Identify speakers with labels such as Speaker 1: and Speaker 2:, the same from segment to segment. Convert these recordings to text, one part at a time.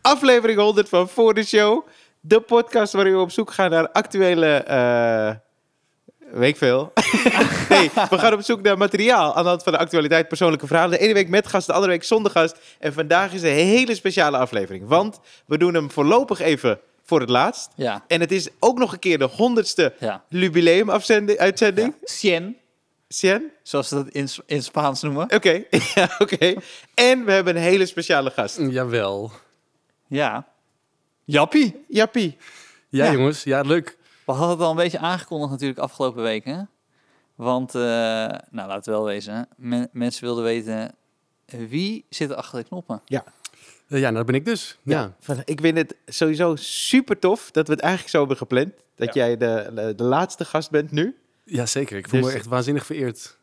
Speaker 1: aflevering 100 van Voor de Show. De podcast waarin we op zoek gaan naar actuele. eh, weet ik veel. nee, we gaan op zoek naar materiaal aan de hand van de actualiteit, persoonlijke verhalen. De ene week met gast, de andere week zonder gast. En vandaag is een hele speciale aflevering. Want we doen hem voorlopig even voor het laatst.
Speaker 2: Ja.
Speaker 1: En het is ook nog een keer de honderdste
Speaker 2: Ja.
Speaker 1: jubileum-uitzending.
Speaker 2: Sien,
Speaker 1: Sien?
Speaker 2: zoals ze dat in, S- in Spaans noemen.
Speaker 1: Oké, ja, oké. En we hebben een hele speciale gast.
Speaker 3: Jawel.
Speaker 2: Ja. Jappie.
Speaker 1: Jappie.
Speaker 3: Ja,
Speaker 2: Ja.
Speaker 3: jongens. Ja, leuk.
Speaker 2: We hadden het al een beetje aangekondigd natuurlijk afgelopen weken. Want, eh, nou laat wel wezen, men- mensen wilden weten wie zit er achter de knoppen.
Speaker 3: Eh, Ja, nou, dat ben ik dus. Ja.
Speaker 1: Van, ik vind het sowieso super tof dat we het eigenlijk zo hebben gepland. Dat jij de, de, de laatste gast bent nu.
Speaker 3: Ja, zeker. Ik voel
Speaker 1: Dus-
Speaker 3: me echt waanzinnig vereerd.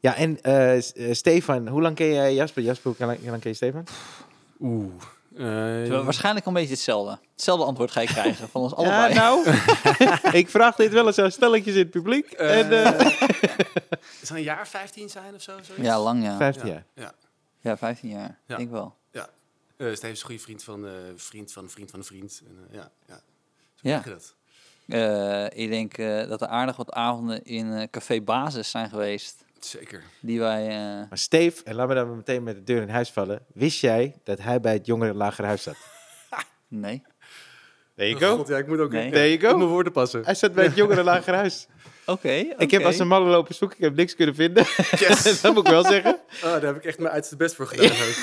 Speaker 1: Ja, en eh, S- eh, Stefan, hoe lang ken jij Jasper? Jasper, hoe lang, hoe lang ken je Stefan?
Speaker 3: Oeh. Eh,
Speaker 2: Terwijl Waarschijnlijk een beetje hetzelfde. Hetzelfde antwoord ga je krijgen van ons
Speaker 1: Ja,
Speaker 2: allebei.
Speaker 1: nou, ik vraag dit wel eens aan stelletjes in het publiek.
Speaker 3: eh,
Speaker 1: en, eh
Speaker 3: het zal een jaar 15 zijn of zo? zoiets?
Speaker 2: Ja, lang ja.
Speaker 1: 15 jaar.
Speaker 3: Ja.
Speaker 2: Ja, 15 jaar.
Speaker 3: Ja.
Speaker 2: Ik wel.
Speaker 3: Eh, Steve is een goede vriend van, eh, vriend van vriend van een vriend. En, eh, ja, ja. Zo
Speaker 2: Ja.
Speaker 3: zeg je dat.
Speaker 2: Eh, ik denk eh, dat er aardig wat avonden in eh, Café Basis zijn geweest.
Speaker 3: Zeker.
Speaker 2: Die wij... eh,
Speaker 1: Maar Steef, en laat me dan meteen met de deur in huis vallen. Wist jij dat hij bij het jongere lagerhuis zat?
Speaker 2: nee.
Speaker 1: There you
Speaker 3: Oh,
Speaker 1: go.
Speaker 3: God, ja, ik moet ook
Speaker 2: Nee.
Speaker 3: ja,
Speaker 1: There you go.
Speaker 3: op mijn woorden passen.
Speaker 1: Hij zat bij het jongere lagerhuis.
Speaker 2: Oké,
Speaker 1: Ik heb
Speaker 2: oké.
Speaker 1: als een malle lopen zoeken, ik heb niks kunnen vinden.
Speaker 3: Yes.
Speaker 1: dat moet ik wel zeggen.
Speaker 3: Ah, daar heb ik echt mijn uiterste best voor gedaan. ook.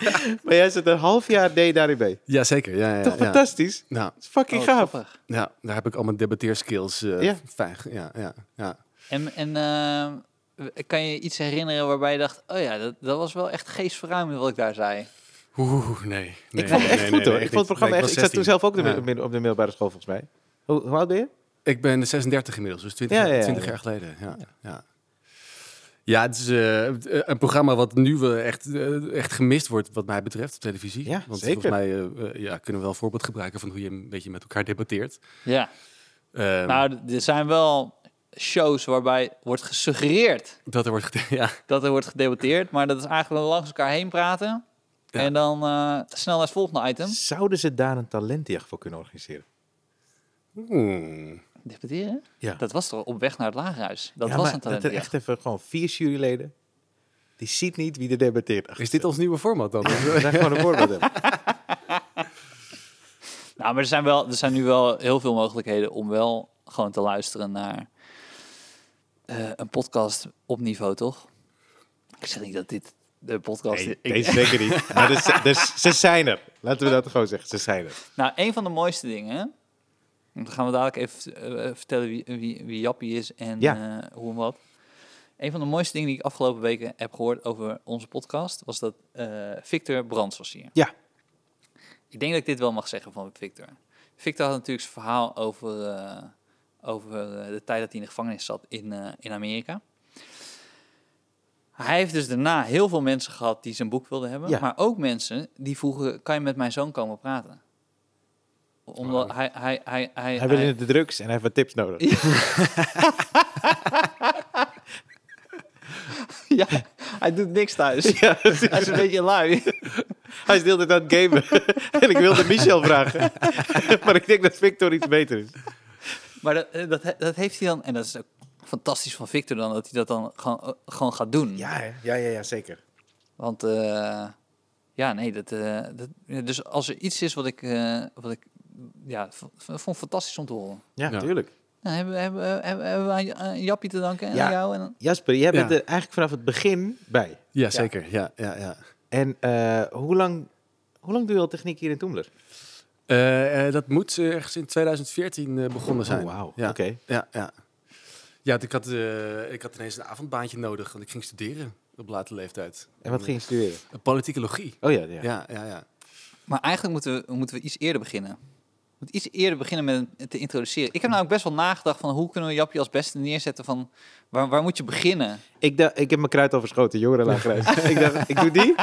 Speaker 3: Ja.
Speaker 1: Maar jij zat een half jaar deed daarin mee.
Speaker 3: ja, zeker. Ja, ja,
Speaker 1: Toch
Speaker 3: ja.
Speaker 1: fantastisch?
Speaker 3: Nou,
Speaker 1: Dat is fucking
Speaker 2: Oh,
Speaker 1: gaaf.
Speaker 2: grappig.
Speaker 3: ja, daar heb ik al mijn debatteerskills. eh
Speaker 1: Ja.
Speaker 3: fijn ge- Ja, ja, ja.
Speaker 2: En, en ehm, w- kan je iets herinneren waarbij je dacht, oh ja, dat, dat was wel echt geestverruimend wat ik daar zei.
Speaker 3: Oeh, nee. nee,
Speaker 1: ik vond het
Speaker 3: nee,
Speaker 1: echt
Speaker 3: nee,
Speaker 1: goed hoor.
Speaker 3: nee,
Speaker 1: ik
Speaker 3: niet.
Speaker 1: vond het programma
Speaker 3: Nee,
Speaker 1: echt...
Speaker 3: was
Speaker 1: Ik zat toen
Speaker 3: 16.
Speaker 1: zelf ook op
Speaker 3: Ja.
Speaker 1: de, mi- op de middelbare school volgens mij. Hoe, hoe oud ben je?
Speaker 3: Ik ben 36 inmiddels, dus 20,
Speaker 1: Ja, ja, ja,
Speaker 3: 20
Speaker 1: ja.
Speaker 3: jaar geleden. Ja, ja. ja het is eh, een programma wat nu wel echt, eh, echt gemist wordt, wat mij betreft, op televisie.
Speaker 1: Ja,
Speaker 3: Want
Speaker 1: zeker.
Speaker 3: volgens mij eh, eh, ja, kunnen we wel een voorbeeld gebruiken van hoe je een beetje met elkaar debatteert.
Speaker 2: Ja,
Speaker 3: Ehm,
Speaker 2: nou, d- er zijn wel shows waarbij wordt gesuggereerd
Speaker 3: dat er wordt gede- ja.
Speaker 2: dat er wordt gedebatteerd, maar dat is eigenlijk wel langs elkaar heen praten.
Speaker 3: Ja.
Speaker 2: En dan eh, snel naar het volgende item.
Speaker 1: Zouden ze daar een talentjacht voor kunnen organiseren?
Speaker 3: Hmm.
Speaker 2: Debatteren?
Speaker 1: Ja.
Speaker 2: Dat was toch op weg naar het lagerhuis? Dat
Speaker 1: Ja,
Speaker 2: was
Speaker 1: maar
Speaker 2: een
Speaker 1: Dat er
Speaker 2: talent.
Speaker 1: echt even gewoon vier juryleden... Die ziet niet wie er debatteert. Ach,
Speaker 3: Is dit ons nieuwe format dan?
Speaker 1: we zijn gewoon een voorbeeld hebben.
Speaker 2: Nou, maar er zijn, wel, er zijn nu wel heel veel mogelijkheden om wel gewoon te luisteren naar eh, een podcast op niveau, toch? Ik zeg niet dat dit de podcast
Speaker 1: Nee,
Speaker 2: is. Ik-
Speaker 1: deze zeker niet. Maar dus, dus, ze zijn er. Laten we dat gewoon zeggen. Ze zijn er.
Speaker 2: nou, een van de mooiste dingen. Dan gaan we dadelijk even eh, vertellen wie, wie, wie Jappie is en
Speaker 1: Ja.
Speaker 2: eh, hoe en wat. Een van de mooiste dingen die ik afgelopen weken heb gehoord over onze podcast was dat eh, Victor Brands was hier.
Speaker 1: Ja.
Speaker 2: Ik denk dat ik dit wel mag zeggen van Victor. Victor had natuurlijk zijn verhaal over, eh, over eh, de tijd dat hij in de gevangenis zat in, eh, in Amerika. Hij heeft dus daarna heel veel mensen gehad die zijn boek wilden hebben.
Speaker 1: Ja.
Speaker 2: Maar ook mensen die vroegen, kan je met mijn zoon komen praten? Omdat
Speaker 3: Wauw.
Speaker 2: hij, hij, hij, hij,
Speaker 1: Hij wil
Speaker 2: hij-
Speaker 1: in de drugs en hij heeft wat tips nodig.
Speaker 2: ja, hij doet niks thuis.
Speaker 1: Ja,
Speaker 2: hij is een beetje lui.
Speaker 1: Hij is de hele tijd aan het gamen. en ik wilde Michel vragen. maar ik denk dat Victor iets beter is.
Speaker 2: Maar dat, eh, dat, he- dat heeft hij dan, en dat is ook fantastisch van Victor dan, dat hij dat dan gewoon, eh, gewoon gaat doen.
Speaker 1: Ja, ja, ja, ja zeker.
Speaker 2: Want eh, ja, nee, dat, eh, dat, ja, dus als er iets is wat ik, eh, wat ik ja, v- v- vond fantastisch om te horen.
Speaker 1: Ja,
Speaker 3: Ja.
Speaker 1: tuurlijk.
Speaker 2: Nou, hebben, hebben, hebben, hebben we aan, aan Jappie te danken en
Speaker 1: Ja.
Speaker 2: aan jou. En,
Speaker 1: Jasper, jij bent
Speaker 3: Ja.
Speaker 1: er eigenlijk vanaf het begin bij.
Speaker 3: Ja, zeker. Ja, ja, ja.
Speaker 1: En eh, hoe, lang, hoe lang doe je al techniek hier in Toemler?
Speaker 3: Eh, eh, dat moet eh, ergens in 2014 eh, begonnen zijn.
Speaker 1: Oh, wauw.
Speaker 3: Ja.
Speaker 1: Oké.
Speaker 3: Ja, ja. Ja, want ik had, eh, ik had ineens een avondbaantje nodig, want ik ging studeren op late leeftijd. Eh,
Speaker 1: En wat ging je studeren?
Speaker 3: Politicologie.
Speaker 1: Oh ja, ja.
Speaker 3: Ja, ja, ja.
Speaker 2: maar eigenlijk moeten we, moeten we iets eerder beginnen. We moeten iets eerder beginnen met te introduceren. Ik heb namelijk best wel nagedacht van hoe kunnen we Jappie als beste neerzetten van waar, waar moet je beginnen?
Speaker 1: Ik, dacht, ik heb mijn kruid al verschoten, jongerenlaagruis. ik dacht, ik doe die.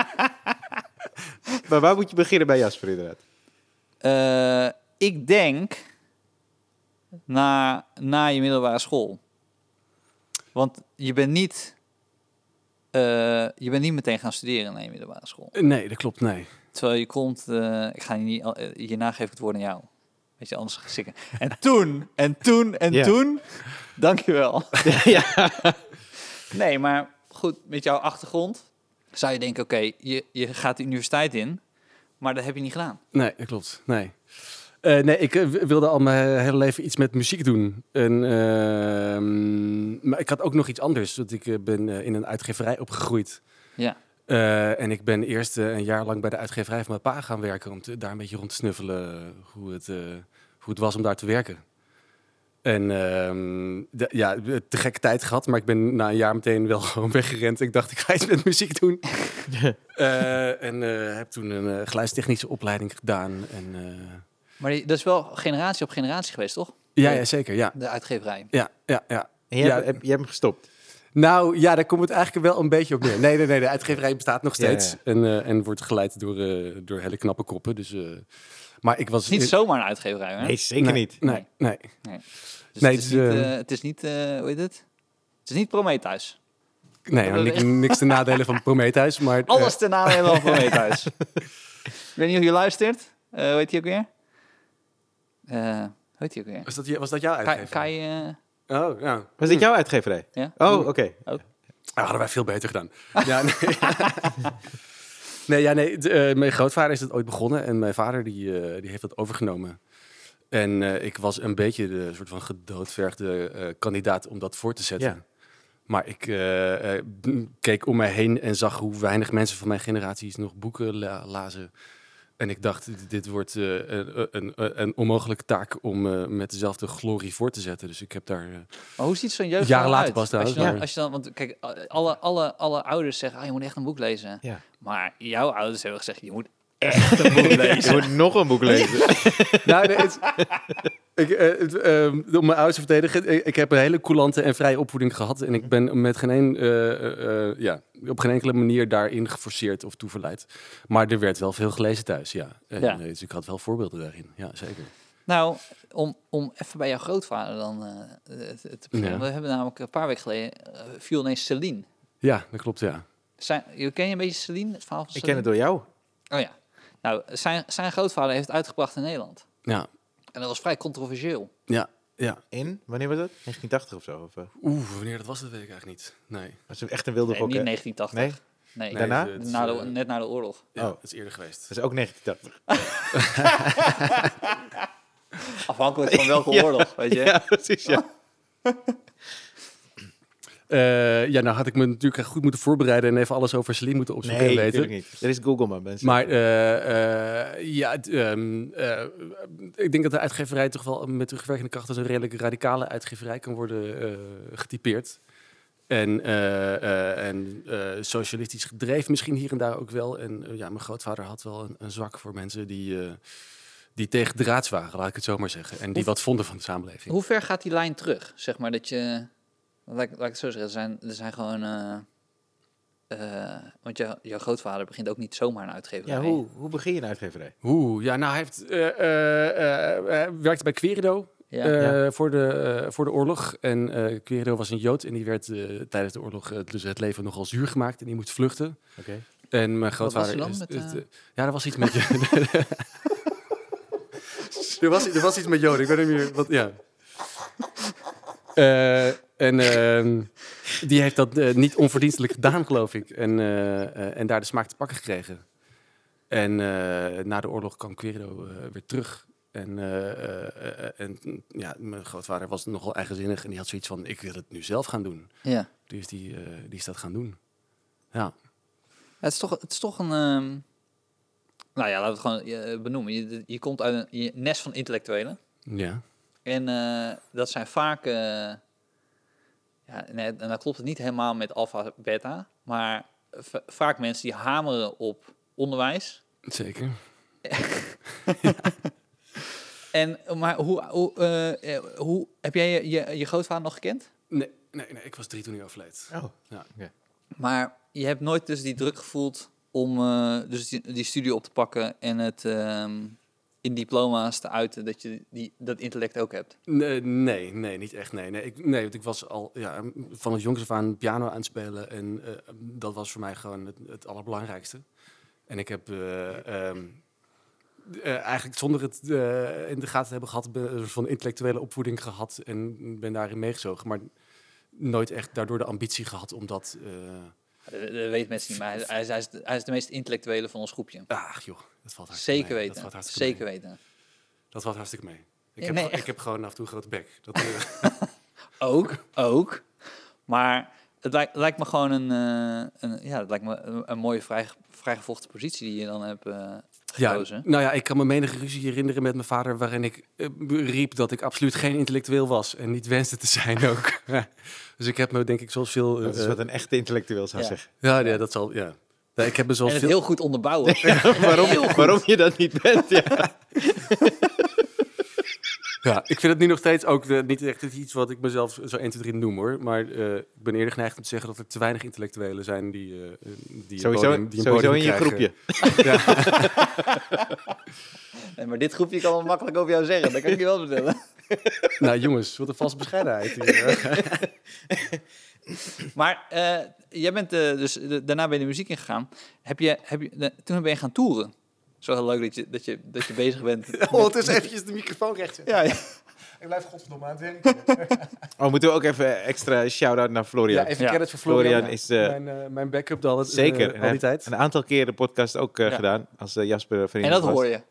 Speaker 1: maar waar moet je beginnen bij Jasper inderdaad?
Speaker 2: Eh, ik denk na, na je middelbare school. Want je bent niet, eh, je bent niet meteen gaan studeren na je middelbare school.
Speaker 3: Eh, Nee, dat klopt, nee.
Speaker 2: terwijl je komt, eh, ik ga je niet, al- eh, hierna geef ik het woord aan jou. Weet je, anders zikken. En toen, en toen, en
Speaker 1: Ja.
Speaker 2: toen, dankjewel.
Speaker 1: ja.
Speaker 2: Nee, maar goed, met jouw achtergrond zou je denken, oké, je, je gaat de universiteit in, maar dat heb je niet gedaan.
Speaker 3: Nee, dat klopt. Nee. Eh, nee, ik eh, w- wilde al mijn hele leven iets met muziek doen. En, ehm, maar ik had ook nog iets anders. Want ik eh, ben eh, in een uitgeverij opgegroeid.
Speaker 2: Ja.
Speaker 3: Eh, en ik ben eerst eh, een jaar lang bij de uitgeverij van mijn pa gaan werken. Om te- daar een beetje rond te snuffelen eh, hoe het, eh, hoe het was om daar te werken. En ehm, de- ja, te gekke tijd gehad. Maar ik ben na een jaar meteen wel gewoon weggerend. Ik dacht, ik ga iets met muziek doen. Eh, en eh, heb toen een eh, geluidstechnische opleiding gedaan. En, eh,
Speaker 2: Maar die- dat is wel generatie op generatie geweest, toch?
Speaker 3: ja, ja, zeker. Ja,
Speaker 2: De uitgeverij.
Speaker 3: ja, ja. ja.
Speaker 1: En jij,
Speaker 3: Ja.
Speaker 1: hebt, heb- jij hebt hem gestopt.
Speaker 3: Nou ja, daar komt het eigenlijk wel een beetje op neer. Nee, nee, nee, de uitgeverij bestaat nog
Speaker 1: Ja,
Speaker 3: steeds.
Speaker 1: ja.
Speaker 3: En, eh, en wordt geleid door, eh, door hele knappe koppen. Dus, eh, maar ik was...
Speaker 2: Het is niet zomaar een uitgeverij, hè?
Speaker 1: Nee, zeker
Speaker 3: Eh, Nee,
Speaker 1: niet.
Speaker 3: Nee, nee.
Speaker 2: Dus
Speaker 3: nee,
Speaker 2: het is
Speaker 3: het
Speaker 2: niet,
Speaker 3: is,
Speaker 2: eh, het is niet eh, hoe heet het? Het is niet Prometheus.
Speaker 3: Nee, nou, niks, niks te nadelen van Prometheus, maar... eh,
Speaker 2: Alles ten nadele van Prometheus. Ik weet niet of je luistert. Eh hoe heet die ook weer? Eh hoe heet die ook weer?
Speaker 3: was, dat, je- was dat jouw
Speaker 2: Kai,
Speaker 3: uitgever?
Speaker 2: Kai, eh,
Speaker 3: Oh, ja.
Speaker 1: Was dit jouw uitgeverij?
Speaker 2: Mm. Ja.
Speaker 1: Oh, oké.
Speaker 3: Dat Ah, hadden wij veel beter gedaan. Ja, nee. nee, ja, nee d- eh, mijn grootvader is dat ooit begonnen en mijn vader die, eh, die heeft dat overgenomen. En eh, ik was een beetje de soort van gedoodvergde eh, kandidaat om dat voor te zetten.
Speaker 1: Ja.
Speaker 3: Maar ik eh, eh, m- keek om mij heen en zag hoe weinig mensen van mijn generaties nog boeken la- lazen. En ik dacht, dit- dit wordt eh, een, een, een onmogelijke taak om eh, met dezelfde glorie voor te zetten. Dus ik heb daar... eh,
Speaker 2: Maar hoe ziet zo'n jeugd
Speaker 3: Jaren later
Speaker 2: uit?
Speaker 3: pas
Speaker 2: als je,
Speaker 3: trouwens,
Speaker 2: dan,
Speaker 3: maar-
Speaker 2: als je dan, want kijk, alle, alle, alle ouders zeggen, ah, je moet echt een boek lezen.
Speaker 1: Ja.
Speaker 2: Maar jouw ouders hebben gezegd, je moet echt een boek
Speaker 1: Je
Speaker 2: lezen.
Speaker 1: moet nog een boek lezen.
Speaker 3: nou, nee, het- ik, eh, het, ehm, om mijn ouders te verdedigen, ik, ik heb een hele coulante en vrije opvoeding gehad. En ik ben met geen een, eh, eh, eh, ja, op geen enkele manier daarin geforceerd of toeverleid. Maar er werd wel veel gelezen thuis, ja. En,
Speaker 2: Ja.
Speaker 3: eh, Dus ik had wel voorbeelden daarin, ja, zeker.
Speaker 2: nou, om, om even bij jouw grootvader dan eh, eh, te te beginnen.
Speaker 3: Ja.
Speaker 2: We hebben namelijk een paar weken geleden, eh, viel ineens Celine.
Speaker 3: Ja, dat klopt, ja.
Speaker 2: Zijn, je- ken je een beetje Celine, het verhaal van
Speaker 1: Ik
Speaker 2: Celine?
Speaker 1: ken het door jou.
Speaker 2: Oh ja. Nou, zijn, zijn grootvader heeft het uitgebracht in Nederland.
Speaker 3: Ja,
Speaker 2: En dat was vrij controversieel.
Speaker 3: ja, ja.
Speaker 1: In, wanneer was dat? 1980 of zo? Of, eh,
Speaker 3: Oeh, wanneer dat was, dat weet ik eigenlijk niet. Nee.
Speaker 1: was het echt een wilde
Speaker 2: Nee,
Speaker 1: gok,
Speaker 2: niet
Speaker 1: hè?
Speaker 2: 1980.
Speaker 1: Nee?
Speaker 2: Nee,
Speaker 3: Nee,
Speaker 1: Daarna?
Speaker 3: het is,
Speaker 2: na de-
Speaker 3: eh,
Speaker 2: net na de oorlog.
Speaker 3: ja,
Speaker 1: Oh.
Speaker 3: het is eerder geweest.
Speaker 1: Dat is ook 1980.
Speaker 2: Afhankelijk van welke
Speaker 1: Ja.
Speaker 2: oorlog, weet je.
Speaker 1: Ja, precies, ja.
Speaker 3: Eh, ja, nou had ik me natuurlijk goed moeten voorbereiden en even alles over Celine moeten opzoeken en weten.
Speaker 1: natuurlijk niet. Er is Google, man, mensen.
Speaker 3: Maar eh, eh, ja, het, ehm, eh, ik denk dat de uitgeverij toch wel met terugwerkende kracht als een redelijk radicale uitgeverij kan worden eh, getypeerd. En, eh, eh, en eh, socialistisch gedreven misschien hier en daar ook wel. En eh, ja, mijn grootvader had wel een, een zwak voor mensen die, eh, die tegen draads waren, laat ik het zo maar zeggen. En die wat vonden van de samenleving.
Speaker 2: Hoe ver gaat die lijn terug? Zeg maar dat je. Laat ik, laat ik het zo zeggen. Er zijn, er zijn gewoon. eh, eh, want jou- jouw grootvader begint ook niet zomaar een uitgeverij.
Speaker 1: ja, hoe, hoe begin je een uitgeverij?
Speaker 3: Hoe? Ja, nou, hij heeft, eh, eh, eh, hij werkte bij Querido
Speaker 2: Ja.
Speaker 3: eh, Voor, de, eh, voor de oorlog. En eh Querido was een Jood en die werd eh, tijdens de oorlog eh, dus het leven nogal zuur gemaakt. En die moest vluchten.
Speaker 1: Oké.
Speaker 3: En mijn
Speaker 2: was
Speaker 3: grootvader...
Speaker 2: er dan
Speaker 3: is-
Speaker 2: met,
Speaker 3: is-
Speaker 2: eh?
Speaker 3: eh, ja, er was iets met... er, was, er was iets met Joden. Ik weet niet meer... Wat, ja. Eh, en ehm, die heeft dat eh, niet onverdienstelijk gedaan, geloof ik. En, eh, eh, en daar de smaak te pakken gekregen. En eh, na de oorlog kwam Querido eh, weer terug. En, eh, eh, eh, en mm, ja, mijn grootvader was nogal eigenzinnig en die had zoiets van: ik wil het nu zelf gaan doen.
Speaker 2: Ja.
Speaker 3: Dus die, eh, die is dat gaan doen. Ja,
Speaker 2: Ja, het, is toch, het is toch een. ehm, nou ja, laten we het gewoon eh, benoemen. Je, je komt uit een je nest van intellectuelen.
Speaker 3: ja.
Speaker 2: En eh, dat zijn vaak. eh, ja, nee, en dan klopt het niet helemaal met alfa, beta. Maar va- vaak mensen die hameren op onderwijs.
Speaker 3: zeker.
Speaker 2: En, maar hoe, hoe, eh, eh, hoe heb jij je, je, je grootvader nog gekend?
Speaker 3: Nee, nee, nee, ik was drie toen hij overleed.
Speaker 1: Oh,
Speaker 2: Maar je hebt nooit dus die druk gevoeld om eh, dus die, die studie op te pakken en het ehm, in diploma's te uiten dat je die, dat intellect ook hebt.
Speaker 3: Nee, nee, nee, niet echt. Nee, nee, ik, nee want ik was al ja, van het jongs af aan piano aan het spelen. En eh, dat was voor mij gewoon het, het allerbelangrijkste. En ik heb eh, ehm, eh, eigenlijk zonder het eh, in de gaten te hebben gehad, be- een soort van intellectuele opvoeding gehad en ben daarin meegezogen. Maar nooit echt daardoor de ambitie gehad om dat... eh,
Speaker 2: Dat, dat weten mensen niet, maar hij, hij, is- hij is, de- hij is de meest intellectuele van ons groepje.
Speaker 3: ah, joh, dat valt hartstikke
Speaker 2: Zeker
Speaker 3: mee. Dat
Speaker 2: weten.
Speaker 3: valt hartstikke
Speaker 2: Zeker
Speaker 3: mee.
Speaker 2: weten.
Speaker 3: Dat valt hartstikke mee. Ik,
Speaker 2: Ja,
Speaker 3: heb,
Speaker 2: nee,
Speaker 3: ge-
Speaker 2: echt.
Speaker 3: ik heb gewoon af en toe een grote bek. Dat, eh,
Speaker 2: Ook, ook. Maar het lijkt, lijkt me gewoon een, eh, een, ja, het lijkt me een, een mooie vrij, vrijgevochten positie die je dan hebt eh, gekozen.
Speaker 3: Ja, nou ja, ik kan me menige ruzie herinneren met mijn vader, waarin ik eh, riep dat ik absoluut geen intellectueel was en niet wenste te zijn ook. dus ik heb me denk ik zoals veel.
Speaker 1: Dat is
Speaker 3: eh,
Speaker 1: wat een echte intellectueel zou
Speaker 2: Ja.
Speaker 1: zeggen.
Speaker 3: ja, ja, dat zal. Ja. Nee, ik heb me
Speaker 2: En
Speaker 3: zoals
Speaker 2: het
Speaker 3: veel.
Speaker 2: heel goed onderbouwen. Heel
Speaker 1: waarom,
Speaker 2: goed.
Speaker 1: waarom je dat niet bent, ja.
Speaker 3: Ja, ik vind het nu nog steeds ook eh, niet echt iets wat ik mezelf zo 1, 2, 3 noem hoor. Maar eh, ik ben eerder geneigd om te zeggen dat er te weinig intellectuelen zijn die. eh, eh, die
Speaker 1: Sowieso,
Speaker 3: een podium, die een
Speaker 1: sowieso
Speaker 3: podium
Speaker 1: in je
Speaker 3: krijgen.
Speaker 1: groepje.
Speaker 2: Nee, maar dit groepje kan wel makkelijk over jou zeggen, dat kan ik je wel vertellen.
Speaker 3: Nou jongens, wat een valse bescheidenheid. Hier, eh. hè.
Speaker 2: Maar eh, jij bent eh, dus de- daarna ben je de muziek ingegaan. Heb je, heb je, de- toen ben je gaan toeren. Zo heel leuk dat je, dat je, dat je bezig bent.
Speaker 1: Oh,
Speaker 3: Ondertussen eventjes de microfoon recht.
Speaker 2: Ja, ja.
Speaker 3: Ik blijf godverdomme aan het werken.
Speaker 1: Oh, moeten we ook even extra shout-out naar Florian.
Speaker 3: Ja, even
Speaker 2: Ja.
Speaker 3: kennis voor Florian.
Speaker 1: Florian
Speaker 3: Ja.
Speaker 1: is, eh,
Speaker 3: mijn, eh, mijn backup dan. het-
Speaker 1: Zeker. En
Speaker 3: eh, al
Speaker 1: hij
Speaker 3: die
Speaker 1: heeft
Speaker 3: tijd.
Speaker 1: Een aantal keren de podcast ook eh,
Speaker 2: Ja.
Speaker 1: gedaan. Als eh, Jasper vriend
Speaker 2: En dat
Speaker 1: was.
Speaker 2: hoor je.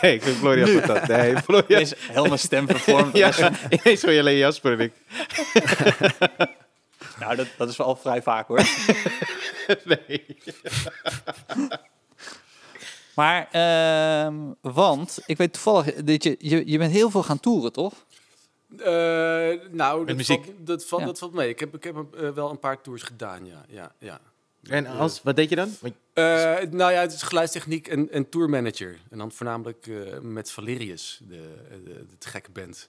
Speaker 1: Nee, ik vind Florian fantastisch. Nee, Florian.
Speaker 2: Deze helemaal stem vervormd.
Speaker 1: Ja, ineens hoor je alleen Jasper en ik.
Speaker 2: Nou, dat, dat is wel vrij vaak hoor.
Speaker 1: Nee.
Speaker 2: Maar, ehm, want ik weet toevallig dat je, je, je bent heel veel gaan toeren, toch?
Speaker 3: Eh, nou, dat
Speaker 1: muziek.
Speaker 3: Valt, dat, valt,
Speaker 2: Ja.
Speaker 3: dat valt mee. Ik heb, ik heb eh, wel een paar tours gedaan, ja. ja, ja.
Speaker 1: En als, wat deed je dan? Want-
Speaker 3: Eh, nou ja, het is geluidstechniek en, en tourmanager. En dan voornamelijk eh, met Valerius, de, eh, de, de te gekke band.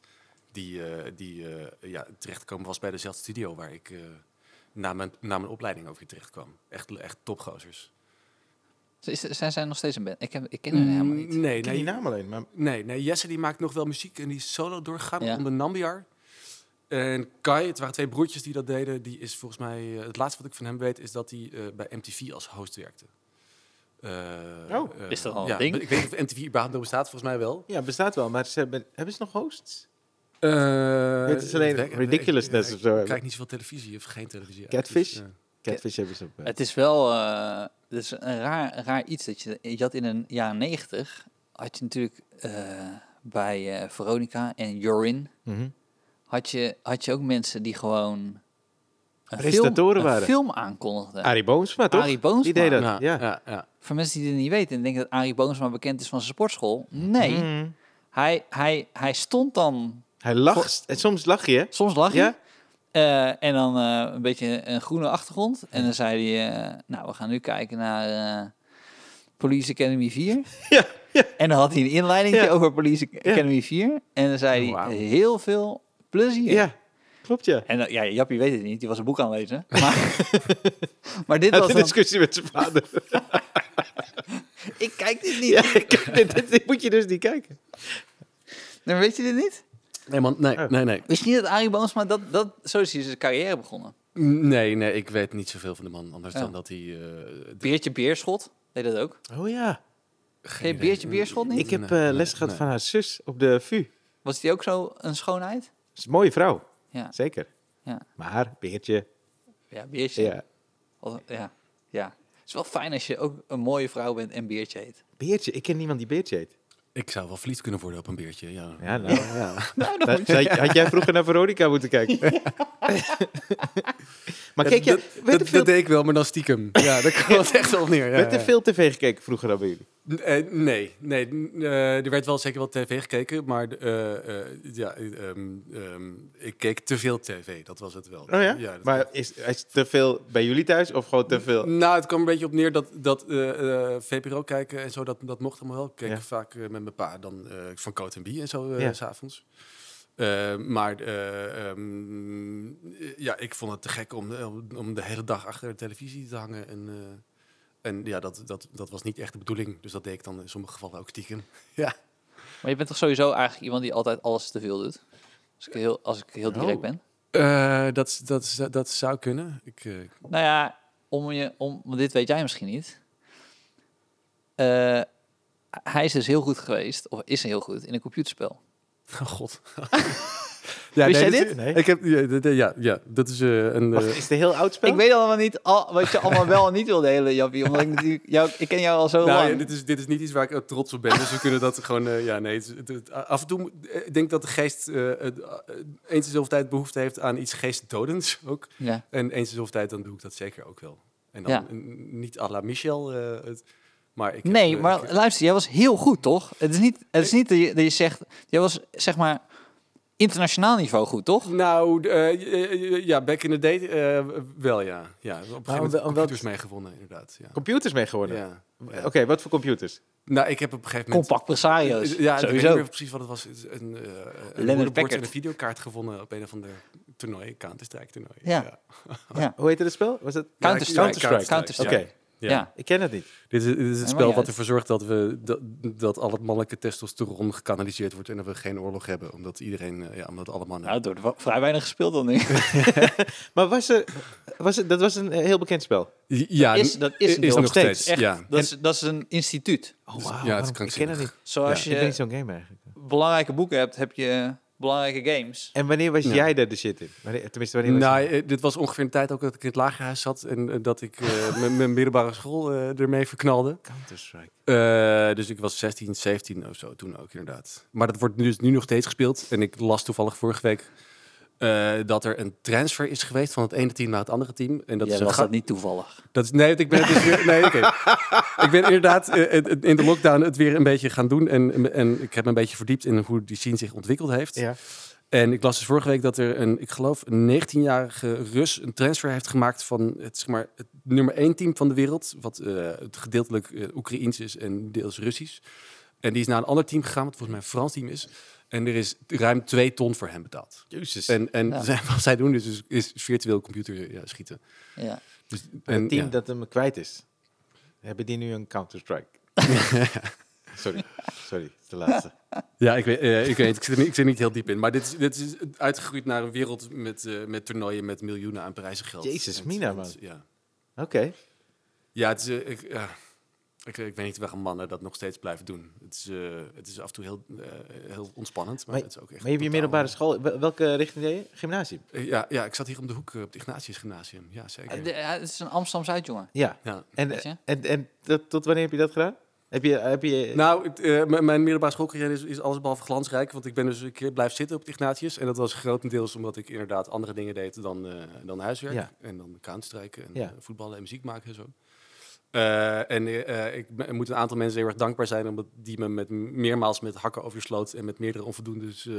Speaker 3: Die, eh, die eh, ja, terechtkomen was bij dezelfde studio waar ik eh, na, mijn, na mijn opleiding ook weer terecht kwam. Echt, echt topgozers.
Speaker 2: Is, zijn zij nog steeds een band? Ik, heb, ik ken hun helemaal niet.
Speaker 3: Nee,
Speaker 1: Ik ken die
Speaker 3: nee,
Speaker 1: naam alleen, maar
Speaker 3: Nee, nee, Jesse die maakt nog wel muziek en die is solo doorgaan
Speaker 2: Ja.
Speaker 3: onder Nambiar. En Kai, het waren twee broertjes die dat deden, die is volgens mij... eh, het laatste wat ik van hem weet is dat hij eh, bij MTV als host werkte. Eh,
Speaker 1: Oh.
Speaker 3: eh,
Speaker 2: Is dat al een ding?
Speaker 3: Ik weet niet of MTV überhaupt nog bestaat, volgens mij wel.
Speaker 1: ja, bestaat wel. Maar ze hebben, hebben ze nog hosts?
Speaker 3: Eh,
Speaker 1: Het is alleen
Speaker 3: ik- ik-
Speaker 1: ridiculousness
Speaker 3: ik-
Speaker 1: of zo,
Speaker 3: Ik
Speaker 1: hè?
Speaker 3: kijk niet zoveel televisie of geen televisie.
Speaker 1: Catfish?
Speaker 3: Dus, eh,
Speaker 1: Catfish hebben ze op. eh,
Speaker 2: Het is wel eh, het is een raar, raar iets dat je, je had in de jaren negentig, had je natuurlijk eh, bij eh, Veronica en Jorin,
Speaker 1: mhm.
Speaker 2: had je, had je ook mensen die gewoon een
Speaker 1: Presentatoren
Speaker 2: film, een
Speaker 1: waren.
Speaker 2: film aankondigden.
Speaker 1: Arie Boomsma, toch?
Speaker 2: Arie Boomsma.
Speaker 1: Die deed dat,
Speaker 3: nou,
Speaker 1: ja.
Speaker 3: ja, ja.
Speaker 2: Voor mensen die het niet weten en denken dat Arie Boomsma bekend is van zijn sportschool. Nee,
Speaker 1: Mhm.
Speaker 2: hij, hij, hij stond dan
Speaker 1: Hij lacht. En soms lach je, hè?
Speaker 2: Soms lag je.
Speaker 1: Ja?
Speaker 2: Eh, en dan eh, een beetje een groene achtergrond. En dan zei hij, eh, nou, we gaan nu kijken naar eh, Police Academy 4.
Speaker 1: Ja,
Speaker 2: En dan had hij een inleiding
Speaker 1: Ja.
Speaker 2: over Police
Speaker 1: Ja. Oh,
Speaker 2: Academy 4. En dan zei hij,
Speaker 3: Wauw.
Speaker 2: heel veel plezier.
Speaker 1: Ja, klopt, ja.
Speaker 2: En dan- ja, Jappie weet het niet, die was een boek aan het lezen. Maar, maar dit
Speaker 1: Hij had
Speaker 2: was
Speaker 1: een
Speaker 2: dan,
Speaker 1: discussie met zijn vader.
Speaker 2: ik kijk dit niet.
Speaker 1: ja, kijk, dit, dit- dit moet je dus niet kijken.
Speaker 2: Dan weet je dit niet?
Speaker 3: Nee, man, nee,
Speaker 1: Oh.
Speaker 3: nee, nee.
Speaker 2: Wist je niet dat Arie Boomsma, dat, dat, zo is hij zijn carrière begonnen.
Speaker 3: Nee, nee, ik weet niet zoveel van de man. Anders
Speaker 2: Ja.
Speaker 3: dan dat hij... eh,
Speaker 2: Beertje Beerschot deed dat ook.
Speaker 1: Oh ja.
Speaker 2: Geen Beertje Beerschot niet?
Speaker 1: Ik heb
Speaker 3: Nee,
Speaker 1: eh, les
Speaker 3: nee,
Speaker 1: gehad
Speaker 3: nee.
Speaker 1: van haar zus op de VU.
Speaker 2: Was die ook zo een schoonheid?
Speaker 1: Dat is een mooie vrouw,
Speaker 2: Ja,
Speaker 1: zeker.
Speaker 2: Ja.
Speaker 1: Maar, Beertje,
Speaker 2: ja Beertje.
Speaker 1: ja.
Speaker 2: Al- Ja, ja. Het is wel fijn als je ook een mooie vrouw bent en biertje eet.
Speaker 1: Beertje, ik ken niemand die Beertje heet.
Speaker 3: Ik zou wel verliefd kunnen worden op een beertje. Ja.
Speaker 1: Ja, nou,
Speaker 2: Nou, dan
Speaker 1: Dat-
Speaker 2: moet je-
Speaker 1: dat- had jij vroeger naar Veronica moeten kijken? maar kijk, jij,
Speaker 3: dat,
Speaker 1: werd, er
Speaker 3: dat-
Speaker 1: veel,
Speaker 3: dat deed ik wel, maar dan stiekem. Ja, daar kwam het echt wel neer. Ja,
Speaker 1: werd er
Speaker 3: ja.
Speaker 1: veel tv gekeken vroeger dan bij jullie?
Speaker 3: N- eh, nee, nee n- eh, er werd wel zeker wel tv gekeken, maar eh, eh, ja, eh, ehm, ehm, ik keek te veel tv, dat was het wel.
Speaker 1: Oh ja?
Speaker 3: dat-
Speaker 1: maar is, is te veel bij jullie thuis of gewoon te veel?
Speaker 3: Nou, het kwam een beetje op neer dat, dat eh, eh, VPRO kijken en zo, dat, dat mocht allemaal wel. Ik keek
Speaker 1: Ja.
Speaker 3: vaak eh, met mijn pa dan eh, van Coat en Bie en zo eh,
Speaker 1: Ja.
Speaker 3: s s'avonds. Eh, maar eh, ehm, eh, ja, ik vond het te gek om, om- om de hele dag achter de televisie te hangen. En, eh, en ja, dat, dat, dat was niet echt de bedoeling. Dus dat deed ik dan in sommige gevallen ook stiekem.
Speaker 2: Maar je bent toch sowieso eigenlijk iemand die altijd alles te veel doet? Als ik heel, als ik heel direct
Speaker 1: Oh.
Speaker 2: ben.
Speaker 3: Eh, dat, dat, dat zou kunnen. Ik, eh,
Speaker 2: Nou ja, om je, om, want dit weet jij misschien niet. Eh, hij is dus heel goed geweest, of is heel goed, in een computerspel.
Speaker 3: Oh god. ja,
Speaker 2: Wist jij
Speaker 3: is-
Speaker 1: dit? Nee.
Speaker 3: Ik heb, ja, dit- ja, ja, dat is eh, een...
Speaker 1: Wacht,
Speaker 3: eh,
Speaker 1: is het een heel oud spel?
Speaker 2: Ik weet allemaal niet al, wat je allemaal wel en niet wil delen, Jappie. Omdat ik natuurlijk, jou, ik ken jou al zo
Speaker 3: nou,
Speaker 2: lang.
Speaker 3: ja, dit, is, dit is niet iets waar ik eh, trots op ben, dus we kunnen dat gewoon... eh, ja, nee, het is- het- het- af en toe... moet- eh, Ik denk dat de geest eh, eh, eens in zoveel tijd behoefte heeft aan iets geestdodends ook.
Speaker 2: Ja.
Speaker 3: En eens in zoveel tijd, dan doe ik dat zeker ook wel. En dan
Speaker 2: Ja.
Speaker 3: n- niet à la Michel, eh, het, maar ik... heb,
Speaker 2: Nee,
Speaker 3: eh,
Speaker 2: maar
Speaker 3: ik-
Speaker 2: luister, jij was heel goed, toch? Het is niet, het is niet dat, je, dat je zegt... Jij was, zeg maar, internationaal niveau goed, toch?
Speaker 3: Nou, d- eh, eh, eh, ja, back in the day eh, wel, ja. Ja, op een gegeven
Speaker 1: Nou,
Speaker 3: moment
Speaker 1: wel- om welk-
Speaker 3: computers meegewonnen, inderdaad. Ja.
Speaker 1: Computers mee geworden? Eh,
Speaker 3: Ja, ja.
Speaker 1: Oké, wat voor computers?
Speaker 3: Nou, ik heb op een gegeven moment...
Speaker 2: Compact presario's,
Speaker 3: Ja, ik weet niet
Speaker 2: Dus sowieso.
Speaker 3: meer precies wat het was. Het is Een, eh een
Speaker 2: Leonard
Speaker 3: woordenbord en
Speaker 2: Packard.
Speaker 3: een videokaart gevonden op een of ander toernooi, Counter-Strike toernooi.
Speaker 2: Ja. Ja.
Speaker 1: Hoe heette het spel? Was het...
Speaker 2: Counter-
Speaker 1: Counter-Strike. Oké,
Speaker 2: Counter-Strike.
Speaker 3: Ja.
Speaker 2: Ja.
Speaker 1: ik ken het niet.
Speaker 3: Dit is, dit is het
Speaker 2: maakt
Speaker 3: spel
Speaker 2: niet
Speaker 3: wat
Speaker 2: uit.
Speaker 3: ervoor zorgt dat, we, dat, dat al het mannelijke testosteron gekanaliseerd wordt en dat we geen oorlog hebben, omdat iedereen, eh, ja, omdat alle mannen...
Speaker 2: Nou, het wordt wa- vrij weinig gespeeld dan nu.
Speaker 1: Maar was er... Was het, dat was een eh, heel bekend spel.
Speaker 3: ja,
Speaker 2: is- dat is een deel.
Speaker 3: nog
Speaker 1: Nog steeds,
Speaker 3: steeds.
Speaker 2: Echt,
Speaker 3: ja.
Speaker 2: dat, is, dat is een instituut.
Speaker 1: Oh,
Speaker 3: ja, het
Speaker 1: ik
Speaker 3: is
Speaker 1: ken het
Speaker 3: krankzinnig.
Speaker 1: niet.
Speaker 2: Zoals
Speaker 1: Ik ben
Speaker 2: je
Speaker 1: niet zo'n gamer eigenlijk.
Speaker 2: belangrijke boeken hebt, heb je belangrijke games.
Speaker 1: En wanneer was
Speaker 3: Ja.
Speaker 1: jij daar de shit in? Wanneer, tenminste, wanneer was
Speaker 3: Nou,
Speaker 1: je-
Speaker 3: eh, dit was ongeveer de tijd ook dat ik in het lagerhuis zat en eh, dat ik eh, mijn- mijn middelbare school eh, ermee verknalde.
Speaker 1: Counter-Strike.
Speaker 3: Eh, dus ik was 16, 17 of zo toen ook inderdaad. Maar dat wordt nu, dus nu nog steeds gespeeld. En ik las toevallig vorige week eh, dat er een transfer is geweest van het ene team naar het andere team. En dat
Speaker 2: Dat
Speaker 3: is een
Speaker 2: was
Speaker 3: ga-
Speaker 2: dat niet toevallig.
Speaker 3: dat is, nee, want ik ben het dus weer- nee, oké. Ik ben inderdaad eh, het- het- in de lockdown het weer een beetje gaan doen. En, en ik heb me een beetje verdiept in hoe die scene zich ontwikkeld heeft.
Speaker 1: Ja.
Speaker 3: En ik las dus vorige week dat er een, ik geloof, een 19-jarige Rus een transfer heeft gemaakt van het, zeg maar, het nummer 1 team van de wereld. Wat eh, het gedeeltelijk eh, Oekraïens is en deels Russisch. En die is naar een ander team gegaan, wat volgens mij een Frans team is. En er is ruim 2 ton voor hem betaald.
Speaker 1: Jezus.
Speaker 3: En, en
Speaker 2: Ja.
Speaker 3: zij- wat zij doen dus, is, is virtueel computer eh, ja, schieten.
Speaker 2: Ja.
Speaker 3: Dus,
Speaker 1: het team
Speaker 3: ja.
Speaker 1: dat hem kwijt is. Hebben die nu een Counter-Strike? Sorry. Sorry, het is de laatste.
Speaker 3: Ja, ik weet, eh, ik, weet ik, zit er niet, ik zit er niet heel diep in. Maar dit is, dit is uitgegroeid naar een wereld met, eh, met toernooien met miljoenen aan prijzen geld.
Speaker 1: Jezus,
Speaker 3: En-
Speaker 1: mina,
Speaker 3: en-
Speaker 1: man.
Speaker 3: Ja,
Speaker 1: Oké.
Speaker 3: ja, het is, eh, ik, ja. ik, ik weet niet waarom mannen dat nog steeds blijven doen. Het is, eh, het is af en toe heel, eh, heel ontspannend, maar,
Speaker 1: Maar-
Speaker 3: het is ook echt...
Speaker 1: Maar je hebt je
Speaker 3: totaal-
Speaker 1: middelbare school... wel- Welke richting deed je? Gymnasium?
Speaker 3: Eh, Ja, ja, ik zat hier om de hoek eh, op het Ignatius Gymnasium. Ja,
Speaker 1: Ah,
Speaker 3: zeker.
Speaker 2: De- ja, het is een Amsterdam-Zuid, jongen.
Speaker 1: Ja.
Speaker 3: ja.
Speaker 1: En,
Speaker 2: Weet je?
Speaker 1: en, en, dat- tot wanneer heb je dat gedaan? Heb je... Heb je
Speaker 3: Nou, het, eh, m- mijn middelbare schoolcarrière is, is allesbehalve glansrijk. Want ik ben dus een keer blijven zitten op het Ignatius. En dat was grotendeels omdat ik inderdaad andere dingen deed dan, eh, dan huiswerk.
Speaker 1: Ja.
Speaker 3: En dan kaanstrijken en
Speaker 1: Ja.
Speaker 3: eh, voetballen en muziek maken en zo. Eh, en eh, eh, ik ben- moet een aantal mensen heel erg dankbaar zijn... omdat die me met, meermaals met hakken oversloot... en met meerdere onvoldoendes eh,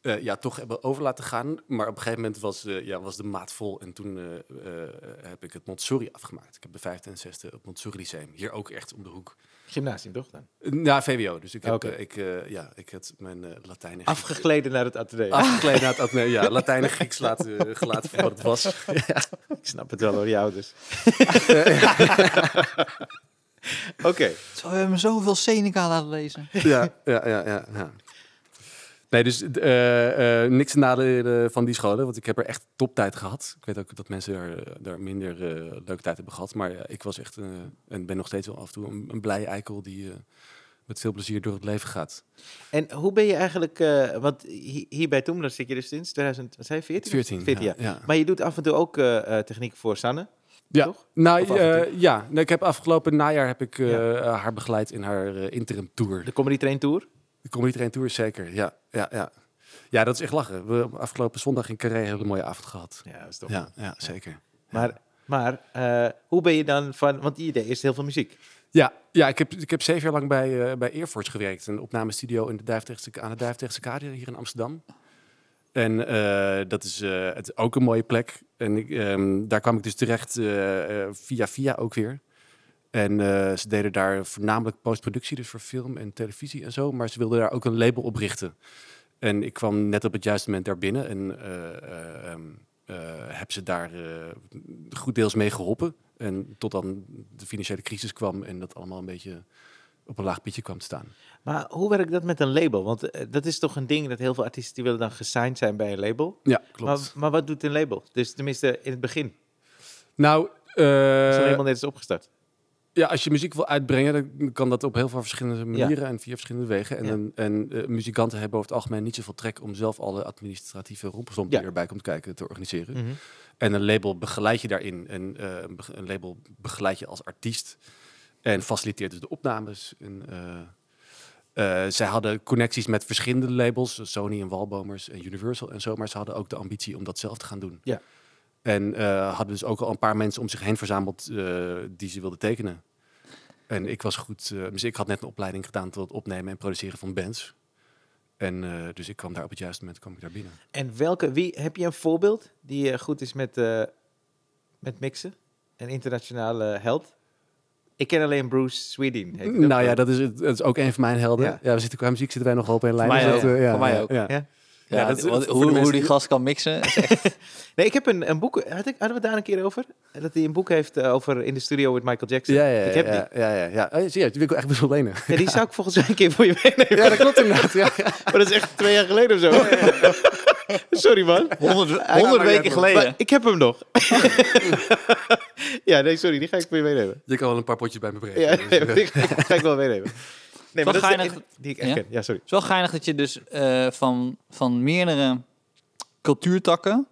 Speaker 3: eh, ja, toch hebben over laten gaan. Maar op een gegeven moment was, eh, ja, was de maat vol. En toen eh, eh, heb ik het Montsori afgemaakt. Ik heb de vijfde en zesde op Montsori Lyceum. Hier ook echt om de hoek.
Speaker 1: Gymnasium toch dan?
Speaker 3: Na VWO, dus ik heb,
Speaker 1: Oké.
Speaker 3: eh, ik, eh, ja, ik had mijn eh, Latijn en Grieks-
Speaker 1: Afgegleden naar het atelier.
Speaker 3: afgekleed na het atleten, ja, Latijn en Grieks laten, eh, gelaten voor wat het was. Ja.
Speaker 1: Ik snap het wel hoor, je ouders. Oké.
Speaker 2: Zo, we hebben hem zoveel Seneca laten lezen.
Speaker 3: Ja, ja, ja, ja, ja. Nee, dus d- eh, eh, niks te nadelen van die scholen, want ik heb er echt toptijd gehad. Ik weet ook dat mensen daar, daar minder eh, leuke tijd hebben gehad, maar ja, ik was echt, eh, en ben nog steeds wel af en toe, een, een blije eikel die eh, met veel plezier door het leven gaat.
Speaker 1: En hoe ben je eigenlijk, eh, want hi- hier bij Toemler zit je dus sinds 2014?
Speaker 3: 14, ja, ja.
Speaker 1: Maar je doet af en toe ook eh, eh, techniek voor Sanne.
Speaker 3: Ja.
Speaker 1: Toch?
Speaker 3: Nou,
Speaker 1: Of af en
Speaker 3: eh, ja. Nee, ik heb afgelopen najaar heb ik eh, eh, haar begeleid in haar eh, interim tour.
Speaker 1: De Comedy Train Tour.
Speaker 3: De Comedy Train Tour zeker, ja. Ja, ja. ja dat is echt lachen. We hebben afgelopen zondag in Carré een hele mooie avond gehad.
Speaker 1: Ja, dat is toch.
Speaker 3: Ja, ja zeker.
Speaker 1: Maar, maar eh, hoe ben je dan van, want je deed eerst heel veel muziek.
Speaker 3: Ja, ja ik, heb, ik heb zeven jaar lang bij, eh, bij Airforce gewerkt. Een opnamestudio in de Duivendrechtse- aan de Duivendrechtse Kade hier in Amsterdam. En eh, dat is eh, het, ook een mooie plek. En ik, ehm, daar kwam ik dus terecht eh, eh, via via ook weer. En eh, ze deden daar voornamelijk postproductie, dus voor film en televisie en zo. Maar ze wilden daar ook een label oprichten. En ik kwam net op het juiste moment daar binnen en eh, eh, ehm, eh, heb ze daar eh, goed deels mee geholpen. En tot dan de financiële crisis kwam en dat allemaal een beetje op een laag pitje kwam te staan.
Speaker 1: Maar hoe werkt dat met een label? Want eh, dat is toch een ding dat heel veel artiesten die willen dan gesigned zijn bij een label.
Speaker 3: Ja,
Speaker 1: Maar, maar wat doet een label? Dus tenminste in het begin.
Speaker 3: Nou,
Speaker 1: is
Speaker 3: Eh,
Speaker 1: helemaal net is opgestart.
Speaker 3: ja, als je muziek wil uitbrengen, dan kan dat op heel veel verschillende manieren en via verschillende wegen. En,
Speaker 1: Ja.
Speaker 3: dan- en eh, muzikanten hebben over het algemeen niet zoveel trek om zelf alle administratieve rompelsomp die
Speaker 1: Ja.
Speaker 3: erbij komt kijken te organiseren. En een label begeleid je daarin. En eh, een beg- een label begeleid je als artiest. En faciliteert dus de opnames. En, eh, eh, zij hadden connecties met verschillende labels. dus Sony en Walbomers en Universal en zo. Maar ze hadden ook de ambitie om dat zelf te gaan doen.
Speaker 1: Ja.
Speaker 3: En eh, hadden dus ook al een paar mensen om zich heen verzameld eh, die ze wilden tekenen. En ik was goed. eh, dus ik had net een opleiding gedaan tot het opnemen en produceren van bands. En eh, dus ik kwam daar op het juiste moment kwam ik daar binnen.
Speaker 1: En welke, wie, heb je een voorbeeld die eh, goed is met, eh, met mixen? Een internationale eh, held? Ik ken alleen Bruce Sweden. heet hij dat?
Speaker 3: Nou ja, dat is, het- dat is ook een van mijn helden.
Speaker 1: Ja.
Speaker 3: Ja, we zitten qua muziek zitten wij nogal op één lijn.
Speaker 2: mij
Speaker 3: dus dat,
Speaker 2: ook.
Speaker 3: eh, ja,
Speaker 2: Voor mij
Speaker 3: ja,
Speaker 2: ook.
Speaker 3: Ja.
Speaker 1: Ja.
Speaker 2: Ja,
Speaker 3: Ja, dat is-
Speaker 2: wat-
Speaker 3: voor de
Speaker 2: hoe,
Speaker 3: mensen
Speaker 2: hoe
Speaker 3: die-
Speaker 2: die gast kan mixen. is echt-
Speaker 1: Nee, ik heb een, een boek, had ik, hadden we het daar een keer over? Dat hij een boek heeft eh, over In de Studio met Michael Jackson.
Speaker 3: Ja, ja, ja,
Speaker 1: ik heb die.
Speaker 3: ja, ja, ja, ja. Oh, zie je, die wil ik echt best wel lenen.
Speaker 1: Ja, die zou ik volgens mij een keer voor je meenemen.
Speaker 3: Ja, dat klopt inderdaad. Ja,
Speaker 1: Maar dat is echt twee jaar geleden of zo. Sorry man.
Speaker 2: Honderd,
Speaker 3: Hij
Speaker 2: honderd
Speaker 3: kan maar
Speaker 2: weken
Speaker 3: net
Speaker 1: Maar
Speaker 2: geleden.
Speaker 1: ik heb hem nog. ja, nee, sorry, die ga ik voor je meenemen.
Speaker 3: Je kan wel een paar potjes bij me Dus brengen.
Speaker 1: Ja, nee, maar die ga ik- ga ik wel meenemen. Nee, maar
Speaker 2: Wel
Speaker 1: dat is de
Speaker 2: geinig-
Speaker 1: enige die ik echt
Speaker 2: Ja?
Speaker 1: ken. Ja, sorry.
Speaker 2: Het is wel geinig dat je dus eh, van, van meerdere cultuurtakken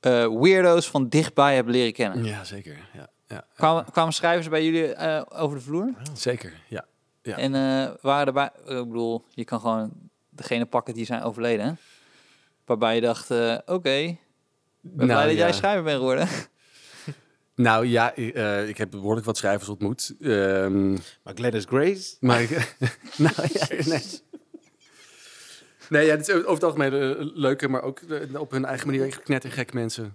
Speaker 2: eh, weirdo's van dichtbij hebt leren kennen.
Speaker 3: ja zeker. Ja, ja,
Speaker 2: Kwamen, kwamen schrijvers bij jullie eh, over de vloer?
Speaker 3: zeker. Ja. Ja.
Speaker 2: En eh, waren erbij... Ik bedoel, je kan gewoon degene pakken die zijn overleden. hè? Waarbij je dacht, eh, oké, ik ben
Speaker 1: Nou
Speaker 2: blij dat
Speaker 3: Nou, ja.
Speaker 2: jij schrijver bent geworden.
Speaker 3: Nou ja, i- eh, ik heb behoorlijk wat schrijvers ontmoet. Ehm,
Speaker 1: Maar Gladys Grace?
Speaker 3: maar ik- nou, ja, nee. Nee, ja, dit is over het algemeen eh, leuke, maar ook eh, op hun eigen manier echt knettergek mensen.
Speaker 2: hoe,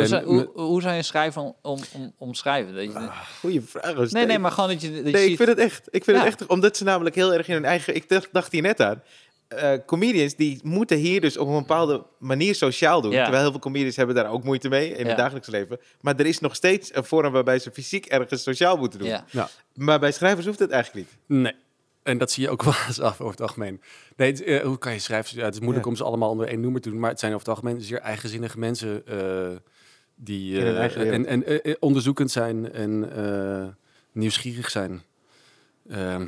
Speaker 3: En
Speaker 2: zou,
Speaker 3: me-
Speaker 2: hoe, hoe zou je een schrijver om, om, om, omschrijven? Dat je,
Speaker 1: Goeie vraag.
Speaker 2: nee, nee, maar gewoon dat je, dat je
Speaker 1: Ah, Nee, ik
Speaker 2: ziet-
Speaker 1: vind het echt. Ik vind
Speaker 2: Ja.
Speaker 1: het echt, omdat ze namelijk heel erg in hun eigen... Ik dacht, dacht hier net aan. eh, comedians die moeten hier dus op een bepaalde manier sociaal doen.
Speaker 2: Ja.
Speaker 1: Terwijl heel veel comedians hebben daar ook moeite mee in
Speaker 2: Ja.
Speaker 1: het dagelijks leven. Maar er is nog steeds een vorm waarbij ze fysiek ergens sociaal moeten doen.
Speaker 2: Ja.
Speaker 1: Maar bij schrijvers hoeft het eigenlijk niet.
Speaker 3: Nee. En dat zie je ook wel eens af over het algemeen. Nee, het, eh, hoe kan je schrijven? Ja, het is moeilijk
Speaker 1: Ja.
Speaker 3: om ze allemaal onder één noemer te doen, maar het zijn over het algemeen zeer eigenzinnige mensen eh, die
Speaker 1: In hun
Speaker 3: eh,
Speaker 1: eigen wereld.
Speaker 3: en, en eh, eh, onderzoekend zijn en eh, nieuwsgierig zijn. Ehm,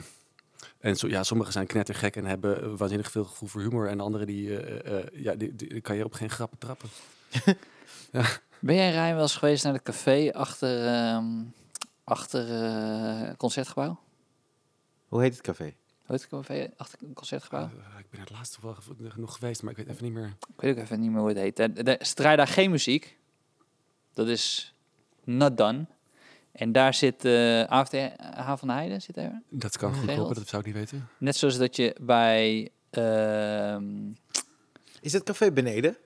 Speaker 3: en zo, ja, sommigen zijn knettergek en hebben waanzinnig veel gevoel voor humor. En anderen die, eh, eh, ja, die, die kan je op geen grappen trappen.
Speaker 2: Ben jij Rijn wel eens geweest naar het café achter, ehm, achter eh, concertgebouw?
Speaker 1: Hoe heet het café?
Speaker 2: Hoe heet het café? Achter een concertgebouw?
Speaker 3: Eh, ik ben het laatste wel nog geweest, maar ik weet even niet meer.
Speaker 2: Ik weet ook even niet meer hoe het heet. Daar, daar, ze draaien daar geen muziek. Dat is not done. En daar zit eh AFT H van de Heijden. Zit er.
Speaker 3: Dat kan
Speaker 2: Nee.
Speaker 3: goed kloppen,
Speaker 2: Gerald?
Speaker 3: dat zou ik niet weten.
Speaker 2: Net zoals dat je bij... ehm,
Speaker 1: Is het café beneden?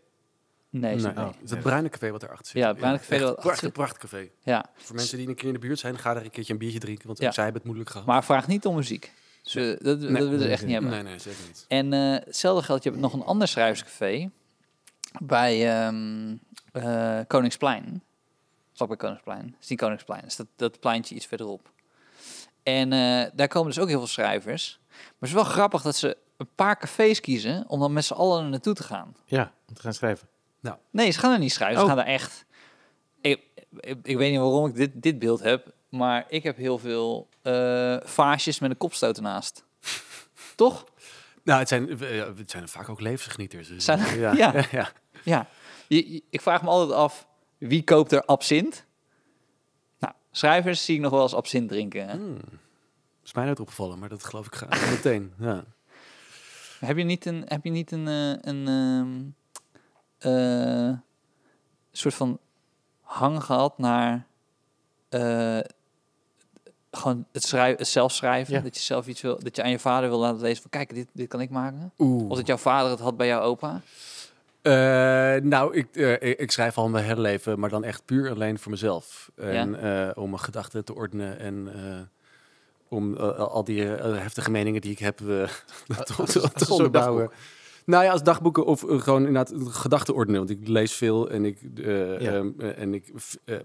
Speaker 2: nee, is
Speaker 3: Nee.
Speaker 2: het niet.
Speaker 3: Oh, is dat bruine café wat erachter zit?
Speaker 2: Ja, het bruine café
Speaker 3: echt
Speaker 2: wat erachter
Speaker 3: prachtig,
Speaker 2: zit.
Speaker 3: prachtig café.
Speaker 2: Ja,
Speaker 3: Voor mensen die een keer in de buurt zijn, ga daar een keertje een biertje drinken, want
Speaker 2: Ja.
Speaker 3: ook zij hebben het moeilijk gehad.
Speaker 2: maar vraag niet om muziek. Dus, eh, dat, dat willen ze
Speaker 1: nee,
Speaker 2: echt niet hebben.
Speaker 3: nee, nee, zeker niet.
Speaker 2: En eh, hetzelfde geldt, je hebt nog een ander schrijverscafé bij ehm, eh, Koningsplein. Vlak bij Koningsplein. Het is niet Koningsplein, het is dat, dat pleintje iets verderop. En eh, daar komen dus ook heel veel schrijvers. Maar het is wel grappig dat ze een paar cafés kiezen om dan met z'n allen er naartoe te gaan.
Speaker 1: Ja, om te gaan schrijven.
Speaker 2: Nee, ze gaan er niet
Speaker 1: Oh.
Speaker 2: schrijven. Ze gaan er echt. Ik, ik, ik weet niet waarom ik dit, dit beeld heb, maar ik heb heel veel eh vaasjes met een kopstoot ernaast. Toch?
Speaker 3: Nou, het zijn, eh, ja, het zijn vaak ook levensgenieters. Dus,
Speaker 2: Zijn-
Speaker 3: ja,
Speaker 2: ja.
Speaker 3: ja, ja.
Speaker 2: Ja, je, je- ik vraag me altijd af, wie koopt er absint? Nou, schrijvers zie ik nog wel eens absint drinken. Hè?
Speaker 3: Hmm. Is mij nooit opgevallen, maar dat geloof ik graag meteen. Ja.
Speaker 2: Heb je niet een, heb je niet een, eh, een ehm, eh, soort van hang gehad naar eh, gewoon het, schrijven, het zelf schrijven?
Speaker 1: Ja.
Speaker 2: Dat je zelf iets wil, dat je aan je vader wil laten lezen van kijk, dit, dit kan ik maken.
Speaker 3: Oeh.
Speaker 2: Of dat jouw vader het had bij jouw opa.
Speaker 3: Eh, nou, ik, eh, ik- ik schrijf al mijn hele leven, maar dan echt puur alleen voor mezelf. En eh, om mijn gedachten te ordenen en eh, om eh, al die eh, heftige meningen die ik heb eh, te, te- te
Speaker 1: soort
Speaker 3: onderbouwen. Nou ja, als dagboeken of eh, gewoon inderdaad gedachten ordenen. Want ik lees veel en ik, eh,
Speaker 1: Ja.
Speaker 3: ehm, eh, en ik, f- eh,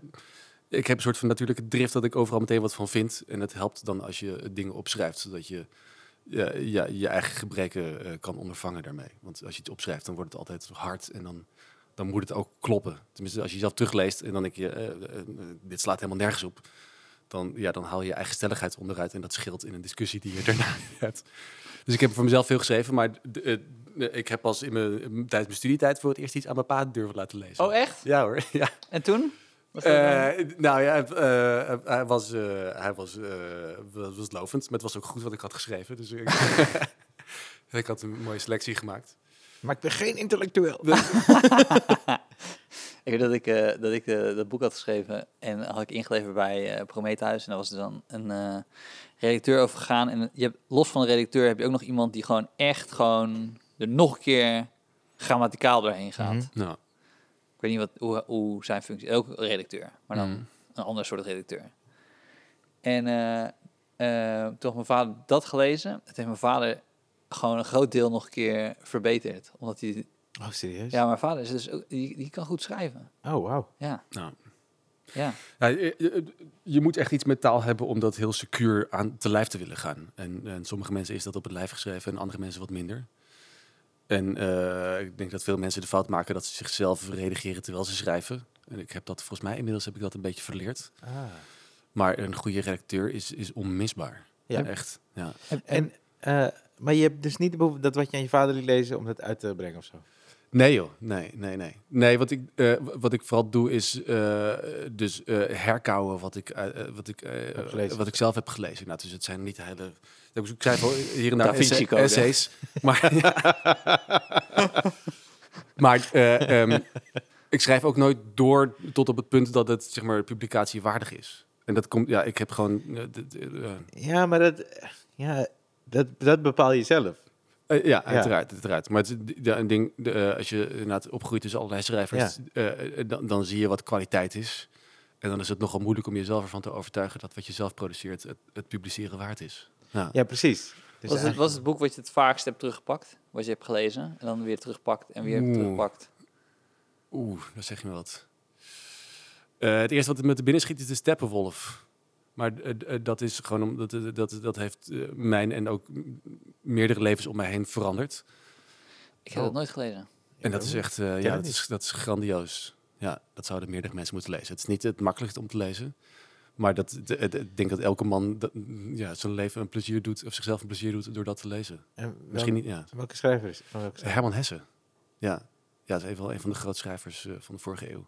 Speaker 3: ik heb een soort van natuurlijke drift dat ik overal meteen wat van vind. En dat helpt dan als je eh, dingen opschrijft, zodat je ja, ja, je eigen gebreken eh, kan ondervangen daarmee. Want als je het opschrijft, dan wordt het altijd hard en dan dan moet het ook kloppen. Tenminste, als je zelf terugleest en dan denk je, eh, eh, eh, dit slaat helemaal nergens op. Dan, ja, dan haal je je eigen stelligheid onderuit en dat scheelt in een discussie die je daarna hebt. Dus ik heb voor mezelf veel geschreven, maar d- eh, ik heb pas in mijn, eh, tijdens mijn studietijd voor het eerst iets aan mijn pa durven laten lezen.
Speaker 2: Oh, echt?
Speaker 3: Ja hoor, ja.
Speaker 2: En toen? Was dat dan-
Speaker 3: Eh, nou ja, eh, eh, hij was, eh, hij was, eh, was, was lovend, maar het was ook goed wat ik had geschreven. Dus ik, ik had een mooie selectie gemaakt.
Speaker 1: Maar ik ben geen intellectueel.
Speaker 2: Ik weet dat ik, eh, dat, ik eh, dat boek had geschreven en had ik ingeleverd bij eh Prometheus. En daar was er dan een eh, redacteur over gegaan. En je hebt, los van de redacteur heb je ook nog iemand die gewoon echt gewoon er nog een keer grammaticaal doorheen gaat.
Speaker 1: Mhm.
Speaker 3: Nou,
Speaker 2: Ik weet niet wat, hoe, hoe zijn functie... Ook redacteur, maar dan
Speaker 3: Mhm.
Speaker 2: een ander soort redacteur. En eh, eh, toen had mijn vader dat gelezen. Het heeft mijn vader gewoon een groot deel nog een keer verbeterd. Omdat hij...
Speaker 1: Oh, serieus?
Speaker 2: Ja, mijn vader is dus ook, die, die kan goed schrijven.
Speaker 1: Oh, wauw.
Speaker 2: Ja.
Speaker 3: Nou.
Speaker 2: Ja.
Speaker 3: Ja, Nou, je, je- je moet echt iets met taal hebben om dat heel secuur aan te lijf te willen gaan. En, en sommige mensen is dat op het lijf geschreven en andere mensen wat minder. En eh, ik denk dat veel mensen de fout maken dat ze zichzelf redigeren terwijl ze schrijven. En ik heb dat volgens mij inmiddels heb ik dat een beetje verleerd.
Speaker 1: Ah.
Speaker 3: Maar een goede redacteur is, is onmisbaar.
Speaker 1: Ja.
Speaker 3: Ja, echt. Ja.
Speaker 1: En, eh, maar je hebt dus niet de behoefte dat wat je aan je vader liet lezen om dat uit te brengen of zo?
Speaker 3: Nee joh, nee, nee, nee. Nee, wat ik, eh, wat ik vooral doe is eh, dus eh, herkouwen wat ik, eh, eh, wat, ik, eh,
Speaker 1: gelezen.
Speaker 3: wat ik zelf heb gelezen. Nou, dus het zijn niet hele... Ik zei wel hier en daar
Speaker 2: Da Vinci
Speaker 3: essa-
Speaker 2: Code.
Speaker 3: essays. Maar, maar eh, ehm, ik schrijf ook nooit door tot op het punt dat het zeg maar, publicatiewaardig is. En dat komt, ja, ik heb gewoon... eh, d- d- eh,
Speaker 1: Ja, maar dat, ja, dat, dat bepaal je zelf.
Speaker 3: Eh, ja, uiteraard, uiteraard. Maar het, is d- ja, een ding, de, eh, als je inderdaad opgroeit tussen allerlei schrijvers, eh, eh, dan, dan zie je wat kwaliteit is. En dan is het nogal moeilijk om jezelf ervan te overtuigen dat wat je zelf produceert het, het publiceren waard is. Nou, Ja.
Speaker 1: Ja, precies. Dus
Speaker 2: was, het,
Speaker 1: eigenlijk-
Speaker 2: was het boek wat je het vaakst hebt teruggepakt? Wat je hebt gelezen en dan weer teruggepakt en weer hebt
Speaker 3: Oeh.
Speaker 2: teruggepakt?
Speaker 3: Oeh, dan zeg je me wat. Eh, het eerste wat me te binnen schiet is de Steppenwolf. Maar eh, d- eh, dat is gewoon omdat eh, dat, dat heeft eh, mijn en ook m- meerdere levens om mij heen veranderd.
Speaker 2: Ik heb
Speaker 1: Oh.
Speaker 2: dat nooit gelezen.
Speaker 3: En dat is echt, eh,
Speaker 1: het
Speaker 3: ja, dat
Speaker 1: niet.
Speaker 3: is, dat is grandioos. Ja, dat zouden meerdere mensen moeten lezen. Het is niet het makkelijkst om te lezen. Maar dat, de- de- de- ik denk dat elke man dat, ja, zijn leven een plezier doet, of zichzelf een plezier doet door dat te lezen.
Speaker 1: En eh, wel-
Speaker 3: Misschien niet, ja.
Speaker 1: Welke schrijver is van welke schrijver?
Speaker 3: Herman Hesse. Ja, ja dat is even wel een van de grootschrijvers eh, van de vorige eeuw.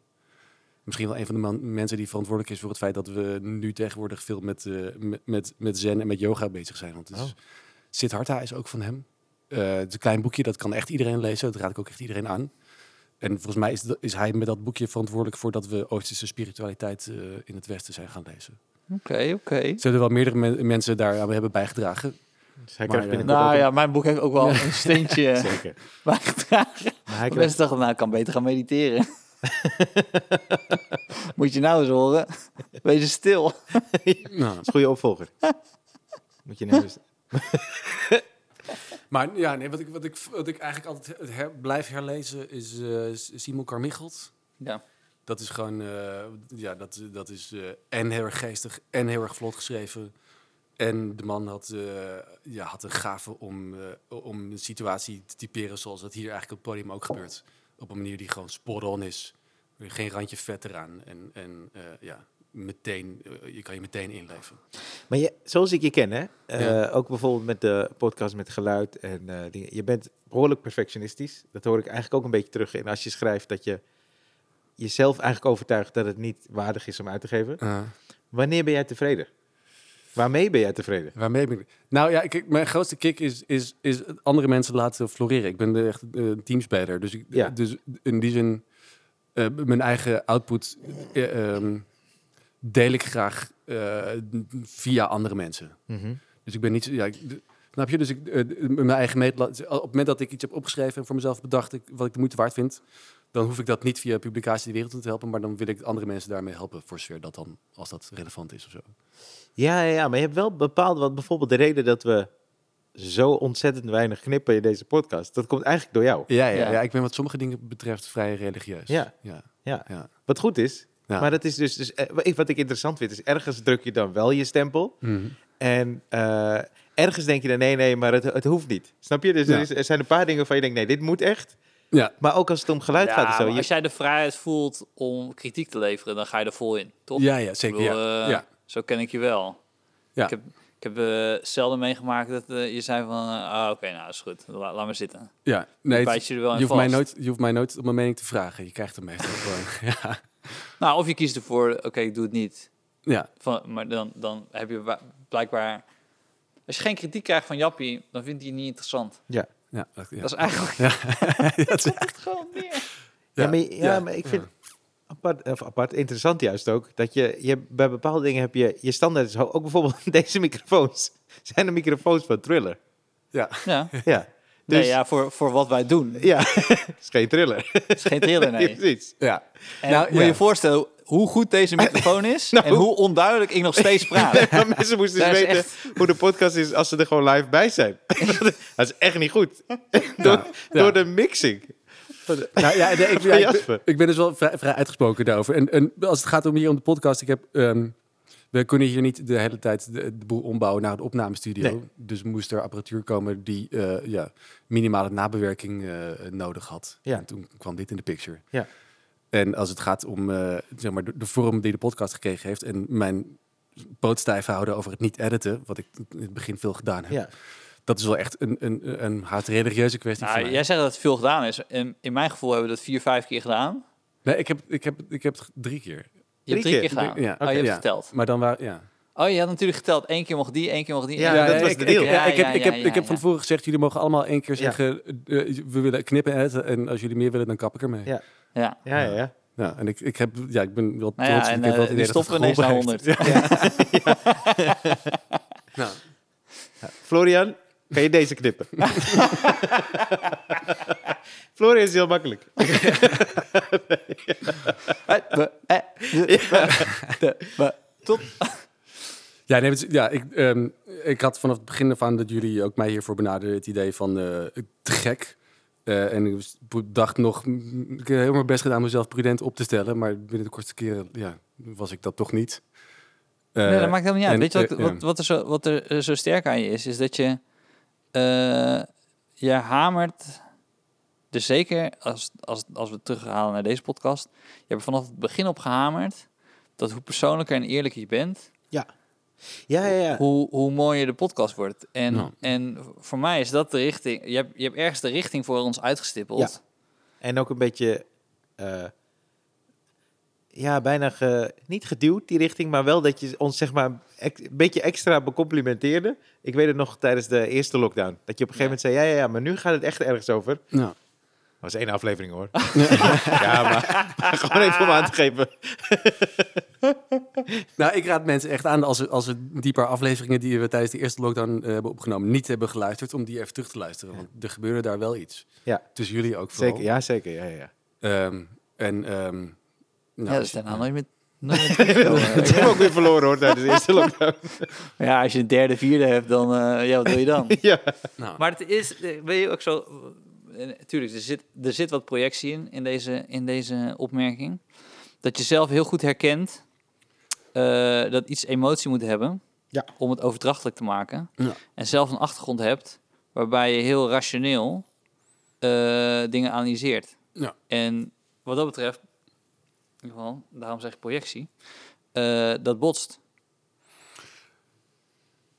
Speaker 3: Misschien wel een van de man- mensen die verantwoordelijk is voor het feit dat we nu tegenwoordig veel met, eh, met, met, met zen en met yoga bezig zijn. Want het is,
Speaker 1: Oh.
Speaker 3: Siddhartha is ook van hem. Eh, het is een klein boekje, dat kan echt iedereen lezen. Dat raad ik ook echt iedereen aan. En volgens mij is, dat- is hij met dat boekje verantwoordelijk voor dat we Oosterse spiritualiteit eh, in het Westen zijn gaan lezen.
Speaker 2: Oké, oké.
Speaker 3: Zullen wel meerdere men- mensen daar aan hebben bijgedragen.
Speaker 1: Dus hij
Speaker 3: Maar,
Speaker 1: krijgt
Speaker 3: eh,
Speaker 1: binnenkort
Speaker 2: Nou
Speaker 1: ook
Speaker 2: ja, eh, mijn boek heeft ook wel een
Speaker 1: een-
Speaker 2: steentje
Speaker 1: Zeker. Maar
Speaker 2: bijgedragen.
Speaker 1: hij krijgt-
Speaker 2: Mensen dachten, nou, ik kan beter gaan mediteren. Moet je nou eens horen. Wees eens stil.
Speaker 3: Nou,
Speaker 1: dat is een goede opvolger. Moet je nemen. dus-
Speaker 3: Maar ja, nee, wat, ik, wat, ik, wat ik eigenlijk altijd her- blijf herlezen is eh, S- Simon Carmichelt.
Speaker 2: Ja.
Speaker 3: Dat is gewoon, eh, ja, dat, dat is eh, en heel erg geestig en heel erg vlot geschreven. En de man had, eh, ja, had een gave om, eh, om een situatie te typeren zoals dat hier eigenlijk op het podium ook gebeurt. Op een manier die gewoon spot-on is. Geen randje vet eraan. En, en eh, ja, meteen, eh, je kan je meteen inleven.
Speaker 1: Maar je, zoals ik je ken, hè? eh, ook bijvoorbeeld met de podcast met geluid en eh, dingen. Je bent behoorlijk perfectionistisch. Dat hoor ik eigenlijk ook een beetje terug in als je schrijft dat je jezelf eigenlijk overtuigt dat het niet waardig is om uit te geven. Wanneer ben jij tevreden? Waarmee ben jij tevreden?
Speaker 3: Waarmee ben ik? Nou ja, kijk, mijn grootste kick is, is, is andere mensen laten floreren. Ik ben de- echt eh, een teamspeler. Dus, ik,
Speaker 1: Ja.
Speaker 3: dus in die zin, eh, mijn eigen output eh, ehm, deel ik graag eh, via andere mensen. Dus ik ben niet... zo- Ja, ik, d- snap je? Dus ik, eh, d- mijn eigen meetlat... Op het moment dat ik iets heb opgeschreven en voor mezelf bedacht... Ik, wat ik de moeite waard vind... dan hoef ik dat niet via publicatie de wereld in te helpen... maar dan wil ik andere mensen daarmee helpen... voor zover dat dan, als dat relevant is of zo.
Speaker 1: Ja, ja, ja, maar je hebt wel bepaald wat bijvoorbeeld de reden dat we zo ontzettend weinig knippen in deze podcast. Dat komt eigenlijk door jou.
Speaker 3: Ja, ja,
Speaker 2: Ja.
Speaker 3: ja. ik ben wat sommige dingen betreft vrij religieus.
Speaker 1: Ja.
Speaker 3: ja.
Speaker 1: Ja.
Speaker 3: Ja.
Speaker 1: Wat goed is.
Speaker 3: Ja.
Speaker 1: Maar dat is dus, dus eh, wat ik interessant vind, is ergens druk je dan wel je stempel.
Speaker 2: Mhm.
Speaker 1: En eh, ergens denk je dan, nee, nee, maar het, het hoeft niet. Snap je? Dus
Speaker 3: Ja.
Speaker 1: er, is- er zijn een paar dingen van je denkt, nee, dit moet echt.
Speaker 3: Ja.
Speaker 1: Maar ook als het om geluid gaat en zo.
Speaker 2: maar
Speaker 1: Je-
Speaker 2: als jij de vrijheid voelt om kritiek te leveren, dan ga je er vol in, toch?
Speaker 3: Ja, ja,
Speaker 2: Ik
Speaker 3: zeker.
Speaker 2: bedoel,
Speaker 3: ja.
Speaker 2: eh,
Speaker 3: ja.
Speaker 2: Zo ken ik je wel.
Speaker 3: Ja.
Speaker 2: Ik heb, ik heb eh, zelden meegemaakt dat eh, je zei van, eh, ah, oké, nou is goed, La- laat maar zitten.
Speaker 3: Ja, nee, het-
Speaker 2: bijt je er wel in
Speaker 3: je, hoeft mij
Speaker 2: vast.
Speaker 3: nooit, je hoeft mij nooit om mijn mening te vragen. Je krijgt hem echt gewoon. ja.
Speaker 2: Nou, of je kiest ervoor, oké, ik doe het niet.
Speaker 3: ja,
Speaker 2: Van, maar dan, dan heb je wa- blijkbaar... Als je geen kritiek krijgt van Jappie, dan vindt hij het niet interessant.
Speaker 3: ja, dat, ja.
Speaker 2: Dat is eigenlijk
Speaker 3: Dat is-
Speaker 2: het gewoon meer.
Speaker 1: Ja, maar, ja, maar ik vind
Speaker 3: ja.
Speaker 1: het apart, of apart, interessant juist ook. Dat je, je bij bepaalde dingen heb je je standaard is ho- ook bijvoorbeeld deze microfoons. Zijn de microfoons van Thriller?
Speaker 2: Ja.
Speaker 1: Ja. Dus,
Speaker 2: Nee,
Speaker 1: ja.
Speaker 2: ja, voor, voor wat wij doen.
Speaker 1: het is geen Thriller.
Speaker 2: Het is geen trailer, nee.
Speaker 1: Precies.
Speaker 3: Ja.
Speaker 2: En
Speaker 3: Nou,
Speaker 2: moet je
Speaker 3: ja.
Speaker 2: je voorstellen hoe goed deze microfoon is
Speaker 1: Nou.
Speaker 2: en hoe onduidelijk ik nog steeds praat.
Speaker 1: Maar mensen moesten dus
Speaker 2: Dat is
Speaker 1: weten hoe de podcast is als ze er gewoon live bij zijn. dat is echt niet goed. door, door de mixing.
Speaker 3: Nou, ja, nee, ik,
Speaker 1: Van
Speaker 3: ja, ik
Speaker 1: Jasper.
Speaker 3: ben, ik ben dus wel vrij, vrij uitgesproken daarover. En, en als het gaat om hier om de podcast, ik heb, ehm, we kunnen hier niet de hele tijd de, de boel ombouwen naar een opnamestudio.
Speaker 1: Nee.
Speaker 3: Dus moest er apparatuur komen die eh, ja, minimale nabewerking eh, nodig had.
Speaker 1: Ja.
Speaker 3: En toen kwam dit in de picture.
Speaker 1: Ja.
Speaker 3: En als het gaat om eh, zeg maar, de, de vorm die de podcast gekregen heeft en mijn poot stijf houden over het niet editen, wat ik in het begin veel gedaan heb.
Speaker 1: Ja.
Speaker 3: Dat is wel echt een, een, een haatreligieuze kwestie voor
Speaker 2: Nou,
Speaker 3: mij.
Speaker 2: jij zegt dat het veel gedaan is. In, in mijn gevoel hebben we dat vier, vijf keer gedaan.
Speaker 3: Nee, ik heb, ik, heb, ik heb het drie keer.
Speaker 2: Je hebt
Speaker 1: Drie
Speaker 2: drie keer
Speaker 1: keer.
Speaker 2: gedaan.
Speaker 3: Ja,
Speaker 2: Oh, je
Speaker 3: oké,
Speaker 2: hebt
Speaker 3: ja.
Speaker 2: geteld.
Speaker 3: Maar dan waren... Ja.
Speaker 2: Oh, je had natuurlijk geteld. Eén keer mocht die, één keer mocht die.
Speaker 1: Ja,
Speaker 2: één keer
Speaker 1: dat
Speaker 3: nee,
Speaker 1: was
Speaker 2: mocht
Speaker 1: de
Speaker 3: ik,
Speaker 1: deal.
Speaker 3: Ik,
Speaker 2: Ja,
Speaker 3: ik heb,
Speaker 2: ja,
Speaker 3: ik,
Speaker 2: ja,
Speaker 3: ik
Speaker 2: ja,
Speaker 3: heb van
Speaker 2: ja.
Speaker 3: tevoren gezegd, jullie mogen allemaal één keer
Speaker 1: Ja.
Speaker 3: zeggen... eh, eh, we willen knippen en editen en als jullie meer willen, dan kap ik ermee.
Speaker 1: Ja.
Speaker 3: Ja,
Speaker 2: die. Ja.
Speaker 1: Ja, ja, ja.
Speaker 3: en ik, ik, heb, ja, ik ben wel
Speaker 2: Nou
Speaker 3: trots.
Speaker 2: ja,
Speaker 3: want
Speaker 2: en
Speaker 3: ik heb wel het
Speaker 2: eh, nu
Speaker 3: idee dat het
Speaker 2: stoppen we ineens naar
Speaker 3: geholpen
Speaker 2: 100.
Speaker 3: heeft. Ja.
Speaker 1: Nou. Florian, kan je deze knippen? Florian is heel makkelijk.
Speaker 2: Eh, we, eh, de, we, de, we. Tot.
Speaker 3: Ja, nee, het is- ja ik, ehm, ik had vanaf het begin af aan dat jullie ook mij hiervoor benaderden het idee van eh, te gek. Eh, en ik dacht nog, mm, ik heb heel mijn best gedaan om mezelf prudent op te stellen, maar binnen de kortste keren ja, was ik dat toch niet. Eh,
Speaker 2: nee, dat maakt helemaal niet uit.
Speaker 3: en,
Speaker 2: Weet je wat,
Speaker 3: eh,
Speaker 2: wat, wat, er zo, wat er eh, zo sterk aan je is? Is dat je... eh, je hamert... Dus zeker als, als, als we terughalen naar deze podcast... Je hebt er vanaf het begin op gehamerd... dat hoe persoonlijker en eerlijker je bent...
Speaker 1: Ja, ja, ja.
Speaker 2: hoe, hoe mooier de podcast wordt. En,
Speaker 3: Ja.
Speaker 2: en voor mij is dat de richting... Je hebt, je hebt ergens de richting voor ons uitgestippeld.
Speaker 1: En ook een beetje, eh, ja, bijna ge- niet geduwd die richting, maar wel dat je ons zeg maar ex- een beetje extra becomplimenteerde. Ik weet het nog tijdens de eerste lockdown, dat je op een gegeven moment zei, ja, ja, ja, maar nu gaat het echt ergens over. Dat
Speaker 3: nou,
Speaker 1: was één aflevering hoor. ja, maar, maar gewoon even om aan te geven.
Speaker 3: Nou, ik raad mensen echt aan als ze, als ze die paar afleveringen die we tijdens de eerste lockdown eh, hebben opgenomen niet hebben geluisterd, om die even terug te luisteren. Want er gebeurde daar wel iets.
Speaker 1: Ja.
Speaker 3: Tussen jullie ook vooral.
Speaker 1: Zeker, ja, zeker, ja, ja, ja.
Speaker 3: Ehm, en, ehm, nou,
Speaker 2: Ja, dat
Speaker 3: als
Speaker 2: is
Speaker 3: je-
Speaker 2: daarna nooit meer... nooit meer teruggekomen.
Speaker 1: Dat heb ik ook weer verloren hoor tijdens de eerste lockdown.
Speaker 2: ja, als je een derde, vierde hebt, dan... eh, ja, wat doe je dan?
Speaker 1: ja.
Speaker 3: nou.
Speaker 2: Maar het is, eh, weet je ook zo. Natuurlijk, er zit, er zit wat projectie in, in deze, in deze opmerking. Dat je zelf heel goed herkent eh, dat iets emotie moet hebben.
Speaker 1: Ja.
Speaker 2: Om het overdrachtelijk te maken.
Speaker 3: Ja.
Speaker 2: En zelf een achtergrond hebt waarbij je heel rationeel eh, dingen analyseert.
Speaker 3: Ja.
Speaker 2: En wat dat betreft, in ieder geval, daarom zeg ik projectie, eh, dat botst.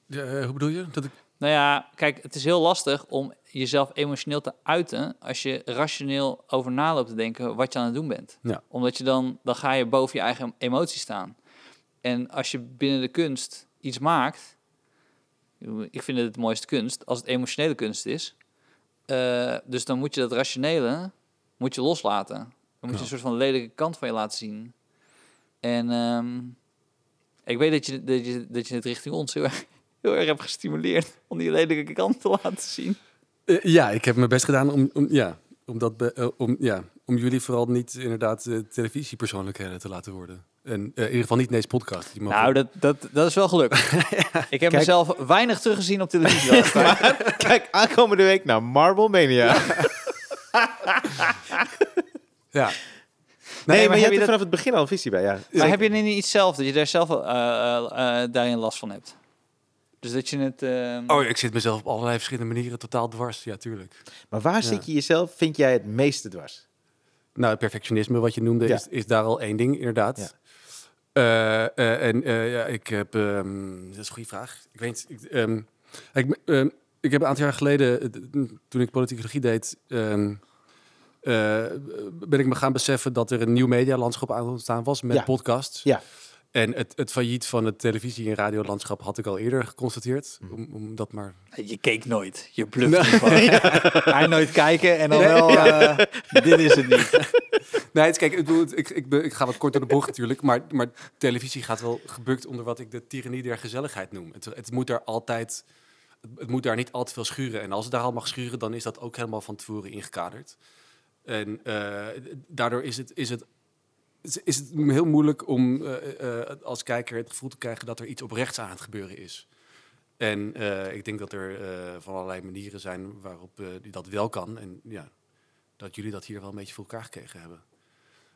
Speaker 3: Eh, hoe bedoel je? Dat ik...
Speaker 2: Nou ja, kijk, het is heel lastig om jezelf emotioneel te uiten als je rationeel over na loopt te denken wat je aan het doen bent.
Speaker 3: Ja.
Speaker 2: Omdat je dan, dan ga je boven je eigen emotie staan. En als je binnen de kunst iets maakt, ik vind het het mooiste kunst, als het emotionele kunst is. eh, dus dan moet je dat rationele moet je loslaten. Dan moet je
Speaker 3: Ja.
Speaker 2: een soort van lelijke kant van je laten zien. En ehm, ik weet dat je, dat, je, dat je het richting ons heel erg, heel erg hebt gestimuleerd om die lelijke kant te laten zien.
Speaker 3: Eh, ja, ik heb mijn best gedaan om, om, ja, om, dat be- eh, om, ja, om jullie vooral niet inderdaad eh, televisiepersoonlijkheden te laten worden. En eh, in ieder geval niet in deze podcast. Die mogen-
Speaker 2: Nou, dat, dat, dat is wel gelukt. Ik heb mezelf weinig teruggezien op televisie.
Speaker 1: Kijk, aankomende week naar Marble Mania.
Speaker 3: ja.
Speaker 1: Nee, maar, je hebt
Speaker 2: heb je
Speaker 1: er
Speaker 2: dat-
Speaker 1: vanaf het begin al visie bij, ja.
Speaker 2: Maar heb je er niet iets zelf, dat je daar zelf eh, eh, eh, daarin last van hebt? Dus dat je het... ehm,
Speaker 3: Oh, ik zit mezelf op allerlei verschillende manieren totaal dwars. Ja, tuurlijk.
Speaker 1: Maar waar zit je jezelf, vind jij het meeste dwars?
Speaker 3: Nou, perfectionisme, wat je noemde,
Speaker 1: Ja.
Speaker 3: is, is daar al één ding, inderdaad.
Speaker 1: Ja.
Speaker 3: Eh, eh, en eh, ja, ik heb... ehm, dat is een goede vraag. Ik weet... Ik, ehm, ik, ehm, ik heb een aantal jaar geleden, eh, d- toen ik politicologie deed... ehm, eh, ben ik me gaan beseffen dat er een nieuw medialandschap aan het ontstaan was met
Speaker 1: Ja.
Speaker 3: podcasts.
Speaker 1: Ja.
Speaker 3: En het, het failliet van het televisie- en radiolandschap had ik al eerder geconstateerd.
Speaker 1: Mhm.
Speaker 3: Om, om dat maar
Speaker 2: Je keek nooit. Je bluft gewoon. Hij nooit kijken en dan
Speaker 3: Nee.
Speaker 2: wel... eh, dit is het niet.
Speaker 3: Nee, het is- kijk, ik, bedoel, het- ik, ik, be- ik ga wat kort door de bocht natuurlijk, maar, maar televisie gaat wel gebukt onder wat ik de tirannie der gezelligheid noem. Het, het moet daar altijd, het, het moet daar niet al te veel schuren. En als het daar al mag schuren, dan is dat ook helemaal van tevoren ingekaderd. En eh, daardoor is het, is, het, is, is het heel moeilijk om eh, eh, als kijker het gevoel te krijgen dat er iets oprechts aan het gebeuren is. En eh, ik denk dat er eh, van allerlei manieren zijn waarop eh, die dat wel kan. En ja, dat jullie dat hier wel een beetje voor elkaar gekregen hebben.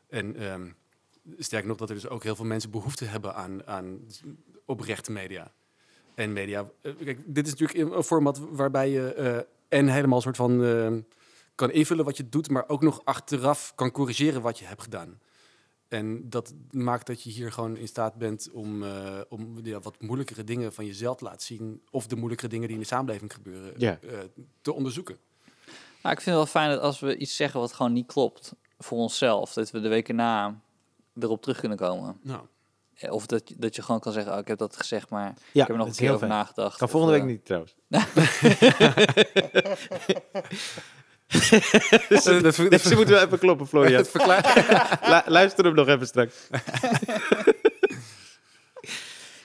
Speaker 3: En ehm sterk nog dat er dus ook heel veel mensen behoefte hebben aan, aan oprechte media. En media. eh, kijk, dit is natuurlijk een format waarbij je eh, en helemaal soort van ehm, kan invullen wat je doet, maar ook nog achteraf kan corrigeren wat je hebt gedaan. En dat maakt dat je hier gewoon in staat bent om, eh, om ja, wat moeilijkere dingen van jezelf te laten zien. Of de moeilijkere dingen die in de samenleving gebeuren
Speaker 1: Ja.
Speaker 3: eh, te onderzoeken.
Speaker 2: Nou, ik vind het wel fijn dat als we iets zeggen wat gewoon niet klopt voor onszelf, dat we de weken na erop terug kunnen komen.
Speaker 3: Nou,
Speaker 2: Eh, Of dat, je- dat je gewoon kan zeggen, oh, ik heb dat gezegd, maar
Speaker 1: Ja,
Speaker 2: ik heb er nog
Speaker 1: dat
Speaker 2: een
Speaker 1: is
Speaker 2: keer
Speaker 1: heel
Speaker 2: over
Speaker 1: fijn.
Speaker 2: nagedacht.
Speaker 1: Kan
Speaker 2: Of,
Speaker 1: volgende week
Speaker 2: eh,
Speaker 1: niet trouwens.
Speaker 3: dat,
Speaker 1: Dus ze moeten wel even kloppen, Florian. Lu- luister hem nog even straks.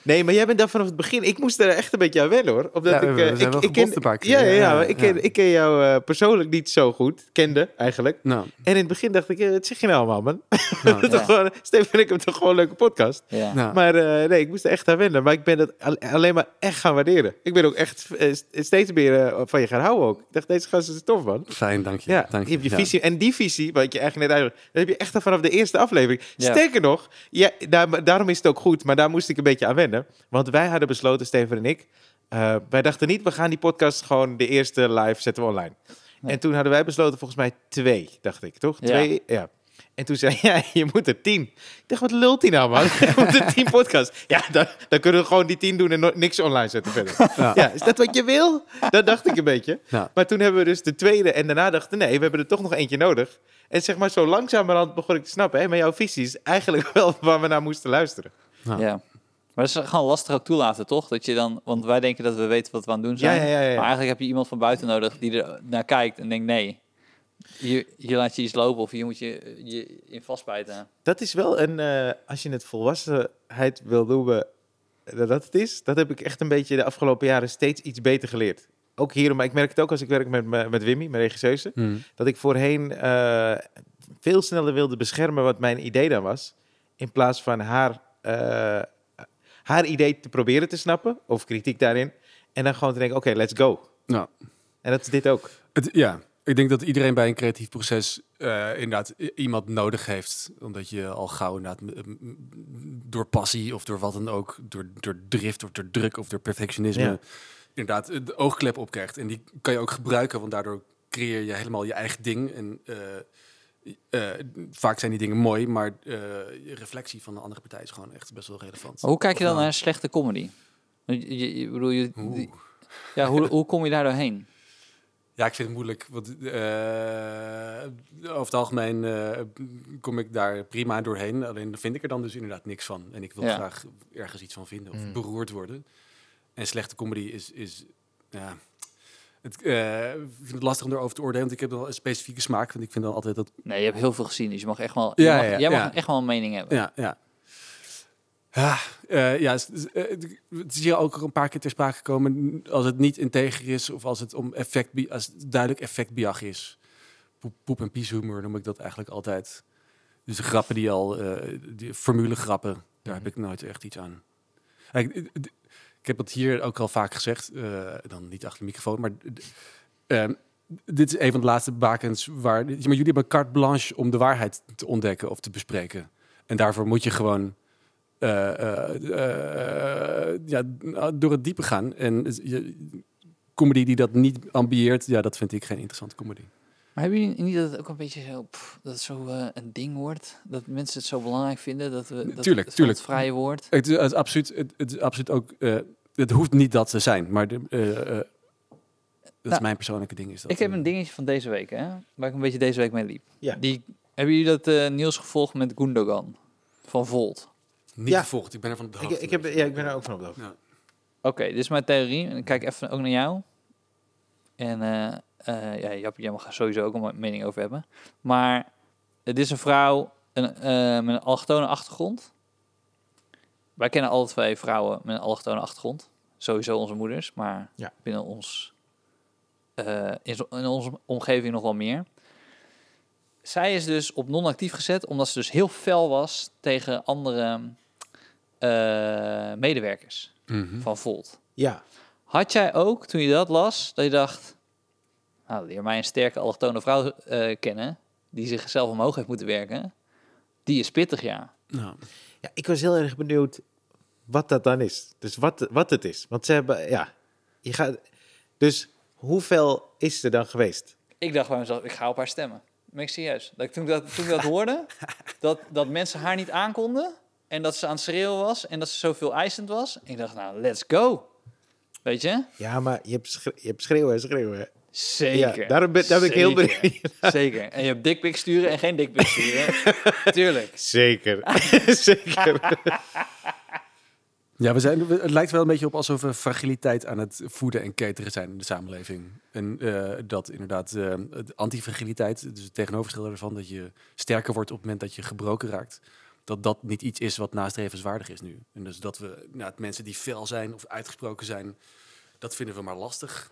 Speaker 1: nee, maar jij bent daar vanaf het begin. Ik moest er echt een beetje aan wennen hoor. Omdat
Speaker 3: Ja,
Speaker 1: ik,
Speaker 3: we- we
Speaker 1: eh,
Speaker 3: zijn
Speaker 1: ik,
Speaker 3: wel
Speaker 1: ik ken,
Speaker 3: gebotst een paar keer.
Speaker 1: Ja, ja, ja,
Speaker 3: Ja,
Speaker 1: maar Ik, ken,
Speaker 3: ja.
Speaker 1: ik ken jou eh, persoonlijk niet zo goed. Kende eigenlijk.
Speaker 3: nou,
Speaker 1: En in het begin dacht ik, eh, wat zeg je nou allemaal man?
Speaker 3: nou,
Speaker 1: Toch gewoon- Steven en ik hebben toch gewoon een leuke podcast.
Speaker 2: Ja.
Speaker 3: nou.
Speaker 1: Maar eh, nee, ik moest er echt aan wennen. Maar ik ben dat al- alleen maar echt gaan waarderen. Ik ben ook echt eh, st- steeds meer eh, van je gaan houden ook. Ik dacht, deze gast is tof man.
Speaker 3: Fijn, dank je.
Speaker 1: Ja,
Speaker 3: dank
Speaker 1: je hebt je
Speaker 3: Ja.
Speaker 1: visie. En die visie, wat je eigenlijk net uitlegde, dat heb je echt al vanaf de eerste aflevering.
Speaker 2: Ja.
Speaker 1: Sterker nog, ja, daar- daarom is het ook goed, maar daar moest ik een beetje aan wennen. Want wij hadden besloten, Steven en ik, eh, wij dachten niet, we gaan die podcast gewoon de eerste live zetten we online.
Speaker 2: Nee.
Speaker 1: En toen hadden wij besloten, volgens mij twee, dacht ik, toch?
Speaker 2: Ja.
Speaker 1: Twee, ja. En toen zei jij, je moet er tien. Ik dacht, wat lult hij nou, man? Je moet er tien podcast. Ja, dan, dan kunnen we gewoon die tien doen en no- niks online zetten verder.
Speaker 3: Ja.
Speaker 1: Ja, is dat wat je wil? Dat dacht ik een beetje.
Speaker 3: Ja.
Speaker 1: Maar toen hebben we dus de tweede en daarna dachten, nee, we hebben er toch nog eentje nodig. En zeg maar, zo langzamerhand begon ik te snappen, hè, maar jouw visie is eigenlijk wel waar we naar moesten luisteren.
Speaker 3: Ja.
Speaker 2: Ja. Maar dat is gewoon lastig ook toelaten, toch? Dat je dan, want wij denken dat we weten wat we aan het doen
Speaker 1: Ja,
Speaker 2: zijn.
Speaker 1: ja, ja, ja.
Speaker 2: Maar eigenlijk heb je iemand van buiten nodig die er naar kijkt en denkt, nee, hier, hier laat je iets lopen of hier moet je eh, je in vastbijten.
Speaker 1: Dat is wel een, eh, als je het volwassenheid wil noemen, eh, dat dat het is. Dat heb ik echt een beetje de afgelopen jaren steeds iets beter geleerd. Ook hierom, maar ik merk het ook als ik werk met, me- met Wimmy, mijn regisseuse.
Speaker 3: Hmm.
Speaker 1: Dat ik voorheen eh, veel sneller wilde beschermen wat mijn idee dan was. In plaats van haar, eh, haar idee te proberen te snappen. Of kritiek daarin. En dan gewoon te denken, oké, let's go.
Speaker 3: Nou,
Speaker 1: En dat is dit ook.
Speaker 3: het, ja, ik denk dat iedereen bij een creatief proces eh, inderdaad i- iemand nodig heeft. Omdat je al gauw inderdaad m- m- m- door passie of door wat dan ook, door, door drift of door druk of door perfectionisme,
Speaker 1: Ja.
Speaker 3: inderdaad eh, de oogklep op krijgt. En die kan je ook gebruiken, want daardoor creëer je helemaal je eigen ding. En eh, eh, vaak zijn die dingen mooi, maar eh, je reflectie van de andere partij is gewoon echt best wel relevant.
Speaker 2: Maar hoe kijk je dan
Speaker 3: Of nou-
Speaker 2: naar een slechte comedy? Want Je, je- ik bedoel, je,
Speaker 3: Oeh.
Speaker 2: die- ja, hoe, hoe kom je daar doorheen?
Speaker 3: Ja, ik vind het moeilijk. Want eh, over het algemeen eh, kom ik daar prima doorheen. Alleen vind ik er dan dus inderdaad niks van. En ik wil
Speaker 2: Ja.
Speaker 3: graag ergens iets van vinden of
Speaker 1: Mm.
Speaker 3: beroerd worden. En slechte comedy is... is ja, het, eh, ik vind het lastig om erover te oordelen, want ik heb wel een specifieke smaak. Want ik vind dan altijd dat...
Speaker 2: Nee, je hebt heel veel gezien, dus je mag echt wel,
Speaker 3: Ja,
Speaker 2: je mag,
Speaker 3: ja,
Speaker 2: jij mag
Speaker 3: ja.
Speaker 2: echt wel een mening hebben.
Speaker 3: Ja, ja. Ja, eh, ja, het is- eh, het is hier ook een paar keer ter sprake gekomen als het niet integer is of als het om effect, als het duidelijk effectbejag is. Poep, poep en pieshumor noem ik dat eigenlijk altijd. Dus de grappen die al, eh die formule grappen, daar heb ik nooit echt iets aan. Ik, ik- ik heb het hier ook al vaak gezegd, eh, dan niet achter de microfoon, maar d- ehm, dit is een van de laatste bakens waar, maar jullie hebben carte blanche om de waarheid te ontdekken of te bespreken. En daarvoor moet je gewoon eh, eh, eh, ja, door het diepe gaan. En is- je- comedy die dat niet ambieert, ja, dat vind ik geen interessante comedy.
Speaker 2: Maar hebben jullie niet dat het ook een beetje zo, pff, dat het zo eh, een ding wordt? Dat mensen het zo belangrijk vinden dat we dat
Speaker 3: Tuurlijk,
Speaker 2: het,
Speaker 3: tuurlijk.
Speaker 2: het vrije woord.
Speaker 3: Het is, het is absoluut, het, het is absoluut ook. eh, het hoeft niet dat te zijn, maar de, eh, eh, dat is
Speaker 2: Nou,
Speaker 3: mijn persoonlijke ding. Is dat,
Speaker 2: Ik heb
Speaker 3: eh,
Speaker 2: een dingetje van deze week, hè, waar ik een beetje deze week mee liep.
Speaker 1: Ja.
Speaker 2: Die, hebben jullie dat eh, nieuws gevolgd met Gundogan van Volt?
Speaker 3: Niet
Speaker 1: Ja.
Speaker 3: gevolgd, ik ben er van op de
Speaker 1: Ik,
Speaker 3: hoogte.
Speaker 1: ik, heb, ja, ik ben er ook van op de hoogte.
Speaker 2: Oké, dit is mijn theorie. En ik kijk even ook naar jou. En eh, eh, ja, Jap, jij mag er sowieso ook een mening over hebben. Maar het is een vrouw een, eh, met een allochtone achtergrond. Wij kennen alle twee vrouwen met een allochtone achtergrond. Sowieso onze moeders, maar
Speaker 1: Ja.
Speaker 2: binnen ons, eh, in, zo- in onze omgeving nog wel meer. Zij is dus op non-actief gezet, omdat ze dus heel fel was tegen andere eh, medewerkers
Speaker 3: Mhm.
Speaker 2: van Volt.
Speaker 1: Ja.
Speaker 2: Had jij ook, toen je dat las, dat je dacht... Nou, leer mij een sterke allochtone vrouw eh, kennen... die zichzelf omhoog heeft moeten werken. Die is pittig, ja.
Speaker 3: Nou,
Speaker 1: ja, ik was heel erg benieuwd wat dat dan is. Dus wat, wat het is. Want ze hebben, ja, je gaat, dus hoeveel is er dan geweest?
Speaker 2: Ik dacht bij mezelf, ik ga op haar stemmen. Ben ik serieus. Dat ik toen, dat, toen ik dat hoorde, dat, dat mensen haar niet aankonden... en dat ze aan het schreeuwen was en dat ze zoveel eisend was. Ik dacht, nou, let's go. Weet je?
Speaker 1: Ja, maar je hebt, schre- je hebt schreeuwen en schreeuwen.
Speaker 2: Zeker.
Speaker 1: Ja, daarom ben, daar ben ik heel
Speaker 2: Zeker.
Speaker 1: benieuwd.
Speaker 2: Zeker. En je hebt dikpik sturen en geen dikpik sturen. Tuurlijk.
Speaker 1: Zeker. Zeker.
Speaker 3: Ja, we zijn, we- het lijkt wel een beetje op alsof we fragiliteit aan het voeden en cateren zijn in de samenleving. En eh, dat inderdaad, eh, het antifragiliteit, dus het tegenovergestelde ervan, dat je sterker wordt op het moment dat je gebroken raakt, dat dat niet iets is wat nastrevenswaardig is nu. En dus dat we, nou, het mensen die fel zijn of uitgesproken zijn, dat vinden we maar lastig.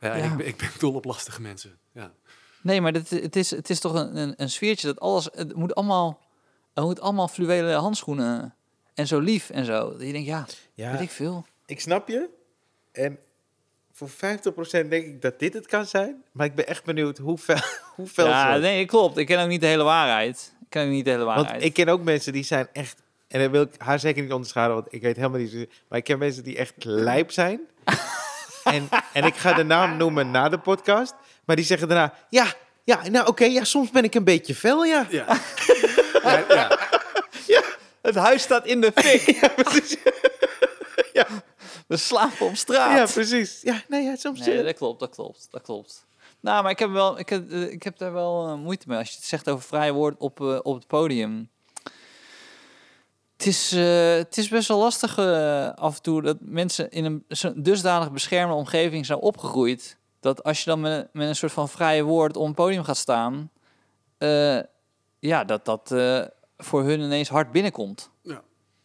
Speaker 3: Ja, en
Speaker 2: Ja.
Speaker 3: Ik, ben- ik ben dol op lastige mensen. Ja.
Speaker 2: Nee, maar dit, het, is, het is toch een, een, een sfeertje dat alles... Het moet allemaal, het moet allemaal fluwelen handschoenen en zo lief en zo. Dat je denkt, ja, weet
Speaker 1: Ja,
Speaker 2: ik veel.
Speaker 1: ik snap je. En voor 50% denk ik dat dit het kan zijn. Maar ik ben echt benieuwd hoeveel, hoeveel
Speaker 2: Ja, nee, klopt. Ik ken ook niet de hele waarheid. Ik ken ook niet de hele waarheid.
Speaker 1: Want ik ken ook mensen die zijn echt... En dan wil ik haar zeker niet onderschaden, want ik weet helemaal niet... Maar ik ken mensen die echt lijp zijn. en, en ik ga de naam noemen na de podcast. Maar die zeggen daarna... Ja, ja, nou oké, ja, soms ben ik een beetje fel, ja.
Speaker 3: Ja. ja, ja.
Speaker 2: Het huis staat in de fik.
Speaker 1: Ja, precies.
Speaker 2: We slapen op
Speaker 1: Ja,
Speaker 2: straat.
Speaker 1: precies. Ja, nee, ja, soms... eh,
Speaker 2: nee, dat klopt, dat klopt, dat klopt. Nou, maar ik heb, wel, ik heb, eh, ik heb daar wel eh, moeite mee. Als je het zegt over vrije woord op, eh, op het podium... Het is, eh, het is best wel lastig eh, af en toe dat mensen in een zo'n dusdanig beschermde omgeving zijn opgegroeid. Dat als je dan met, met een soort van vrije woord op een podium gaat staan, eh, ja, dat dat eh, voor hun ineens hard binnenkomt.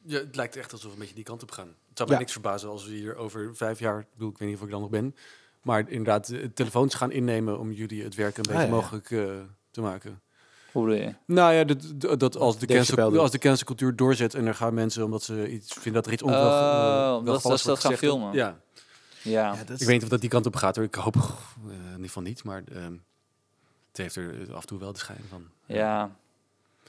Speaker 3: Ja, het lijkt echt alsof we een beetje die kant op gaan. Het zou mij
Speaker 1: Ja.
Speaker 3: niks verbazen als we hier over vijf jaar, ik bedoel, ik weet niet of ik dan nog ben, maar inderdaad eh, telefoons gaan innemen om jullie het werk een beetje
Speaker 1: Ah, ja, ja.
Speaker 3: mogelijk eh, te maken.
Speaker 2: Hoe bedoel je?
Speaker 3: Nou ja, dat, dat- dat als, de
Speaker 1: Dave Chappelle
Speaker 3: cancel,
Speaker 1: doet.
Speaker 3: als de cancelcultuur doorzet en er gaan mensen omdat ze iets vinden dat er iets onwel-
Speaker 2: Oh,
Speaker 3: eh,
Speaker 2: omdat
Speaker 3: welgevalligs
Speaker 2: ze dat
Speaker 3: wordt
Speaker 2: gaan
Speaker 3: gezegd.
Speaker 2: filmen.
Speaker 3: Ja,
Speaker 2: Ja.
Speaker 1: Ja, dat
Speaker 3: ik weet niet of dat die kant op gaat hoor. Ik hoop eh, in ieder geval niet, maar ehm, het heeft er af en toe wel de schijn van.
Speaker 2: Ja.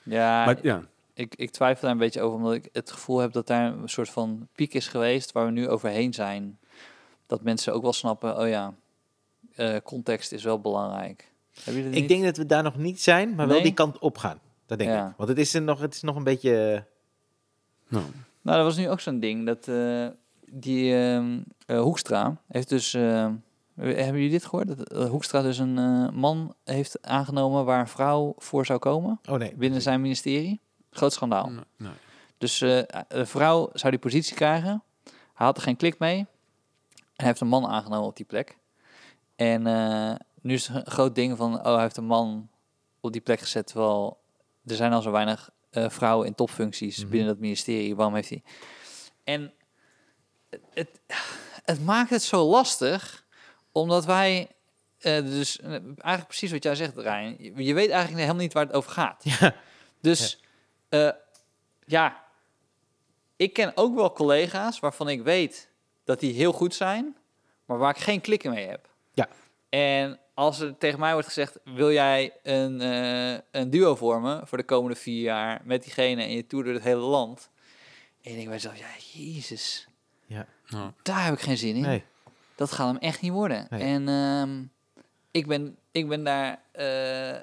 Speaker 2: Ja,
Speaker 3: Maar ja,
Speaker 2: ik, ik twijfel daar een beetje over, omdat ik het gevoel heb dat daar een soort van piek is geweest waar we nu overheen zijn. Dat mensen ook wel snappen, oh ja, eh, context is wel belangrijk. Heb je dat
Speaker 1: Ik denk dat we daar nog niet zijn, maar wel
Speaker 2: Nee?
Speaker 1: die kant op gaan. Dat denk
Speaker 2: Ja.
Speaker 1: ik. Want het is, er nog, het is nog een beetje...
Speaker 3: nou,
Speaker 2: Nou, dat was nu ook zo'n ding, dat eh, die ehm, eh, Hoekstra heeft dus... eh, hebben jullie dit gehoord? Dat eh, Hoekstra dus een eh, man heeft aangenomen waar een vrouw voor zou komen
Speaker 1: Oh nee.
Speaker 2: binnen zijn ministerie. Groot schandaal.
Speaker 3: nou, nou.
Speaker 2: Dus eh, een vrouw zou die positie krijgen. Hij had er geen klik mee. En hij heeft een man aangenomen op die plek. En eh, nu is het een groot ding van... oh, hij heeft een man op die plek gezet... terwijl er zijn al zo weinig eh, vrouwen in topfuncties...
Speaker 3: Mhm.
Speaker 2: binnen dat ministerie. Waarom heeft hij... En het, het maakt het zo lastig... omdat wij... eh, dus eh, eigenlijk precies wat jij zegt, Rijn. Je, je weet eigenlijk helemaal niet waar het over gaat. Dus ja. ja, ik ken ook wel collega's waarvan ik weet dat die heel goed zijn, maar waar ik geen klikken mee heb.
Speaker 1: Ja.
Speaker 2: En als er tegen mij wordt gezegd, wil jij een, eh, een duo vormen voor de komende vier jaar met diegene en je toer door het hele land? En je denkt bij jezelf, ja, jezus,
Speaker 3: Ja.
Speaker 2: daar heb ik geen zin in.
Speaker 1: Nee.
Speaker 2: Dat gaat hem echt niet worden.
Speaker 1: Nee.
Speaker 2: En ehm, ik, ben, ik ben daar eh,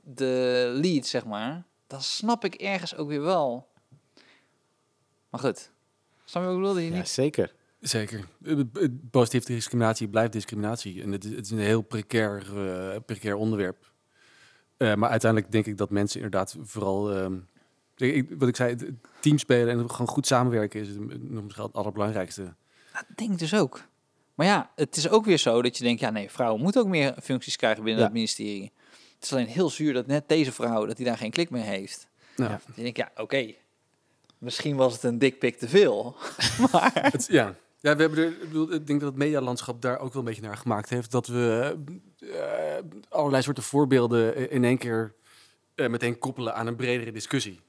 Speaker 2: de lead, zeg maar. Dan snap ik ergens ook weer wel. Maar goed, snap je wat ik bedoel? Dat je
Speaker 1: Ja,
Speaker 2: niet-
Speaker 1: zeker.
Speaker 3: Zeker. Eh, eh, Positieve discriminatie blijft discriminatie. En het is, het is een heel precair, eh, precair onderwerp. Eh, maar uiteindelijk denk ik dat mensen inderdaad vooral... ehm, ik- ik- wat ik zei, het- het team spelen en gewoon goed samenwerken is het, nog misschien het allerbelangrijkste.
Speaker 2: Dat denk ik dus ook. Maar ja, het is ook weer zo dat je denkt, ja nee, vrouwen moeten ook meer functies krijgen binnen
Speaker 1: Ja.
Speaker 2: het ministerie. Het is alleen heel zuur dat net deze vrouw, dat die daar geen klik mee heeft.
Speaker 3: Nou,
Speaker 1: Ja.
Speaker 2: Dan denk ik, ja oké, misschien was het een dikpik te veel.
Speaker 3: Het- ja. Ja, we hebben er, ik, bedoel, ik denk dat het medialandschap daar ook wel een beetje naar gemaakt heeft. Dat we eh, eh, allerlei soorten voorbeelden eh, in één keer eh, meteen koppelen aan een bredere discussie.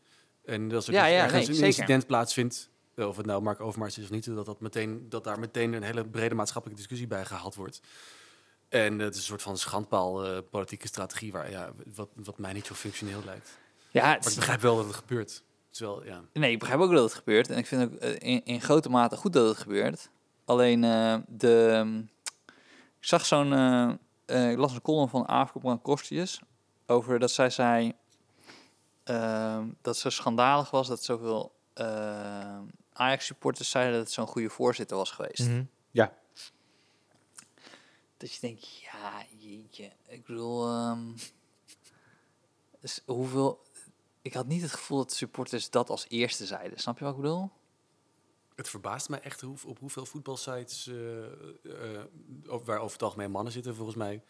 Speaker 3: En dat als er
Speaker 2: Ja,
Speaker 3: dus
Speaker 2: ja,
Speaker 3: ergens
Speaker 2: nee,
Speaker 3: een
Speaker 2: zeker.
Speaker 3: incident plaatsvindt, eh, of het nou Mark Overmars is of niet, dat, dat, meteen, dat daar meteen een hele brede maatschappelijke discussie bij gehaald wordt. En het is een soort van schandpaal eh, politieke strategie waar, ja, wat, wat mij niet zo functioneel lijkt.
Speaker 2: Ja, het
Speaker 3: Maar ik
Speaker 2: is,
Speaker 3: begrijp wel dat het gebeurt. Terwijl, ja.
Speaker 2: nee, ik begrijp ook dat het gebeurt. En ik vind ook eh, in, in grote mate goed dat het gebeurt. Alleen eh, de... ik zag zo'n... eh, eh, ik las een column van Aafke Brankostius over dat zij zei ehm, dat ze schandalig was dat zoveel ehm, Ajax-supporters zeiden dat het zo'n goede voorzitter was geweest.
Speaker 1: Mm-hmm. Mhm. Ja.
Speaker 2: Dat je denkt, ja, jeetje. Ik bedoel, ehm, dus hoeveel... Ik had niet het gevoel dat supporters dat als eerste zeiden. Snap je wat ik bedoel?
Speaker 3: Het verbaast mij echt hoe, op hoeveel voetbalsites, eh, eh, op- waar over het algemeen mannen zitten, volgens mij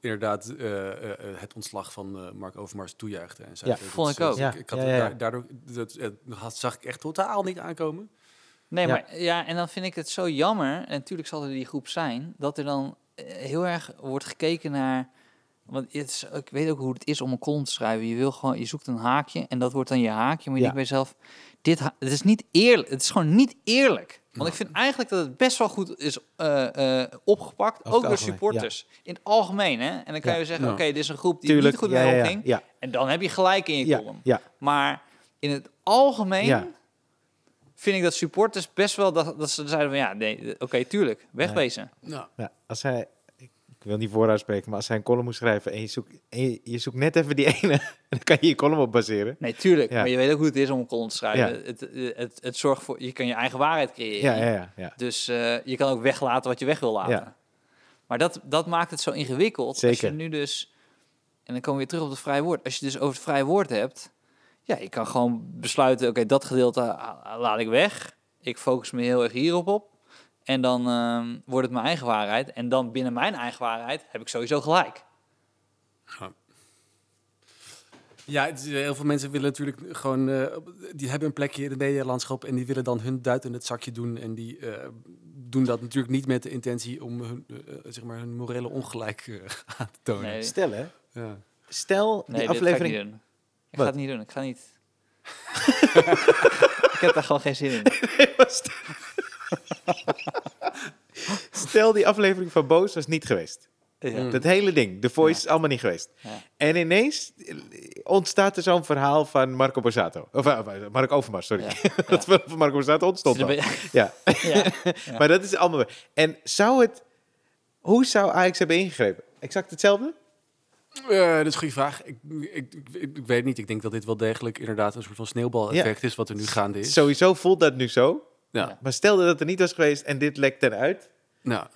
Speaker 3: inderdaad eh, eh, eh, het ontslag van eh, Mark Overmars toejuichten. En zei
Speaker 1: Ja,
Speaker 3: dat het-
Speaker 2: vond ik ook.
Speaker 1: Ja,
Speaker 3: ik had
Speaker 1: ja, ja, ja.
Speaker 3: daar- Daardoor dat, eh, had- zag ik echt totaal niet aankomen.
Speaker 2: Nee,
Speaker 1: Ja.
Speaker 2: maar ja, en dan vind ik het zo jammer. En natuurlijk zal er die groep zijn, dat er dan eh, heel erg wordt gekeken naar. Want het is, ik weet ook hoe het is om een column te schrijven. Je wil gewoon, je zoekt een haakje en dat wordt dan je haakje. Maar je
Speaker 1: Ja.
Speaker 2: denkt bij jezelf, dit ha- het is niet eerlijk. Het is gewoon niet eerlijk. Want ik vind eigenlijk dat het best wel goed is eh, eh, opgepakt,
Speaker 1: het
Speaker 2: ook door
Speaker 1: algemeen,
Speaker 2: supporters. In het algemeen, hè? En dan kan
Speaker 1: Ja.
Speaker 2: je zeggen,
Speaker 3: Ja.
Speaker 2: oké, dit is een groep die
Speaker 1: Tuurlijk.
Speaker 2: niet goed
Speaker 1: ja,
Speaker 2: mee
Speaker 1: ja,
Speaker 2: omging.
Speaker 1: ja,
Speaker 2: En dan heb je gelijk in je
Speaker 1: ja,
Speaker 2: column.
Speaker 1: ja,
Speaker 2: Maar in het algemeen
Speaker 1: Ja.
Speaker 2: vind ik dat supporters best wel dat, dat ze zeiden van ja, nee, eh, oké, tuurlijk, wegwezen.
Speaker 3: Ja.
Speaker 1: ja. Als hij, ik ik wil niet vooruit spreken, maar als hij een column moet schrijven en je zoekt, en je, je zoekt net even die ene, dan kan je je column op baseren.
Speaker 2: Nee, tuurlijk.
Speaker 1: Ja.
Speaker 2: Maar je weet ook hoe het is om een column te schrijven.
Speaker 1: Ja.
Speaker 2: Het, het, het, zorgt voor, je kan je eigen waarheid
Speaker 1: Ja,
Speaker 2: creëren.
Speaker 1: ja, ja. ja.
Speaker 2: Dus eh, je kan ook weglaten wat je weg wil laten.
Speaker 1: Ja.
Speaker 2: Maar dat, dat maakt het zo ingewikkeld. Als je
Speaker 1: Zeker.
Speaker 2: nu dus, en dan komen we weer terug op het vrije woord. Als je dus over het vrije woord hebt, ja, je kan gewoon besluiten, oké, dat gedeelte ah, ah, laat ik weg. Ik focus me heel erg hierop op. En dan ehm, wordt het mijn eigen waarheid. En dan binnen mijn eigen waarheid heb ik sowieso gelijk.
Speaker 3: Ja, het is, eh, heel veel mensen willen natuurlijk gewoon... eh, op- die hebben een plekje in het medialandschap en die willen dan hun duit in het zakje doen. En die eh, doen dat natuurlijk niet met de intentie om hun, eh, eh, zeg maar hun morele ongelijk eh, aan te
Speaker 1: Oh
Speaker 3: tonen.
Speaker 2: Nee,
Speaker 1: Stel hè,
Speaker 3: Ja.
Speaker 1: stel die
Speaker 2: nee dit
Speaker 1: aflevering...
Speaker 2: ga ik niet doen. Ik ga
Speaker 1: Wat?
Speaker 2: het niet doen. Ik ga niet... ik heb daar gewoon geen zin in.
Speaker 1: Stel- Stel, die aflevering van Boos was niet geweest.
Speaker 2: Ja.
Speaker 3: Mm.
Speaker 1: Dat hele ding, The Voice, is allemaal niet geweest.
Speaker 2: Hmm. Ja.
Speaker 1: En ineens ontstaat er zo'n verhaal van Marco Borsato. Of eh, Mark Overmars, sorry.
Speaker 2: Ja,
Speaker 1: Dat verhaal van Marco Borsato
Speaker 2: Dus
Speaker 1: ontstond al. Ja.
Speaker 2: Ja. Ja.
Speaker 1: Maar dat is allemaal... weer. En zou het... Hoe zou Ajax hebben ingegrepen? Exact hetzelfde?
Speaker 3: Eh, dat is een goede vraag. Ik, ik, ik, ik weet niet. Ik denk dat dit wel degelijk inderdaad een soort van sneeuwbaleffect is wat er nu gaande is.
Speaker 1: Sowieso voelt dat nu zo.
Speaker 3: Ja.
Speaker 1: Maar stel dat het er niet was geweest en dit lekt eruit.
Speaker 3: Nou.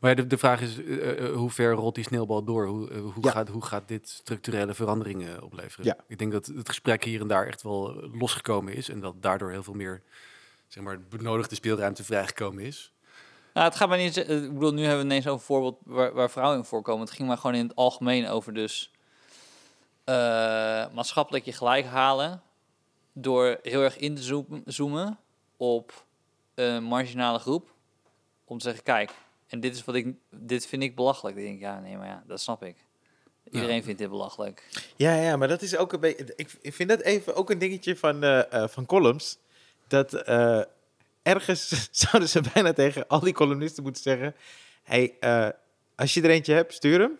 Speaker 3: Maar ja, de, de vraag is, eh, eh, hoe ver rolt die sneeuwbal door? Hoe, eh, hoe,
Speaker 1: Ja.
Speaker 3: gaat, hoe gaat dit structurele veranderingen opleveren?
Speaker 1: Ja.
Speaker 3: Ik denk dat het gesprek hier en daar echt wel eh, losgekomen is. En dat daardoor heel veel meer zeg maar, benodigde speelruimte vrijgekomen is.
Speaker 2: Nou, het gaat maar niet. eh, Ik bedoel, nu hebben we ineens over een voorbeeld waar, waar vrouwen in voorkomen. Het ging maar gewoon in het algemeen over dus eh, maatschappelijk je gelijk halen door heel erg in te zoom- zoomen op een marginale groep om te zeggen: kijk, en dit is wat ik, dit vind ik belachelijk. Dan denk ik, ja, nee, maar ja, dat snap ik. Iedereen vindt dit belachelijk.
Speaker 1: Ja, ja, maar dat is ook een beetje. Ik, ik vind dat even ook een dingetje van, eh, eh, van columns. Dat eh, ergens zouden ze bijna tegen al die columnisten moeten zeggen: hey, eh, als je er eentje hebt, stuur hem.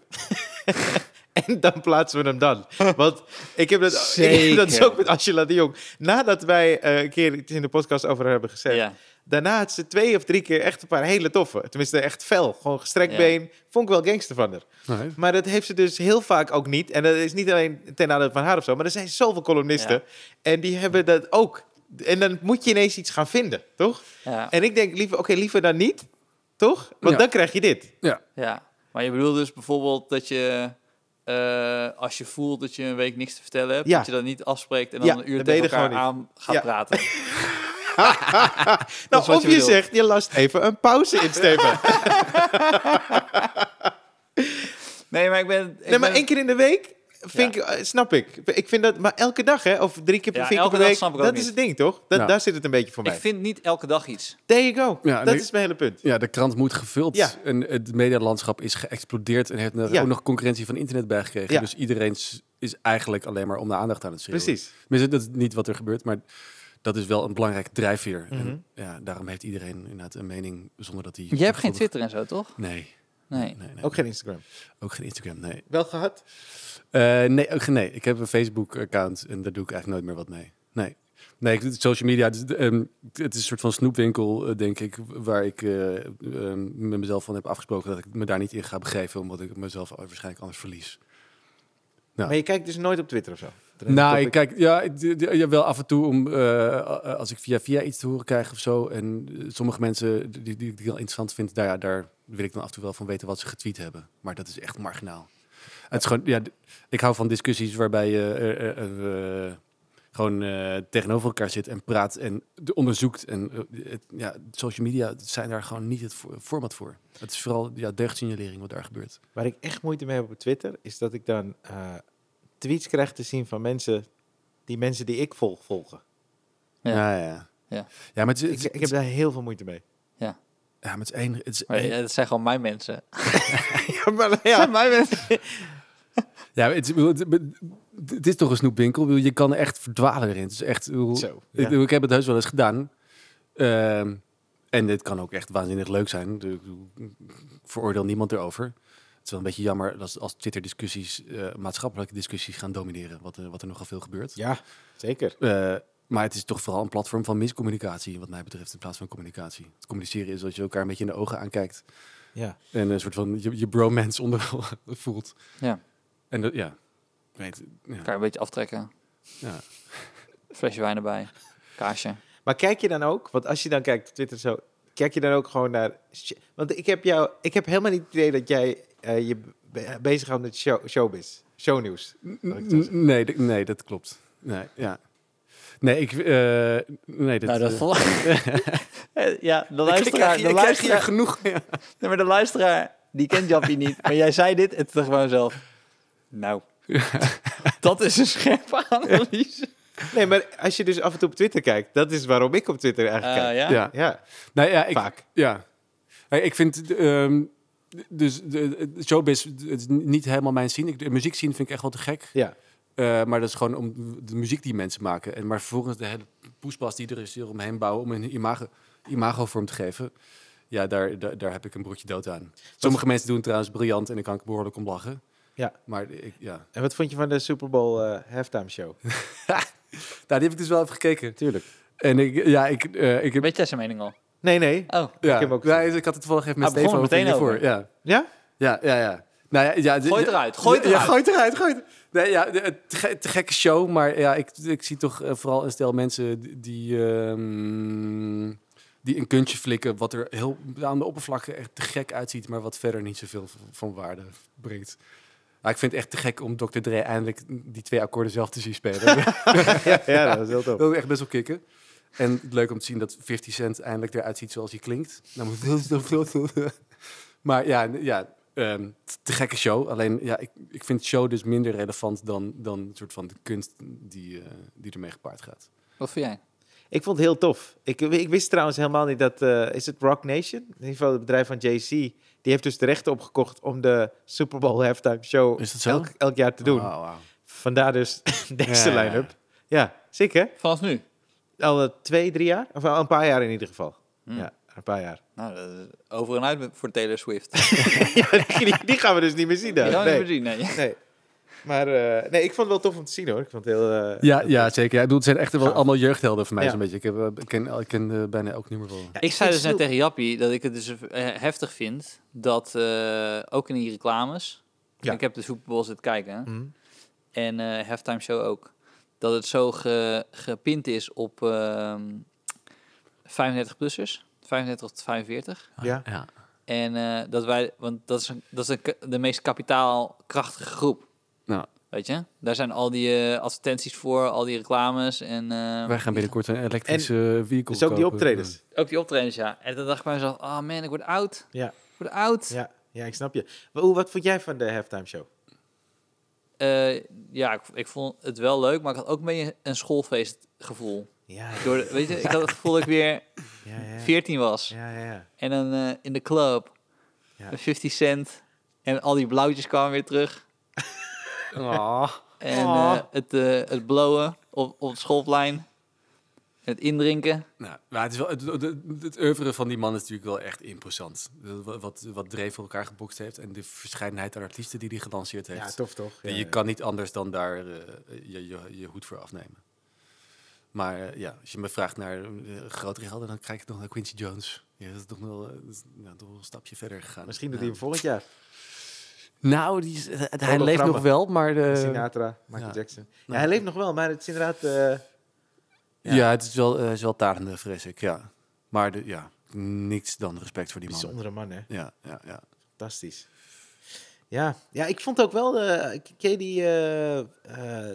Speaker 1: En dan plaatsen we hem dan. Want ik heb dat, ik heb
Speaker 2: Zeker.
Speaker 1: dat dus ook met Angela de Jong. Nadat wij eh, een keer iets in de podcast over haar hebben gezegd.
Speaker 2: Ja.
Speaker 1: Daarna had ze twee of drie keer echt een paar hele toffe. Tenminste, echt fel. Gewoon gestrekt
Speaker 2: Ja.
Speaker 1: been. Vond ik wel gangster van haar.
Speaker 3: Nee.
Speaker 1: Maar dat heeft ze dus heel vaak ook niet. En dat is niet alleen ten nadele van haar of zo. Maar er zijn zoveel columnisten.
Speaker 2: Ja.
Speaker 1: En die hebben dat ook. En dan moet je ineens iets gaan vinden, toch?
Speaker 2: Ja,
Speaker 1: En ik denk, liever, oké, liever dan niet. Toch? Want
Speaker 3: Ja.
Speaker 1: dan krijg je dit.
Speaker 3: Ja.
Speaker 2: ja. Maar je bedoelt dus bijvoorbeeld dat je, eh, als je voelt dat je een week niks te vertellen hebt,
Speaker 1: Ja.
Speaker 2: dat je dat niet afspreekt en dan
Speaker 1: Ja,
Speaker 2: een uur
Speaker 1: dat ben je
Speaker 2: tegen
Speaker 1: er
Speaker 2: elkaar
Speaker 1: gewoon
Speaker 2: aan gaat
Speaker 1: Ja.
Speaker 2: praten.
Speaker 1: Nou,
Speaker 2: is wat
Speaker 1: of
Speaker 2: je
Speaker 1: je,
Speaker 2: bedoelt.
Speaker 1: zegt, je last even een pauze in, Steven.
Speaker 2: Nee, maar ik ben... Ik
Speaker 1: nee, maar
Speaker 2: ben-
Speaker 1: één keer in de week vind ik, eh, snap ik. Ik vind dat, maar elke dag, hè? Of drie keer per
Speaker 2: Ja,
Speaker 1: vier keer
Speaker 2: elke
Speaker 1: per
Speaker 2: dag
Speaker 1: week.
Speaker 2: snap ik ook
Speaker 1: dat
Speaker 2: niet.
Speaker 1: is het ding, toch? Dat,
Speaker 3: Ja.
Speaker 1: Daar zit het een beetje voor mij.
Speaker 2: Ik vind niet elke dag iets.
Speaker 1: There you go.
Speaker 3: Ja, en
Speaker 1: dat
Speaker 3: ik-
Speaker 1: is mijn hele punt.
Speaker 3: ja, de krant moet gevuld.
Speaker 1: Ja.
Speaker 3: En het medialandschap is geëxplodeerd en heeft er
Speaker 1: Ja.
Speaker 3: ook nog concurrentie van internet bijgekregen.
Speaker 1: Ja.
Speaker 3: Dus iedereen s- is eigenlijk alleen maar om de aandacht aan het schreeuwen.
Speaker 1: Precies.
Speaker 3: Tenminste, dat is niet wat er gebeurt, maar dat is wel een belangrijk drijfveer.
Speaker 1: Mhm.
Speaker 3: En ja, daarom heeft iedereen inderdaad een mening zonder dat hij...
Speaker 2: Je hebt geen Twitter en zo, toch?
Speaker 3: Nee,
Speaker 2: Nee.
Speaker 3: nee, nee.
Speaker 1: Ook geen Instagram.
Speaker 3: ook geen Instagram, nee.
Speaker 1: Wel gehad?
Speaker 3: Eh, nee, ook, geen- nee, ik heb een Facebook-account en daar doe ik eigenlijk nooit meer wat mee. Nee, nee ik, social media, het, is- ehm, het is een soort van snoepwinkel, eh, denk ik, waar ik eh, ehm, met mezelf van heb afgesproken dat ik me daar niet in ga begeven, omdat ik mezelf waarschijnlijk anders verlies. Ja.
Speaker 1: Maar je kijkt dus nooit op Twitter of zo?
Speaker 3: Nou,
Speaker 1: Topic.
Speaker 3: ik kijk, ja, ik- d- d- ja, wel af en toe om eh, a- a- als ik via via iets te horen krijg of zo. En eh, sommige mensen die, die, die ik heel interessant vind, daar, daar wil ik dan af en toe wel van weten wat ze getweet hebben. Maar dat is echt marginaal. Het is gewoon, ja, d- ik hou van discussies waarbij je eh, eh, eh, eh, gewoon eh, tegenover elkaar zit en praat en d- onderzoekt. En eh, het- ja, social media zijn daar gewoon niet het vo- format voor. Het is vooral ja, deugdsignalering wat daar gebeurt.
Speaker 1: Waar ik echt moeite mee heb op Twitter, is dat ik dan eh, tweets krijg te zien van mensen die mensen die ik volg, volgen.
Speaker 2: Ja.
Speaker 3: ja. ja.
Speaker 2: Ja.
Speaker 3: maar het is, het
Speaker 1: Ik,
Speaker 3: is-
Speaker 1: ik heb daar heel veel moeite mee.
Speaker 3: ja, maar het is één... Het is
Speaker 2: Maar
Speaker 3: één-
Speaker 2: ja, dat zijn gewoon mijn mensen.
Speaker 1: Ja, maar
Speaker 2: Ja.
Speaker 1: ja.
Speaker 2: mijn mensen.
Speaker 3: Ja, maar het, is- ik bedoel, het, het is toch een snoepwinkel. Ik bedoel, Je kan echt verdwalen erin. Het is echt, ik bedoel,
Speaker 1: Zo.
Speaker 3: ik,
Speaker 1: Ja.
Speaker 3: bedoel, ik heb het heus wel eens gedaan. Ehm, en dit kan ook echt waanzinnig leuk zijn. Ik bedoel, ik veroordeel niemand erover. Het is wel een beetje jammer als, als Twitter-discussies eh, maatschappelijke discussies gaan domineren. Wat, er- wat er nogal veel gebeurt.
Speaker 1: ja, zeker.
Speaker 3: Eh, maar het is toch vooral een platform van miscommunicatie, wat mij betreft, in plaats van communicatie. Het communiceren is dat je elkaar een beetje in de ogen aankijkt.
Speaker 1: Ja.
Speaker 3: En een soort van je, je bromance onder voelt.
Speaker 2: Ja.
Speaker 3: En dat, ja. Ik Weet, ja.
Speaker 2: Elkaar een beetje aftrekken.
Speaker 3: Ja.
Speaker 2: Flesje wijn erbij. Kaasje.
Speaker 1: Maar kijk je dan ook, want als je dan kijkt op Twitter zo, kijk je dan ook gewoon naar. sh- Want ik heb jou, ik heb helemaal niet het idee dat jij eh, je be- bezighoudt met show, showbiz, shownieuws. Laat ik het zo
Speaker 3: N-
Speaker 1: zeggen.
Speaker 3: Nee, d- nee, dat klopt. Nee, ja. Nee, ik... eh, nee, dat, eh,
Speaker 2: Eh, ja, de
Speaker 3: ik-
Speaker 2: luisteraar, de
Speaker 3: ik krijg hier- ik krijg hier
Speaker 2: luisteraar,
Speaker 3: genoeg. Ja.
Speaker 2: nee, maar de luisteraar, die kent Jappie niet. Maar jij zei dit en toen dacht ik bij mezelf, nou, dat is een scherpe analyse.
Speaker 1: Nee, maar als je dus af en toe op Twitter kijkt, dat is waarom ik op Twitter eigenlijk
Speaker 2: Eh,
Speaker 1: kijk.
Speaker 2: ja?
Speaker 3: Ah, Ja.
Speaker 1: Ja,
Speaker 3: Nou ja, ik,
Speaker 1: vaak.
Speaker 3: Ja. Hey, ik vind... ehm, dus de, de showbiz het is niet helemaal mijn scene. Ik, de muziek scene vind ik echt wel te gek.
Speaker 1: Ja.
Speaker 3: Eh, maar dat is gewoon om de muziek die mensen maken. En maar vervolgens de hele poespas die er is die eromheen bouwen om een imago, imago vorm te geven. Ja, daar, daar, daar heb ik een broertje dood aan. Sommige mensen doen het trouwens briljant en daar kan ik behoorlijk om lachen.
Speaker 1: Ja.
Speaker 3: Maar ik, ja.
Speaker 1: En wat vond je van de Super Bowl eh, halftime show?
Speaker 3: Nou, die heb ik dus wel even gekeken.
Speaker 1: Tuurlijk.
Speaker 3: En ik, ja, ik, eh, ik heb...
Speaker 2: Weet jij zijn mening al?
Speaker 1: Nee, nee.
Speaker 2: Oh,
Speaker 3: Ja,
Speaker 1: heb hem ook
Speaker 3: Nee, ik had het toevallig even met
Speaker 2: Ah, begon
Speaker 3: Stefan
Speaker 2: er
Speaker 3: over
Speaker 2: meteen
Speaker 3: hiervoor.
Speaker 2: over.
Speaker 3: Ja,
Speaker 1: Ja?
Speaker 3: ja, ja. ja. Nou, ja, ja, de-
Speaker 2: Gooi het
Speaker 3: ja-
Speaker 2: eruit, gooi het
Speaker 3: ja,
Speaker 2: eruit.
Speaker 3: gooi het eruit, gooi het Nee, ja, de- het te, ge- te gekke show, maar ja, ik, ik zie toch eh, vooral een stel mensen die, die, ehm, die een kuntje flikken... wat er heel aan de oppervlakte echt te gek uitziet... maar wat verder niet zoveel v- van waarde brengt. Maar ik vind het echt te gek om Dr. Dre eindelijk die twee akkoorden zelf te zien spelen.
Speaker 1: ja? Ja, dat was heel tof.
Speaker 3: Dat is echt best wel kicken. En het leuk om te zien dat 50 Cent eindelijk eruit ziet zoals hij klinkt. Nou, moet heel snel vlot. Maar ja, n- ja ehm, t- te gekke show. Alleen, ja, ik, ik vind show dus minder relevant dan, dan een soort van de kunst die, eh, die ermee gepaard gaat.
Speaker 2: wat vind jij?
Speaker 1: Ik vond het heel tof. Ik, ik wist trouwens helemaal niet dat... eh, is het Rock Nation? In ieder geval het bedrijf van Jay-Z. Die heeft dus de rechten opgekocht om de Super Bowl halftime show
Speaker 3: Is dat zo? Ah.
Speaker 1: elk, elk jaar te doen.
Speaker 3: Wauw, wauw.
Speaker 1: Vandaar dus deze
Speaker 3: Ja, ja, ja.
Speaker 1: line-up. Ja, ziek hè?
Speaker 2: Vanaf nu?
Speaker 1: Al eh, twee, drie jaar? Of al een paar jaar in ieder geval.
Speaker 2: Hmm.
Speaker 1: Ja, een paar jaar.
Speaker 2: Nou, dat is over en uit voor Taylor Swift.
Speaker 1: ja, die, die gaan we dus niet meer zien
Speaker 2: Die
Speaker 1: daar.
Speaker 2: gaan we
Speaker 1: Nee.
Speaker 2: niet meer zien, nee.
Speaker 1: Nee. Maar eh, nee, ik vond het wel tof om te zien hoor. Ik vond het heel... eh,
Speaker 3: Ja,
Speaker 1: heel
Speaker 3: ja
Speaker 1: tof.
Speaker 3: zeker. Ja, ik bedoel, het zijn echt wel
Speaker 1: Gaaf.
Speaker 3: allemaal jeugdhelden voor mij
Speaker 1: Ja.
Speaker 3: zo'n beetje. Ik, heb, eh, ik ken, ik ken eh, bijna elk nummer wel.
Speaker 1: Ja,
Speaker 2: ik zei dus
Speaker 1: vind
Speaker 2: net
Speaker 1: het
Speaker 2: tegen Jappie dat ik het dus eh, heftig vind dat eh, ook in die reclames.
Speaker 1: Ja.
Speaker 2: Ik heb de Super Bowl zitten kijken
Speaker 1: stil. Mhm.
Speaker 2: en eh halftime show ook. Dat het zo ge- gepind is op ehm 35-plussers, 35 tot 45.
Speaker 1: Ja.
Speaker 3: Ja.
Speaker 2: En eh, dat wij, want dat is, een- dat is een ka- de meest kapitaalkrachtige groep.
Speaker 3: Nou.
Speaker 2: Weet je, daar zijn al die eh, advertenties voor, al die reclames en eh,
Speaker 3: Wij gaan binnenkort een elektrische eh, vehicle
Speaker 1: Dus ook die
Speaker 3: kopen.
Speaker 1: optredens.
Speaker 2: ook die optredens, ja. En dan dacht ik bij mezelf, oh man, ik word oud.
Speaker 1: Ja.
Speaker 2: Ik word oud. Ja,
Speaker 1: Ja, ja, ik snap je. Maar hoe, wat vond jij van de halftime show?
Speaker 2: Eh, ja ik, ik vond het wel leuk, maar ik had ook een beetje een schoolfeestgevoel.
Speaker 1: Ja,
Speaker 2: Door de- weet je, ik had het gevoel dat ik weer
Speaker 1: ja, ja.
Speaker 2: 14 was.
Speaker 1: Ja, ja, ja.
Speaker 2: En dan eh, in de club,
Speaker 1: Ja.
Speaker 2: met 50 cent. En al die blauwtjes kwamen weer terug.
Speaker 3: Ah.
Speaker 2: En
Speaker 1: Oh.
Speaker 2: eh, het, eh, het blowen op, op het schoolplein. Het indrinken.
Speaker 3: Nou, maar het, is wel, het, het, het oeuvre van die man is natuurlijk wel echt imposant. Dat Wat, wat, wat Dre voor elkaar gebokst heeft en de verscheidenheid aan artiesten die hij gelanceerd heeft.
Speaker 1: Ja, tof toch?
Speaker 3: je
Speaker 1: Ja,
Speaker 3: kan niet anders dan daar eh, je, je, je hoed voor afnemen. Maar eh, ja, als je me vraagt naar eh, grotere helden, dan kijk ik nog naar Quincy Jones. Ja, dat is toch nog wel, eh, dat is, ja, toch wel een stapje verder gegaan.
Speaker 1: Misschien
Speaker 3: Ja.
Speaker 1: doet hij hem volgend jaar.
Speaker 3: Nou, die is, eh, hij
Speaker 1: Hologrammen.
Speaker 3: leeft nog wel, maar...
Speaker 2: Eh,
Speaker 3: De,
Speaker 1: Sinatra, Michael
Speaker 3: ja.
Speaker 1: Jackson. Ja,
Speaker 3: Nou.
Speaker 1: hij leeft nog wel, maar het is inderdaad... eh,
Speaker 3: ja. het is wel, eh, is wel tarende, vrees ik, ja. Maar de, ja, niks dan respect voor die man.
Speaker 1: bijzondere man, hè?
Speaker 3: Ja, ja, ja.
Speaker 1: Fantastisch. Ja, ja ik vond ook wel... eh ken je die... eh, eh,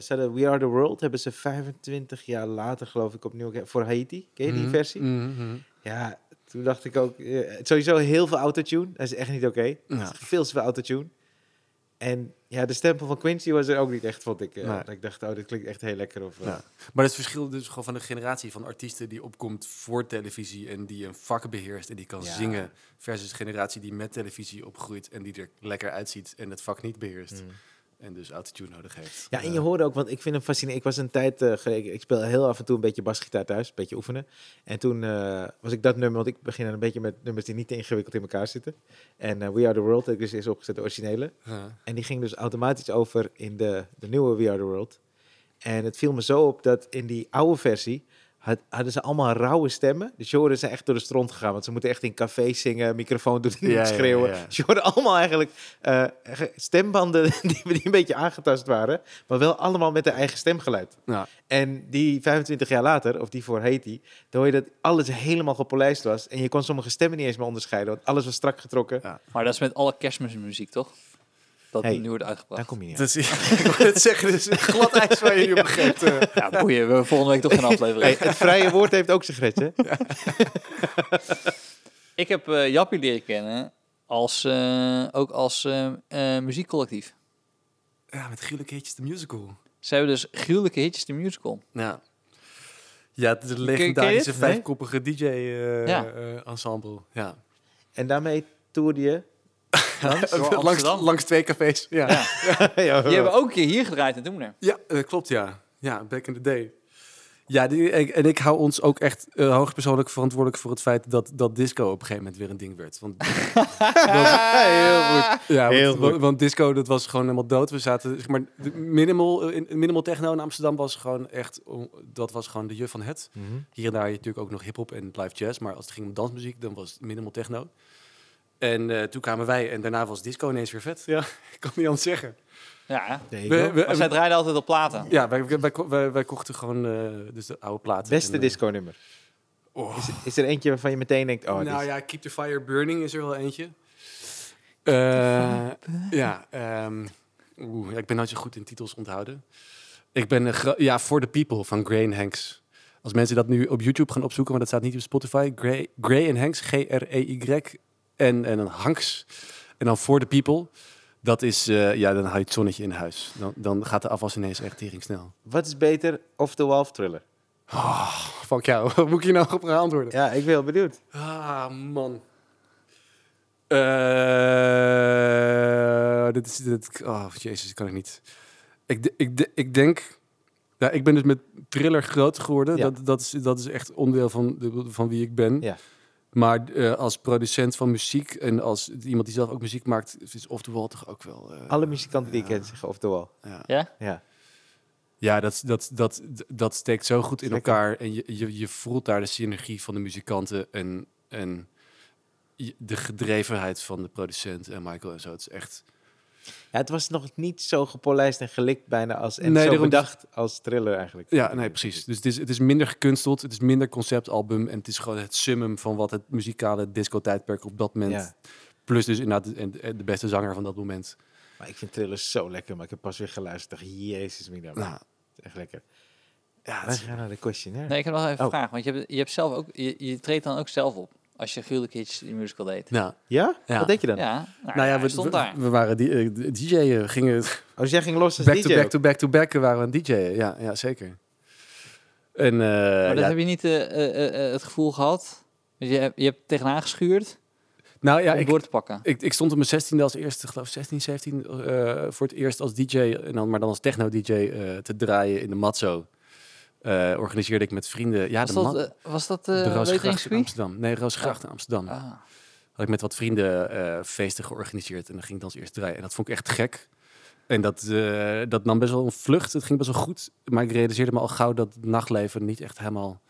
Speaker 1: ze hadden We Are The World hebben ze 25 jaar later, geloof ik, opnieuw... ge- Voor Haiti. Ken je die
Speaker 3: Mhm,
Speaker 1: versie?
Speaker 3: mhm.
Speaker 1: Ja, toen dacht ik ook... eh, sowieso heel veel autotune. Dat is echt niet oké.
Speaker 3: Ja.
Speaker 1: Veel te veel autotune. En ja, de stempel van Quincy was er ook niet echt, vond ik. eh,
Speaker 3: Nee.
Speaker 1: dat Ik dacht, oh, dit klinkt echt heel lekker. Of, eh,
Speaker 3: Ja. Maar het verschil dus gewoon van de generatie van artiesten die opkomt voor televisie en die een vak beheerst en die kan
Speaker 1: Ja.
Speaker 3: zingen, versus de generatie die met televisie opgroeit en die er lekker uitziet en het vak niet beheerst
Speaker 1: mm.
Speaker 3: en dus autotune nodig heeft.
Speaker 1: Ja, en je
Speaker 3: Eh,
Speaker 1: hoorde ook, want ik vind hem fascinerend. Ik was een tijd eh, geleden, ik speel heel af en toe een beetje basgitaar thuis, een beetje oefenen. En toen eh, was ik dat nummer, want ik begin dan een beetje met nummers die niet te ingewikkeld in elkaar zitten. En eh, We Are The World heb ik dus eerst opgezet, de originele.
Speaker 3: ja.
Speaker 1: En die ging dus automatisch over in de, de nieuwe We Are The World. En het viel me zo op dat in die oude versie had- hadden ze allemaal rauwe stemmen. Dus je hoorde ze echt door de stront gegaan. Want ze moeten echt in cafés zingen, microfoon doen,
Speaker 3: Ja, ja,
Speaker 1: schreeuwen.
Speaker 3: ja.
Speaker 1: Dus je hoorde allemaal eigenlijk eh, ge- stembanden die, die een beetje aangetast waren. Maar wel allemaal met hun eigen stemgeluid.
Speaker 3: Ja.
Speaker 1: En die 25 jaar later, of die voor Haiti, dan hoor je dat alles helemaal gepolijst was. En je kon sommige stemmen niet eens meer onderscheiden, want alles was strak getrokken.
Speaker 3: Ja.
Speaker 2: Maar dat is met alle kerstmismuziek, toch? Dat
Speaker 1: Hey.
Speaker 2: nu wordt
Speaker 1: Daar
Speaker 2: uitgebracht.
Speaker 1: kom je niet aan.
Speaker 3: Dus, ik wil het zeggen, dus glad ijs waar je nu op geeft. eh.
Speaker 2: Ja, boeien. We hebben volgende week toch geen
Speaker 1: Hey,
Speaker 2: aflevering.
Speaker 1: het vrije woord heeft ook zijn grens, hè?
Speaker 2: Ik heb eh Jappie leren kennen als, eh, ook als eh, eh, muziekcollectief.
Speaker 3: Ja, met Gulle Keetjes de musical.
Speaker 2: Ze hebben dus gruwelijke hitjes de musical.
Speaker 3: Ja. Ja, het is een
Speaker 2: je
Speaker 3: legendarische
Speaker 2: dit?
Speaker 3: vijfkoppige DJ-ensemble.
Speaker 2: Ja.
Speaker 3: eh, ja.
Speaker 1: En daarmee toerde je.
Speaker 2: Door
Speaker 3: langs,
Speaker 2: Amsterdam.
Speaker 3: langs twee cafés. Ja.
Speaker 2: Ja.
Speaker 1: ja,
Speaker 2: Die hebben ook een keer hier gedraaid en toen er.
Speaker 3: Ja, eh, klopt ja. Ja, back in the day. Ja, die, ik- en ik hou ons ook echt eh, hoogpersoonlijk verantwoordelijk voor het feit dat, dat disco op een gegeven moment weer een ding werd. Want,
Speaker 1: heel goed. Heel
Speaker 3: ja, want,
Speaker 1: goed.
Speaker 3: want- want disco, dat was gewoon helemaal dood. We zaten, zeg maar, de minimal, eh, in, minimal techno in Amsterdam was gewoon echt, on- dat was gewoon de juf van het.
Speaker 1: Mhm.
Speaker 3: Hier en daar had je natuurlijk ook nog hip-hop en live jazz, maar als het ging om dansmuziek, dan was het minimal techno. En eh, toen kwamen wij en daarna was disco ineens weer vet. Ja, ik kan niet anders zeggen.
Speaker 2: Ja,
Speaker 1: Nee,
Speaker 3: We-
Speaker 1: joh.
Speaker 3: we-
Speaker 2: maar zij draaiden altijd op platen.
Speaker 3: ja, wij, wij, wij, wij kochten gewoon eh, dus de oude platen.
Speaker 1: Beste
Speaker 3: En, eh,
Speaker 1: disco-nummer.
Speaker 3: oh.
Speaker 1: Is, is er eentje waarvan je meteen denkt: oh, dit
Speaker 3: nou
Speaker 1: is-
Speaker 3: ja, Keep the Fire Burning is er wel eentje. Eh, ja, ehm, oeh, ja, ik ben nooit zo goed in titels onthouden. Ik ben een gro- ja, For the People van Gray Hanks. Als mensen dat nu op YouTube gaan opzoeken, want dat staat niet op Spotify. Gray, Gray en Hanks, G-R-E-Y en, en een Hanks. En dan For the People. Dat is, eh, ja, dan hou je het zonnetje in huis. Dan, dan gaat de afwas ineens echt tering snel.
Speaker 1: Wat is beter? Of the Wolf Thriller?
Speaker 3: Fuck jou, wat moet ik hier nou op gaan antwoorden?
Speaker 1: Ja, ik ben heel benieuwd.
Speaker 3: Ah, man. Eh, dit is... Dit, oh, jezus, dat kan ik niet. Ik, de- ik, de- ik denk... Ja, ik ben dus met thriller groot geworden.
Speaker 1: Ja.
Speaker 3: Dat, dat, is, dat is echt onderdeel van, de- van wie ik ben.
Speaker 1: Ja.
Speaker 3: Maar eh, als producent van muziek en als iemand die zelf ook muziek maakt, is Off the Wall toch ook wel... eh,
Speaker 1: Alle muzikanten die ik
Speaker 3: ja.
Speaker 1: ken zeggen off the wall.
Speaker 3: Ja.
Speaker 2: Ja?
Speaker 1: Ja.
Speaker 3: Ja, dat, dat, dat, dat steekt zo goed in
Speaker 1: Lekker.
Speaker 3: elkaar. En je, je, je voelt daar de synergie van de muzikanten en, en je- de gedrevenheid van de producent en Michael en zo. Het is echt...
Speaker 1: ja, het was nog niet zo gepolijst en gelikt bijna als... En
Speaker 3: Nee,
Speaker 1: zo
Speaker 3: daarom-
Speaker 1: bedacht als thriller eigenlijk.
Speaker 3: Ja, nee, precies. Dus het is, het is minder gekunsteld, het is minder conceptalbum en het is gewoon het summum van wat het muzikale disco-tijdperk op dat moment...
Speaker 1: Ja.
Speaker 3: Plus dus inderdaad de, en- en de beste zanger van dat moment.
Speaker 1: Maar ik vind thrillers zo lekker, maar ik heb pas weer geluisterd. Ik dacht, jezus, mina, maar
Speaker 3: Nou,
Speaker 1: het is echt lekker.
Speaker 3: ja, het
Speaker 1: Wij
Speaker 3: is-
Speaker 1: gaan naar de questionnaire.
Speaker 2: Nee, ik heb nog even
Speaker 1: Oh.
Speaker 2: een vraag. Want je hebt, je hebt zelf ook, je, je treedt dan ook zelf op. Als je Guild Kids in musical deed.
Speaker 3: nou,
Speaker 1: Ja?
Speaker 3: Ja.
Speaker 1: Wat denk je dan?
Speaker 2: Ja, nou,
Speaker 3: nou ja,
Speaker 2: hij
Speaker 3: we,
Speaker 2: stond
Speaker 3: we-
Speaker 2: daar.
Speaker 3: we waren die, eh, d- DJ'en, gingen
Speaker 1: Als Oh, jij ging los als
Speaker 3: back
Speaker 1: DJ
Speaker 3: to back
Speaker 1: ook.
Speaker 3: to back to back waren we aan het DJ'en. Ja, ja, zeker. En eh,
Speaker 2: maar
Speaker 3: ja,
Speaker 2: dat heb je niet eh, eh, eh, eh, het gevoel gehad. Want Je, hebt- je hebt tegenaan geschuurd
Speaker 3: nou ja,
Speaker 2: om
Speaker 3: ik,
Speaker 2: door te pakken.
Speaker 3: Ik, ik stond op mijn 16e als eerste, geloof ik, 16, 17, eh, voor het eerst als DJ, en dan, maar dan als techno-DJ eh, te draaien in de Matzo. Eh, organiseerde ik met vrienden. Ja,
Speaker 2: was,
Speaker 3: de,
Speaker 2: dat,
Speaker 3: Ma-
Speaker 2: eh, was dat
Speaker 3: de
Speaker 2: eh
Speaker 3: Roosgracht in
Speaker 2: Weteringsgebied?
Speaker 3: Amsterdam. Nee, Roosgracht in Amsterdam.
Speaker 2: Ah,
Speaker 3: Had ik met wat vrienden eh, feesten georganiseerd en dan ging ik dan als eerst draaien. En dat vond ik echt gek. En dat, eh, dat nam best wel een vlucht. Het ging best wel goed. Maar ik realiseerde me al gauw dat het nachtleven niet echt helemaal...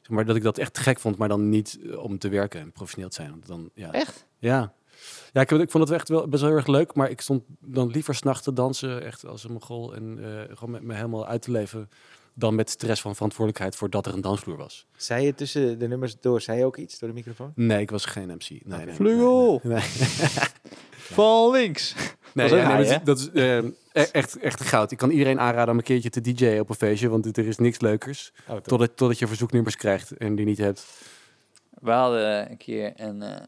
Speaker 3: Zeg maar dat ik dat echt gek vond, maar dan niet eh, om te werken en professioneel te zijn. Want dan, ja,
Speaker 2: echt?
Speaker 3: ja. Ja, ik, ik vond het echt wel best wel heel erg leuk, maar ik stond dan liever s'nachts te dansen, echt als een mogol, en eh, gewoon met me helemaal uit te leven, dan met stress van verantwoordelijkheid voordat er een dansvloer was.
Speaker 1: Zei je tussen de nummers door, zei je ook iets door de microfoon?
Speaker 3: Nee, ik was geen MC. Nee, nee, nee.
Speaker 2: Vleugel.
Speaker 3: Nee,
Speaker 2: Val links.
Speaker 3: nee,
Speaker 2: Dat is
Speaker 3: ja,
Speaker 2: ook
Speaker 3: nee,
Speaker 2: hij,
Speaker 3: dat, dat is eh, e- echt, echt goud. Ik kan iedereen aanraden om een keertje te DJ'en op een feestje, want er is niks leukers.
Speaker 1: Oh, toch.
Speaker 3: Totdat, totdat je verzoeknummers krijgt en die niet hebt.
Speaker 2: We hadden een keer een... eh,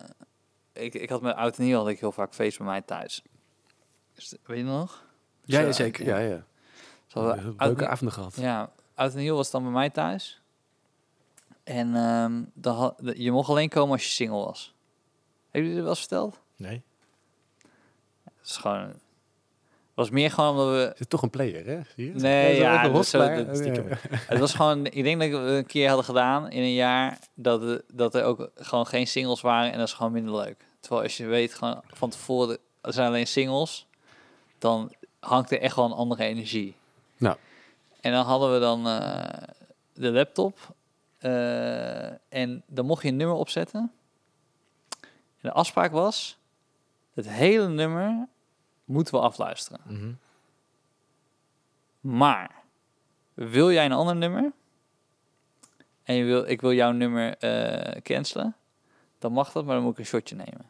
Speaker 2: ik, ik had met oud en nieuw had ik heel vaak feest bij mij thuis. Is- Weet je nog? Ja, ja, zeker.
Speaker 3: Dus, eh, Ja, ja.
Speaker 2: Ze hadden
Speaker 3: Heel
Speaker 2: oud en
Speaker 3: Leuke
Speaker 2: nieuw-
Speaker 3: avonden gehad.
Speaker 2: Ja, oud en nieuw was dan bij mij thuis. En ehm, dan had, je mocht alleen komen als je single was. Heb je dit wel eens verteld?
Speaker 1: Nee.
Speaker 2: Het is gewoon... was meer gewoon omdat we...
Speaker 3: Is het toch een player, hè? Zie je?
Speaker 2: Nee,
Speaker 3: Zo
Speaker 2: ja,
Speaker 3: even
Speaker 2: dat-
Speaker 3: hosselaar.
Speaker 2: zo- dat-
Speaker 1: stiekem.
Speaker 2: Het was gewoon, ik denk dat we een keer hadden gedaan in een jaar dat, er- dat er ook gewoon geen singles waren en dat is gewoon minder leuk. Terwijl als je weet gewoon van tevoren er zijn alleen singles, dan hangt er echt wel een andere energie.
Speaker 3: Nou.
Speaker 2: En dan hadden we dan eh, de laptop eh, en dan mocht je een nummer opzetten. En de afspraak was, het hele nummer moeten we afluisteren.
Speaker 1: Mhm.
Speaker 2: Maar wil jij een ander nummer en je wil, ik wil jouw nummer eh cancelen, dan mag dat, maar dan moet ik een shotje nemen.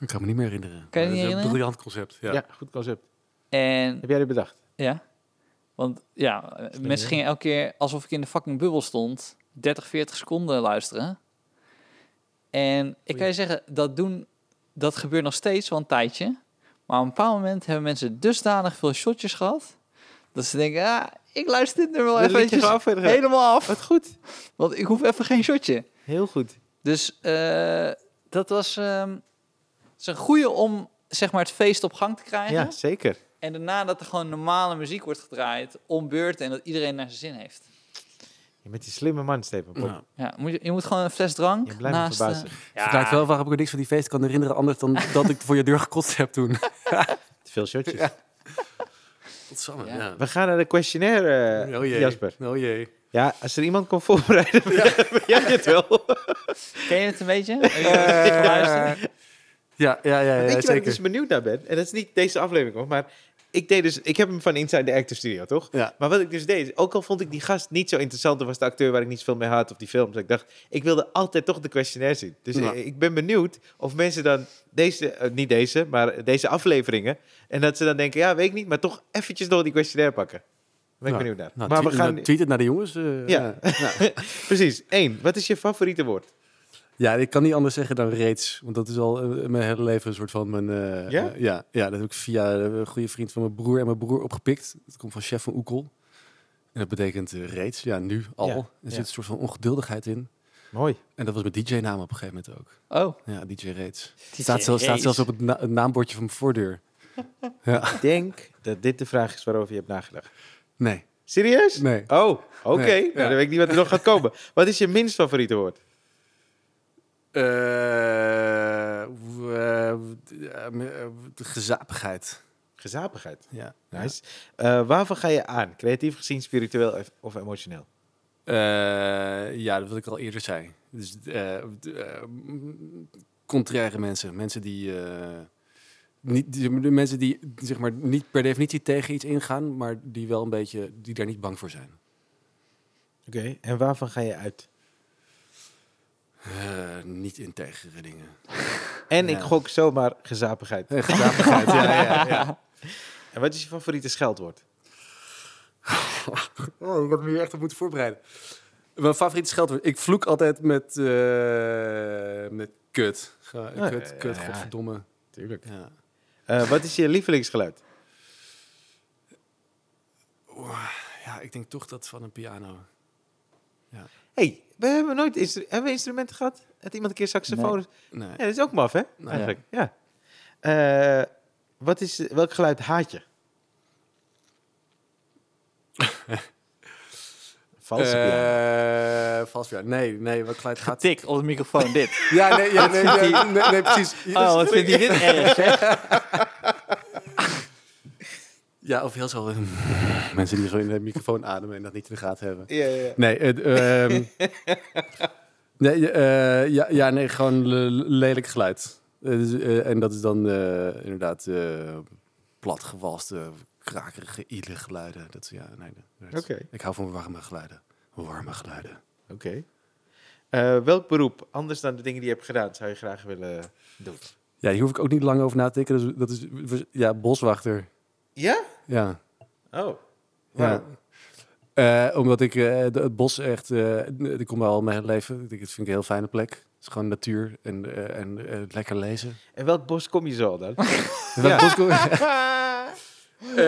Speaker 3: Ik kan me niet meer herinneren.
Speaker 2: Kan je
Speaker 3: Maar
Speaker 2: niet
Speaker 3: dat is
Speaker 2: herinneren?
Speaker 3: Een briljant concept. Ja.
Speaker 1: ja. goed concept.
Speaker 2: En
Speaker 1: Heb jij dit bedacht?
Speaker 2: ja, want ja, eh, mensen gingen elke keer alsof ik in de fucking bubbel stond, 30, 40 seconden luisteren. En ik kan je zeggen, dat doen, dat gebeurt nog steeds wel een tijdje. Maar op een bepaald moment hebben mensen dusdanig veel shotjes gehad, dat ze denken, ah, ik luister dit nummer wel
Speaker 1: Dit
Speaker 2: even
Speaker 1: liedje
Speaker 2: eventjes
Speaker 1: gaan verder.
Speaker 2: helemaal af.
Speaker 1: Wat goed.
Speaker 2: Want ik hoef even geen shotje.
Speaker 1: Heel goed.
Speaker 2: Dus eh, dat was ehm, het is een goede om zeg maar, het feest op gang te krijgen.
Speaker 1: Ja, zeker.
Speaker 2: En daarna dat er gewoon normale muziek wordt gedraaid om beurt en dat iedereen naar zijn zin heeft.
Speaker 1: Je bent die slimme man, Steven. Pop.
Speaker 3: Nou,
Speaker 2: Ja, moet je, je moet gewoon een fles drank
Speaker 1: Je blijft me
Speaker 2: naast... eh,
Speaker 1: verbazen.
Speaker 3: Het Verklaart wel waarom ik me niks van die feest kan herinneren, anders dan dat ik voor je deur gekotst heb toen.
Speaker 1: Te veel shotjes.
Speaker 3: Godsamme,
Speaker 2: Ja.
Speaker 1: We gaan naar de questionnaire, eh,
Speaker 3: Oh jee.
Speaker 1: Jasper.
Speaker 3: Oh jee.
Speaker 1: Ja, als er iemand kon voorbereiden, ben jij het wel.
Speaker 3: Eh,
Speaker 2: eh, Ken je het een beetje? Heb je het geluisterd?
Speaker 3: Ja, ja, ja, ja,
Speaker 1: Weet je waar ik
Speaker 3: zeker.
Speaker 1: dus benieuwd naar ben? En dat is niet deze aflevering, hoor, maar ik deed dus... Ik heb hem van Inside the Actor Studio, toch?
Speaker 3: Ja.
Speaker 1: Maar wat ik dus deed, ook al vond ik die gast niet zo interessant... of was de acteur waar ik niet zoveel mee had of die films... ik dacht, ik wilde altijd toch de questionnaire zien. Dus
Speaker 3: Ja.
Speaker 1: ik, ik ben benieuwd of mensen dan deze... eh, niet deze, maar deze afleveringen... en dat ze dan denken, ja, weet ik niet... maar toch eventjes door die questionnaire pakken. Daar ben ik
Speaker 3: Nou,
Speaker 1: benieuwd naar.
Speaker 3: Nou,
Speaker 1: maar we
Speaker 3: tweet-
Speaker 1: gaan...
Speaker 3: nou, tweet het naar de jongens. eh,
Speaker 1: Ja. Precies. Eén, wat is je favoriete woord?
Speaker 3: Ja, ik kan niet anders zeggen dan reeds. Want dat is al eh, mijn hele leven een soort van mijn... eh,
Speaker 1: Ja?
Speaker 3: eh, ja? Ja, dat heb ik via een eh, goede vriend van mijn broer en mijn broer opgepikt. Dat komt van Chef van Oekel. En dat betekent eh, reeds. Ja, nu al.
Speaker 1: Ja,
Speaker 3: Er
Speaker 1: ja.
Speaker 3: zit een soort van ongeduldigheid in.
Speaker 1: Mooi.
Speaker 3: En dat was mijn DJ-naam op een gegeven moment ook.
Speaker 2: Oh,
Speaker 3: Ja, DJ Reeds.
Speaker 2: DJ
Speaker 3: Staat, zelfs- staat
Speaker 2: Reeds.
Speaker 3: zelfs op het, na- het naambordje van mijn voordeur. ja.
Speaker 1: Ik denk dat dit de vraag is waarover je hebt nagedacht.
Speaker 3: Nee,
Speaker 1: Serieus?
Speaker 3: nee.
Speaker 1: Oh, oké.
Speaker 3: Nee,
Speaker 1: Nou,
Speaker 3: ja.
Speaker 1: Dan weet ik niet wat er nog gaat komen. Wat is je minst favoriete woord?
Speaker 3: Eh, w- eh, w- eh, eh, de gezapigheid.
Speaker 1: Gezapigheid.
Speaker 3: Ja.
Speaker 1: Nice. Eh, waarvan ga je aan? Creatief gezien, spiritueel of- of emotioneel?
Speaker 3: Eh, ja, dat wat ik al eerder zei. Dus eh, d- eh, m- contraire mensen. Mensen die, eh, niet, die- de mensen die zeg maar, niet per definitie tegen iets ingaan, maar die wel een beetje, die daar niet bang voor zijn.
Speaker 1: Oké. En waarvan ga je uit?
Speaker 3: Eh, niet integere dingen.
Speaker 1: En
Speaker 3: Ja.
Speaker 1: ik gok zomaar gezapigheid.
Speaker 3: Eh, Gezapigheid, ja, ja, ja.
Speaker 1: En wat is je favoriete scheldwoord?
Speaker 3: Oh, ik had me hier echt op moeten voorbereiden. Mijn favoriete scheldwoord. Ik vloek altijd met, eh, met kut. Ga-
Speaker 1: Ja,
Speaker 3: kut,
Speaker 1: ja,
Speaker 3: kut,
Speaker 1: ja.
Speaker 3: godverdomme.
Speaker 1: Tuurlijk.
Speaker 3: Ja.
Speaker 1: Eh, wat is je lievelingsgeluid?
Speaker 3: ja, ik denk toch dat van een piano.
Speaker 1: hey, we hebben nooit instru- hebben we instrumenten gehad. Had iemand een keer saxofoon?
Speaker 3: Nee.
Speaker 1: Ja, dat is ook maf, hè?
Speaker 3: Nou,
Speaker 1: Eigenlijk. Ja. Eh, wat is, welk geluid haat je? Valse piano.
Speaker 3: Eh, vals piano. Nee, nee, wat geluid gaat...
Speaker 2: Tik op de microfoon dit.
Speaker 3: Ja, nee, ja, nee, ja, nee, nee, precies.
Speaker 2: Oh, wat vindt hij dit erg, zeg?
Speaker 3: Ja, of heel zo... eh, Mensen die gewoon in de microfoon ademen en dat niet in de gaten hebben.
Speaker 1: Ja, ja, ja.
Speaker 3: Nee, het, ehm, nee eh, ja, ja, nee, gewoon le- lelijk geluid. Eh, dus, eh, en dat is dan eh, inderdaad eh platgewalste, krakerige, iele geluiden. Dat, is- ja, nee, dat is-
Speaker 1: Oké.
Speaker 3: Ik hou van warme geluiden. Warme geluiden.
Speaker 1: Oké. Eh, welk beroep, anders dan de dingen die je hebt gedaan, zou je graag willen doen?
Speaker 3: Ja, hier hoef ik ook niet lang over na te denken. Dus, dat is, ja, boswachter.
Speaker 1: Ja?
Speaker 3: Ja.
Speaker 1: Oh.
Speaker 3: Ja.
Speaker 1: Waarom?
Speaker 3: Eh, omdat ik eh, de- het bos echt... eh, ik kom daar al mijn hele leven. Ik denk, Het vind ik een heel fijne plek. Het is gewoon natuur en, eh, en eh, lekker lezen.
Speaker 1: En welk bos kom je zo al dan?
Speaker 3: Welk bos kom-
Speaker 1: Ah,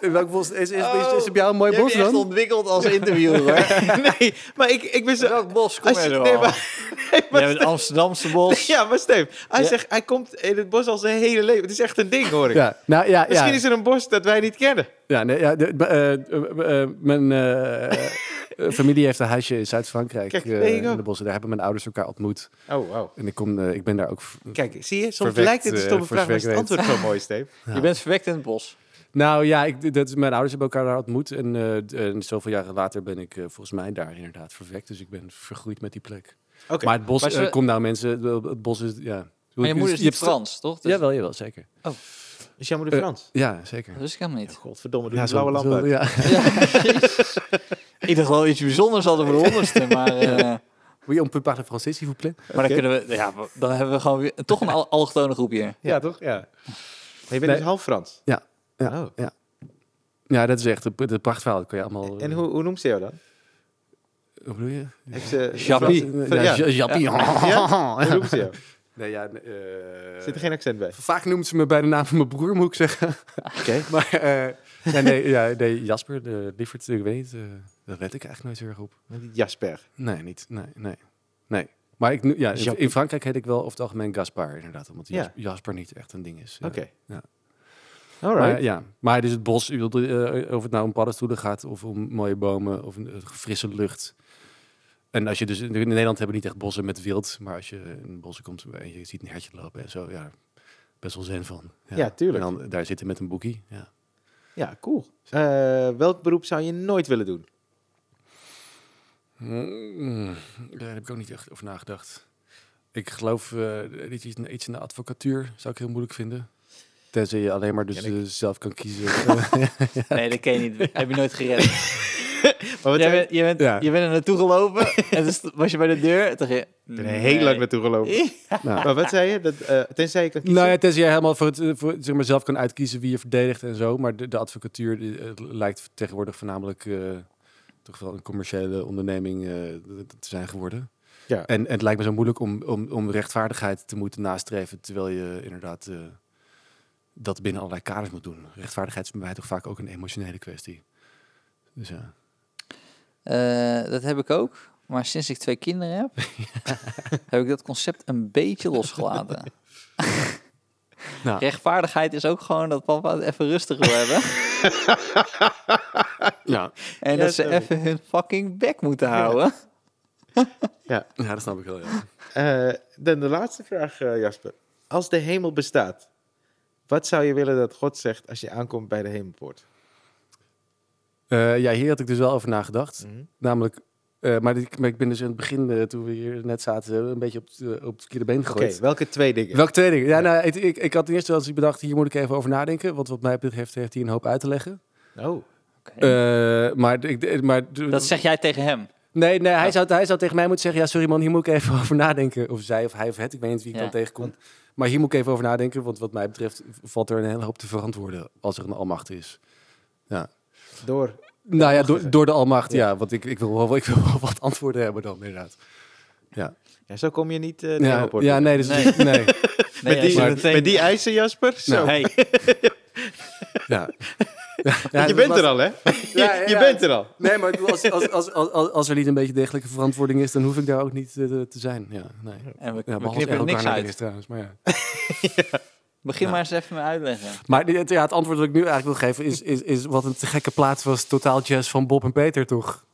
Speaker 3: Eh, welk bos is, is, is, is, op jou een
Speaker 1: Oh,
Speaker 3: mooi bos dan?
Speaker 2: ontwikkeld als interviewer, hoor.
Speaker 1: nee, maar ik, ik ben zo...
Speaker 2: Welk bos kom
Speaker 1: Als
Speaker 2: je
Speaker 1: je-
Speaker 2: er
Speaker 1: nee,
Speaker 2: al?
Speaker 1: maar-
Speaker 2: Jij bent het Amsterdamse bos.
Speaker 1: Ja, maar Steve, hij
Speaker 2: Ja.
Speaker 1: zegt, hij komt in het bos al zijn hele leven. Het is echt een ding, hoor ik.
Speaker 3: Ja, nou ja, ja.
Speaker 1: Misschien is er een bos dat wij niet kennen.
Speaker 3: ja, nee, ja de- eh, eh, eh, mijn eh, eh, familie heeft een huisje in Zuid-Frankrijk.
Speaker 1: Kijk,
Speaker 3: eh,
Speaker 1: there you go.
Speaker 3: in de bossen. Daar hebben mijn ouders elkaar ontmoet.
Speaker 1: Oh, wow.
Speaker 3: En ik, kom, eh, ik ben daar ook... v-
Speaker 1: Kijk, zie je? Soms
Speaker 3: Verwekt,
Speaker 1: lijkt het een
Speaker 3: eh,
Speaker 1: stomme
Speaker 3: voor
Speaker 1: vraag, maar is het
Speaker 3: zover ik
Speaker 1: antwoord zo mooi, Steve.
Speaker 2: Je bent verwekt in het bos.
Speaker 3: Nou ja, ik, dat, mijn ouders hebben elkaar daar ontmoet. En, eh, d- en zoveel jaren later ben ik eh, volgens mij daar inderdaad verwekt. Dus ik ben vergroeid met die plek.
Speaker 1: Oké.
Speaker 3: Maar het bos...
Speaker 2: Maar
Speaker 3: eh
Speaker 2: ze-
Speaker 3: kom nou mensen, het- het bos is... Ja.
Speaker 2: Maar je moeder is niet
Speaker 3: hebt-
Speaker 2: Frans, toch? Dus-
Speaker 3: Jawel, jawel, zeker.
Speaker 1: Is jouw moeder
Speaker 3: Eh,
Speaker 1: Frans?
Speaker 3: Ja, zeker.
Speaker 2: Dat wist ik helemaal niet.
Speaker 1: Godverdomme, doe
Speaker 3: ja,
Speaker 1: die blauwe lamp uit.
Speaker 3: Ja.
Speaker 2: Ja, jezus. Ik dacht wel iets bijzonders hadden we de honderdste, maar, eh,
Speaker 3: Oui, on peut parler français, s'il vous plaît.
Speaker 2: maar
Speaker 1: Oké.
Speaker 2: dan kunnen we, ja, dan hebben we gewoon weer, toch een al allochtone groep hier.
Speaker 1: Ja,
Speaker 3: toch? Ja.
Speaker 1: Maar je bent
Speaker 3: Nee.
Speaker 1: dus half Frans.
Speaker 3: Ja,
Speaker 1: Oh.
Speaker 3: Ja, dat is echt een, een prachtverhaal. Dat kan je allemaal...
Speaker 1: Oh.
Speaker 3: eh,
Speaker 1: En hoe, hoe noemt ze jou dan?
Speaker 3: Hoe bedoel je?
Speaker 1: Heeft ze...
Speaker 2: Jappie.
Speaker 1: Frans-
Speaker 3: Ja,
Speaker 1: Ja,
Speaker 3: ja. Jappie.
Speaker 1: Ja? hoe noemt ze jou?
Speaker 3: Nee, ja... eh,
Speaker 1: Zit er geen accent bij?
Speaker 3: Vaak noemt ze me bij de naam van mijn broer, moet ik zeggen.
Speaker 1: Oké.
Speaker 3: Maar eh, nee, nee, ja, nee, Jasper, de lieverd, ik weet niet. eh, daar let ik eigenlijk nooit heel erg op.
Speaker 1: Jasper.
Speaker 3: Nee, niet. Nee, nee. Nee. Maar ik, nu- ja, in-
Speaker 1: Jappie.
Speaker 3: in Frankrijk heet ik wel over het algemeen Gaspar, inderdaad. Omdat
Speaker 1: Ja.
Speaker 3: Jasper, Jasper niet echt een ding is. Ja.
Speaker 1: Oké.
Speaker 3: Ja.
Speaker 1: Alright.
Speaker 3: Maar, ja, maar dus het bos, u wilt, eh, of het nou om paddenstoelen gaat, of om mooie bomen, of een eh, frisse lucht. En als je dus in in Nederland hebben we niet echt bossen met wild, maar als je in bossen komt en je ziet een hertje lopen en zo, ja, best wel zin van.
Speaker 1: Ja, tuurlijk.
Speaker 3: En dan daar zitten met een boekie. Ja.
Speaker 1: Ja, cool. Eh, welk beroep zou je nooit willen doen?
Speaker 3: Mm, daar heb ik ook niet echt over nagedacht. Ik geloof eh, dat je iets, iets in de advocatuur zou ik heel moeilijk vinden. Tenzij je alleen maar dus
Speaker 1: Ken ik.
Speaker 3: eh, zelf kan kiezen.
Speaker 2: Nee, dat ken je niet. Heb je nooit gered.
Speaker 1: Maar wat
Speaker 2: Jij
Speaker 1: zei-
Speaker 2: bent, je bent,
Speaker 3: Ja.
Speaker 2: je bent er naartoe gelopen en dus was je bij de deur en dacht je...
Speaker 1: Ik ben er heel lang naartoe gelopen.
Speaker 3: nou.
Speaker 1: Maar wat zei je? Dat, eh, tenzij je kan kiezen?
Speaker 3: Nou ja, tenzij je helemaal voor het, eh, voor, zeg maar, zelf kan uitkiezen wie je verdedigt en zo. Maar de, de advocatuur die, eh, lijkt tegenwoordig voornamelijk eh, toch wel een commerciële onderneming eh, te zijn geworden.
Speaker 1: Ja.
Speaker 3: En, en het lijkt me zo moeilijk om, om, om rechtvaardigheid te moeten nastreven, terwijl je inderdaad eh, dat binnen allerlei kaders moet doen. Rechtvaardigheid is bij mij toch vaak ook een emotionele kwestie. Dus ja.
Speaker 2: Eh, dat heb ik ook. Maar sinds ik twee kinderen heb, heb ik dat concept een beetje losgelaten.
Speaker 3: Nou.
Speaker 2: Rechtvaardigheid is ook gewoon dat papa het even rustig wil hebben.
Speaker 3: ja.
Speaker 2: En
Speaker 1: Ja,
Speaker 2: dat ze
Speaker 1: snap ik.
Speaker 2: even hun fucking bek moeten houden.
Speaker 3: Ja, dat snap ik wel, ja.
Speaker 1: Eh, dan de laatste vraag, eh, Jasper. Als de hemel bestaat, wat zou je willen dat God zegt als je aankomt bij de hemelpoort?
Speaker 3: Eh, ja, hier had ik dus wel over nagedacht.
Speaker 1: Mhm.
Speaker 3: Namelijk, eh, maar, die- maar ik ben dus in het begin, eh, toen we hier net zaten, een beetje op, het, eh, op het verkeerde been
Speaker 1: Oké,
Speaker 3: gegooid.
Speaker 1: welke twee dingen?
Speaker 3: Welke twee dingen? Ja, nou, ik, ik, ik had eerst wel eens bedacht, hier moet ik even over nadenken. Want wat mij betreft heeft hij een hoop uit te leggen.
Speaker 1: Oh,
Speaker 2: Oké.
Speaker 3: Eh, maar ik, maar
Speaker 2: dat zeg jij tegen hem.
Speaker 3: Nee, nee hij,
Speaker 2: Ja.
Speaker 3: zou, hij zou tegen mij moeten zeggen... ja, sorry man, hier moet ik even over nadenken. Of zij of hij of het, ik weet niet wie ik
Speaker 2: Ja.
Speaker 3: dan tegenkom. Maar hier moet ik even over nadenken... want wat mij betreft valt er een hele hoop te verantwoorden... als er een almacht is.
Speaker 1: door.
Speaker 3: Nou ja, door, door de almacht,
Speaker 1: Ja.
Speaker 3: ja. want ik, ik, wil wel, ik wil wel wat antwoorden hebben dan, inderdaad.
Speaker 1: Ja, zo kom je niet eh, de
Speaker 3: Ja,
Speaker 1: hemelpoort
Speaker 3: ja
Speaker 1: binnen.
Speaker 3: nee, dus, nee.
Speaker 2: Nee,
Speaker 1: met, die,
Speaker 2: hij
Speaker 3: maar- Nou.
Speaker 2: zit meteen- Nou,
Speaker 1: met die Nou, eisen, Jasper? Zo.
Speaker 2: Hey,
Speaker 3: ja. dus
Speaker 1: Want je bent er al, hè?
Speaker 3: Ja,
Speaker 1: je
Speaker 3: ja,
Speaker 1: bent er al.
Speaker 3: Nee, maar ik bedoel, als, als, als, als, als, als er niet een beetje degelijke verantwoording is... dan hoef ik daar ook niet eh, te zijn. Ja, nee.
Speaker 2: en we,
Speaker 3: Ja,
Speaker 2: we
Speaker 3: behalve
Speaker 2: knippen er
Speaker 3: elkaar
Speaker 2: niks
Speaker 3: naar
Speaker 2: uit.
Speaker 3: is trouwens, maar ja.
Speaker 2: Begin
Speaker 3: Ja.
Speaker 2: maar eens even met uitleggen.
Speaker 3: Maar dit- ja, het antwoord dat ik nu eigenlijk wil geven is, is, is wat een te gekke plaat was. Totaal jazz van Bob en Peter, toch?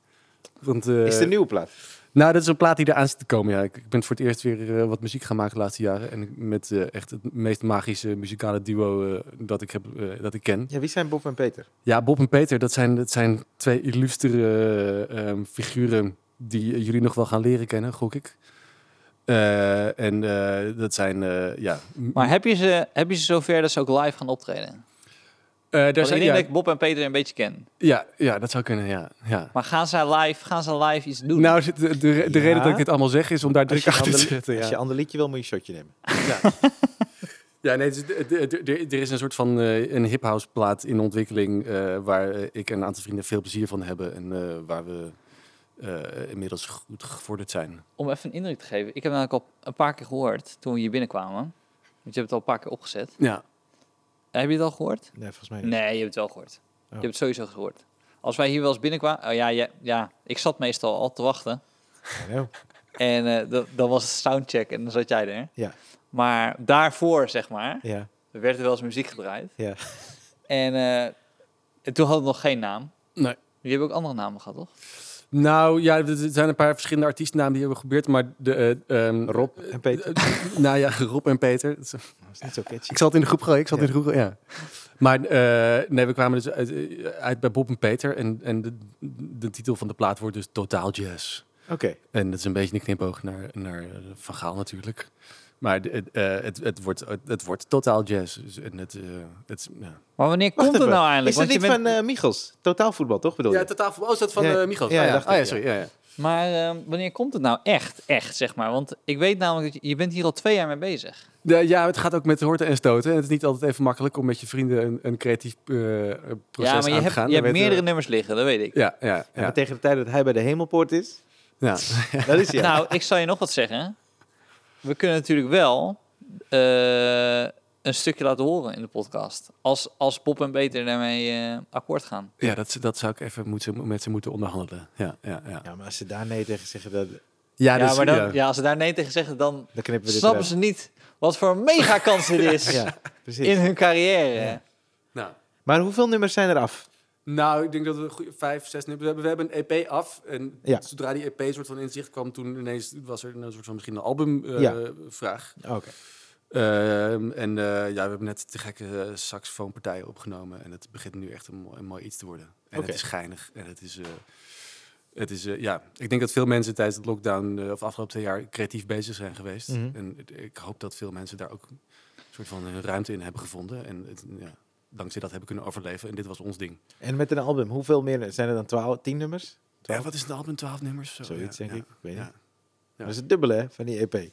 Speaker 3: Want, eh,
Speaker 1: Is er een nieuwe plaat?
Speaker 3: Nou, dat is een plaat die eraan zit te komen. Ja. Ik, ik ben voor het eerst weer eh, wat muziek gaan maken de laatste jaren. En ik- met eh, echt het meest magische muzikale duo eh, dat, ik heb, eh, dat ik ken.
Speaker 1: Ja, wie zijn Bob en Peter?
Speaker 3: Ja, Bob en Peter, dat zijn, dat zijn twee illustere eh, ehm, figuren die eh, jullie nog wel gaan leren kennen, gok ik. Eh, en eh, dat zijn, eh, ja...
Speaker 2: Maar heb je ze, heb je ze zover dat ze ook live gaan optreden?
Speaker 3: Eh, daar
Speaker 2: Want
Speaker 3: zijn,
Speaker 2: ik denk
Speaker 3: ja,
Speaker 2: dat ik Bob en Peter een beetje ken.
Speaker 3: ja, ja, dat zou kunnen, ja. ja.
Speaker 2: Maar gaan ze live, gaan ze live iets doen?
Speaker 3: Nou, de, de, de re- de
Speaker 1: Ja.
Speaker 3: reden dat ik dit allemaal zeg is om daar
Speaker 1: Als
Speaker 3: druk
Speaker 1: je,
Speaker 3: achter te
Speaker 1: ander,
Speaker 3: zetten.
Speaker 1: als je
Speaker 3: Ja,
Speaker 1: ander liedje wil, moet je een shotje nemen.
Speaker 3: ja nee, het is- de- de- de- de- er is een soort van eh een hiphouse plaat in ontwikkeling eh, waar eh, ik en een aantal vrienden veel plezier van hebben en eh, waar we eh, inmiddels goed gevorderd zijn.
Speaker 2: Om even een indruk te geven. Ik heb namelijk al een paar keer gehoord toen we hier binnenkwamen. Want je hebt het al een paar keer opgezet.
Speaker 3: Ja,
Speaker 2: Heb je het al gehoord?
Speaker 1: Nee, volgens mij niet.
Speaker 2: Nee, je hebt het wel gehoord.
Speaker 3: Oh.
Speaker 2: Je hebt het sowieso gehoord. Als wij hier wel eens binnenkwamen... Oh ja, ja, ja ik zat meestal al te wachten.
Speaker 1: I know.
Speaker 2: En eh, dat- dan was het soundcheck en dan zat jij er.
Speaker 1: Ja.
Speaker 2: Maar daarvoor, zeg maar,
Speaker 1: Ja,
Speaker 2: werd er wel eens muziek gedraaid.
Speaker 1: ja.
Speaker 2: En, eh, en toen had het nog geen naam.
Speaker 3: nee.
Speaker 2: Jullie hebben ook andere namen gehad, toch?
Speaker 3: Nou ja, er er zijn een paar verschillende artiestennamen die hebben gebeurd, maar de... eh, ehm,
Speaker 1: Rob en Peter.
Speaker 3: eh, nou ja, Rob en Peter. Dat is-
Speaker 1: Dat is niet zo catchy.
Speaker 3: Ik zat in de groep gooien, ik zat
Speaker 1: Ja.
Speaker 3: in de groep gooien, ja. Maar eh, nee, we kwamen dus uit, uit bij Bob en Peter. En, en de, de titel van de plaat wordt dus Totaal Jazz.
Speaker 1: Oké.
Speaker 3: En dat is een beetje een knipoog naar, naar eh, Van Gaal natuurlijk. Maar de- het, eh, het, het, wordt, het, wordt Totaal Jazz. Dus- En het, eh, het, is- ja.
Speaker 2: Maar wanneer
Speaker 1: Wacht
Speaker 2: komt het
Speaker 1: even.
Speaker 2: nou eindelijk?
Speaker 1: Is dat
Speaker 2: Want je
Speaker 1: niet
Speaker 2: bent-
Speaker 1: van eh Michels? Totaalvoetbal, toch bedoel je?
Speaker 3: Totaal Voetbal. is dat
Speaker 1: van, Ja, eh, Michels? ja, Ah ja. dacht ik, Ah ja, ja. sorry,
Speaker 3: sorry. Ja,
Speaker 2: Maar ehm, wanneer komt het nou echt, echt, zeg maar? Want ik weet namelijk, dat je, je bent hier al twee jaar mee bezig.
Speaker 3: het gaat ook met horten en stoten. En het is niet altijd even makkelijk om met je vrienden een, een creatief eh, proces
Speaker 2: ja, maar je hebt,
Speaker 3: aan te gaan.
Speaker 2: je hebt
Speaker 3: Dan weten we-
Speaker 2: meerdere nummers liggen, dat weet ik.
Speaker 3: Ja, ja,
Speaker 1: Ja, maar
Speaker 3: ja.
Speaker 1: tegen de tijd dat hij bij de hemelpoort is,
Speaker 3: ja.
Speaker 1: dat is hij.
Speaker 2: Nou, ik zal je nog wat zeggen. We kunnen natuurlijk wel eh, een stukje laten horen in de podcast. Als, als Bob en Peter daarmee eh, akkoord gaan.
Speaker 3: Ja, dat, dat zou ik even moeten, met ze moeten onderhandelen. Ja, ja, ja.
Speaker 1: Ja, maar als ze daar nee tegen zeggen, dan,
Speaker 3: Ja,
Speaker 2: Ja,
Speaker 3: dus,
Speaker 2: maar dan, ja.
Speaker 3: ja.
Speaker 2: als ze daar nee tegen zeggen, dan
Speaker 1: dan knippen we dit
Speaker 2: snappen
Speaker 1: eruit.
Speaker 2: ze niet wat voor een megakans dit is
Speaker 1: Ja, precies.
Speaker 2: in hun carrière.
Speaker 1: Ja.
Speaker 3: Nou,
Speaker 1: Maar hoeveel nummers zijn er af?
Speaker 3: nou, ik denk dat we een goede vijf, zes nummers hebben. We hebben een EP af. En
Speaker 1: Ja.
Speaker 3: zodra die EP soort van in zicht kwam, toen ineens was er een soort van misschien een albumvraag.
Speaker 1: Ja.
Speaker 3: vraag
Speaker 1: Oké.
Speaker 3: Ehm, en eh, ja, we hebben net de gekke eh, saxofoonpartijen opgenomen. En het begint nu echt een, mooi- een mooi iets te worden. En
Speaker 1: Oké.
Speaker 3: het is geinig. En het is... eh, het is, eh, ja, ik denk dat veel mensen tijdens het lockdown eh, of afgelopen twee jaar creatief bezig zijn geweest.
Speaker 1: Mhm.
Speaker 3: En het- ik hoop dat veel mensen daar ook een soort van hun ruimte in hebben gevonden. En het, ja, dankzij dat hebben kunnen overleven. En dit was ons ding.
Speaker 1: En met een album, hoeveel meer? Zijn er dan 12, 10 nummers?
Speaker 3: Ja,
Speaker 1: Twaalf?
Speaker 3: wat is het album? Twaalf nummers? Zo,
Speaker 1: Zoiets,
Speaker 3: Oh, ja,
Speaker 1: denk
Speaker 3: ja.
Speaker 1: ik. Ik weet
Speaker 3: ja.
Speaker 1: niet. Maar Dat is het dubbele hè, van die E EP.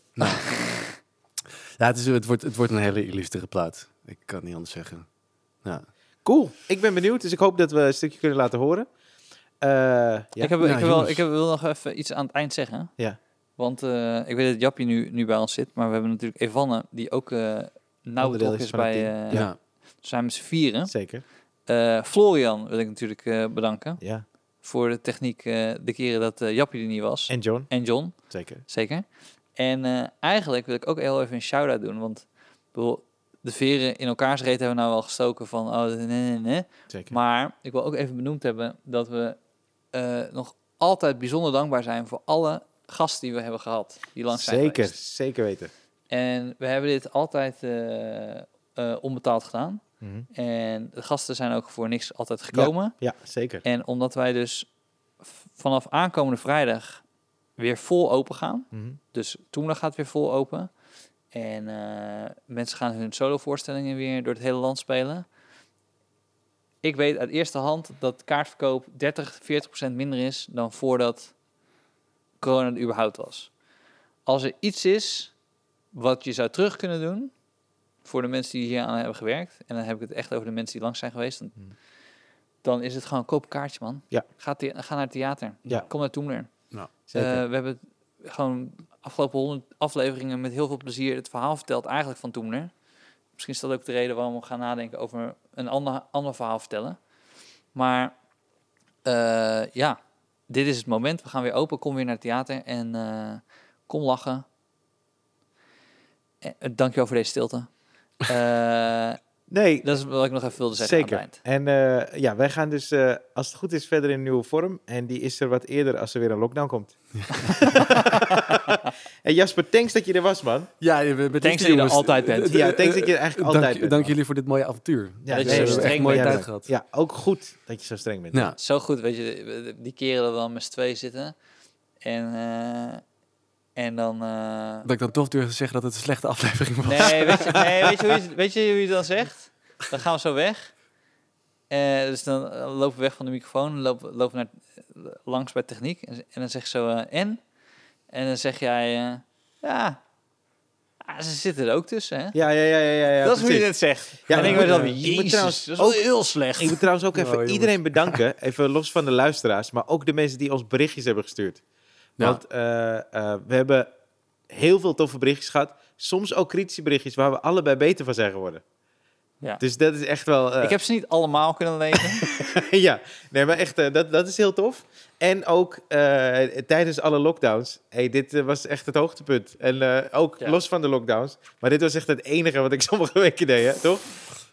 Speaker 3: Ja, het, is, het, wordt, het wordt een hele illustere plaat. Ik kan het niet anders zeggen. Ja.
Speaker 1: Cool. Ik ben benieuwd, dus ik hoop dat we een stukje kunnen laten horen. Eh, ja.
Speaker 2: Ik, heb,
Speaker 3: Nou,
Speaker 2: ik, heb wel,
Speaker 3: jongens.
Speaker 2: ik heb, wil nog even iets aan het eind zeggen.
Speaker 1: Ja.
Speaker 2: Want eh, ik weet dat Jappie nu, nu bij ons zit, maar we hebben natuurlijk Evanne, die ook eh nauw
Speaker 1: Onderdeel
Speaker 2: betrokken
Speaker 1: is
Speaker 2: is
Speaker 1: van het
Speaker 2: bij...
Speaker 1: team.
Speaker 2: eh,
Speaker 1: Ja.
Speaker 2: zijn met z'n vieren.
Speaker 1: Zeker.
Speaker 2: Eh, Florian wil ik natuurlijk eh, bedanken
Speaker 1: Ja.
Speaker 2: voor de techniek eh, de keren dat eh, Jappie er niet was. En,
Speaker 1: En John,
Speaker 2: John,
Speaker 1: zeker.
Speaker 2: zeker. En eh, eigenlijk wil ik ook heel even een shout-out doen, want ik bedoel, de veren in elkaars reet hebben we nou wel gestoken van... Oh, nee, nee, nee.
Speaker 1: zeker.
Speaker 2: Maar ik wil ook even benoemd hebben dat we eh, nog altijd bijzonder dankbaar zijn voor alle gast die we hebben gehad. Die langs zijn
Speaker 1: Zeker,
Speaker 2: geweest.
Speaker 1: zeker weten.
Speaker 2: En we hebben dit altijd eh, eh, onbetaald gedaan. En de gasten zijn ook voor niks altijd gekomen.
Speaker 1: Mhm. Ja, zeker.
Speaker 2: En omdat wij dus v- vanaf aankomende vrijdag weer vol open gaan.
Speaker 1: Mhm.
Speaker 2: Dus Toemla gaat weer vol open. En eh, mensen gaan hun solovoorstellingen weer door het hele land spelen. Ik weet uit eerste hand dat kaartverkoop 30, 40 minder is dan voordat corona er überhaupt was. Als er iets is wat je zou terug kunnen doen voor de mensen die hier aan hebben gewerkt, en dan heb ik het echt over de mensen die langs zijn geweest, dan,
Speaker 1: Hmm.
Speaker 2: dan is het gewoon koop een kaartje man.
Speaker 1: Ja.
Speaker 2: Ga, the- ga naar het theater.
Speaker 1: Ja.
Speaker 2: Kom naar Toemler.
Speaker 1: zeker.
Speaker 2: Eh, we hebben gewoon afgelopen honderd afleveringen met heel veel plezier het verhaal verteld eigenlijk van Toemler. Misschien is dat ook de reden waarom we gaan nadenken over een ander, ander verhaal vertellen. Maar eh, ja, dit is het moment. We gaan weer open. Kom weer naar het theater en eh, kom lachen. Eh, eh, dankjewel voor deze stilte. Eh,
Speaker 1: nee,
Speaker 2: dat is wat ik nog even wilde zeggen aan
Speaker 1: zeker.
Speaker 2: het eind.
Speaker 1: En eh, ja, wij gaan dus, eh, als het goed is, verder in een nieuwe vorm. En die is er wat eerder als er weer een lockdown komt. en Jasper, thanks dat je er was, man.
Speaker 3: Ja, je bent- bent
Speaker 2: Thanks
Speaker 3: liefde,
Speaker 2: dat je er
Speaker 3: jongens.
Speaker 2: altijd bent.
Speaker 1: Ja, thanks dat je er
Speaker 3: Dank,
Speaker 1: eigenlijk altijd bent.
Speaker 3: dank jullie voor dit mooie avontuur.
Speaker 1: Ja, nee,
Speaker 2: dat je zo
Speaker 1: we hebben
Speaker 2: streng
Speaker 1: echt
Speaker 2: bent.
Speaker 1: mooie tijd
Speaker 3: Ja.
Speaker 1: gehad. Ja, ook goed dat je zo streng bent.
Speaker 3: Ja.
Speaker 2: Zo goed, weet je, die keren dat we dan met z'n tweeën zitten. En, eh, en dan... eh,
Speaker 3: Dat ik dan toch durf te zeggen dat het een slechte aflevering was.
Speaker 2: Nee, weet je, nee weet, je hoe je, weet je hoe je het dan zegt? Dan gaan we zo weg. Eh, dus dan eh, lopen we weg van de microfoon, lopen, lopen naar, eh, langs bij techniek. En, en dan zeg ik zo, eh, en? En dan zeg jij, eh, ja, ah, ze zitten er ook tussen, hè?
Speaker 1: Ja, ja, ja, ja. ja, ja
Speaker 2: dat is hoe
Speaker 1: precies.
Speaker 2: je het zegt.
Speaker 1: Ja,
Speaker 2: Ja, en ik
Speaker 1: ik
Speaker 2: ben
Speaker 1: moet-
Speaker 2: dan weer,
Speaker 1: ik moet
Speaker 2: jezus,
Speaker 1: trouwens
Speaker 2: dat is wel
Speaker 1: ook-
Speaker 2: heel slecht.
Speaker 1: Ik moet trouwens ook
Speaker 3: Oh,
Speaker 1: even
Speaker 3: jongens.
Speaker 1: iedereen bedanken. Even los van de luisteraars, maar ook de mensen die ons berichtjes hebben gestuurd.
Speaker 3: Ja.
Speaker 1: Want eh, eh, we hebben heel veel toffe berichtjes gehad. Soms ook kritische berichtjes waar we allebei beter van zijn geworden.
Speaker 2: Ja.
Speaker 1: Dus dat is echt wel. eh,
Speaker 2: Ik heb ze niet allemaal kunnen lezen.
Speaker 1: ja, nee, maar echt, eh, dat, dat is heel tof. En ook eh, tijdens alle lockdowns. Hey, dit eh, was echt het hoogtepunt. En eh, ook
Speaker 2: Ja.
Speaker 1: los van de lockdowns. Maar dit was echt het enige wat ik sommige weken deed, hè, toch?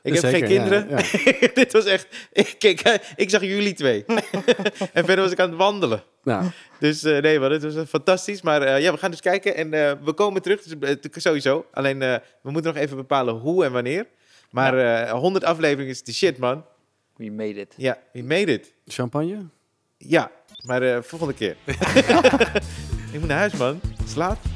Speaker 1: Ik heb
Speaker 3: Zeker,
Speaker 1: geen kinderen.
Speaker 3: ja, ja.
Speaker 1: dit was echt. Ik, keek, eh, ik zag jullie twee. en verder was ik aan het wandelen.
Speaker 3: Nou,
Speaker 1: Dus eh, nee, maar het was eh, fantastisch. Maar eh, ja, we gaan dus kijken en eh, we komen terug. Dus, eh, t- sowieso. Alleen eh, we moeten nog even bepalen hoe en wanneer. Maar eh 100 afleveringen is de shit, man.
Speaker 2: We made it.
Speaker 1: Ja, we made it.
Speaker 3: champagne?
Speaker 1: Ja, maar eh, volgende keer. ik moet naar huis, man. Slaap.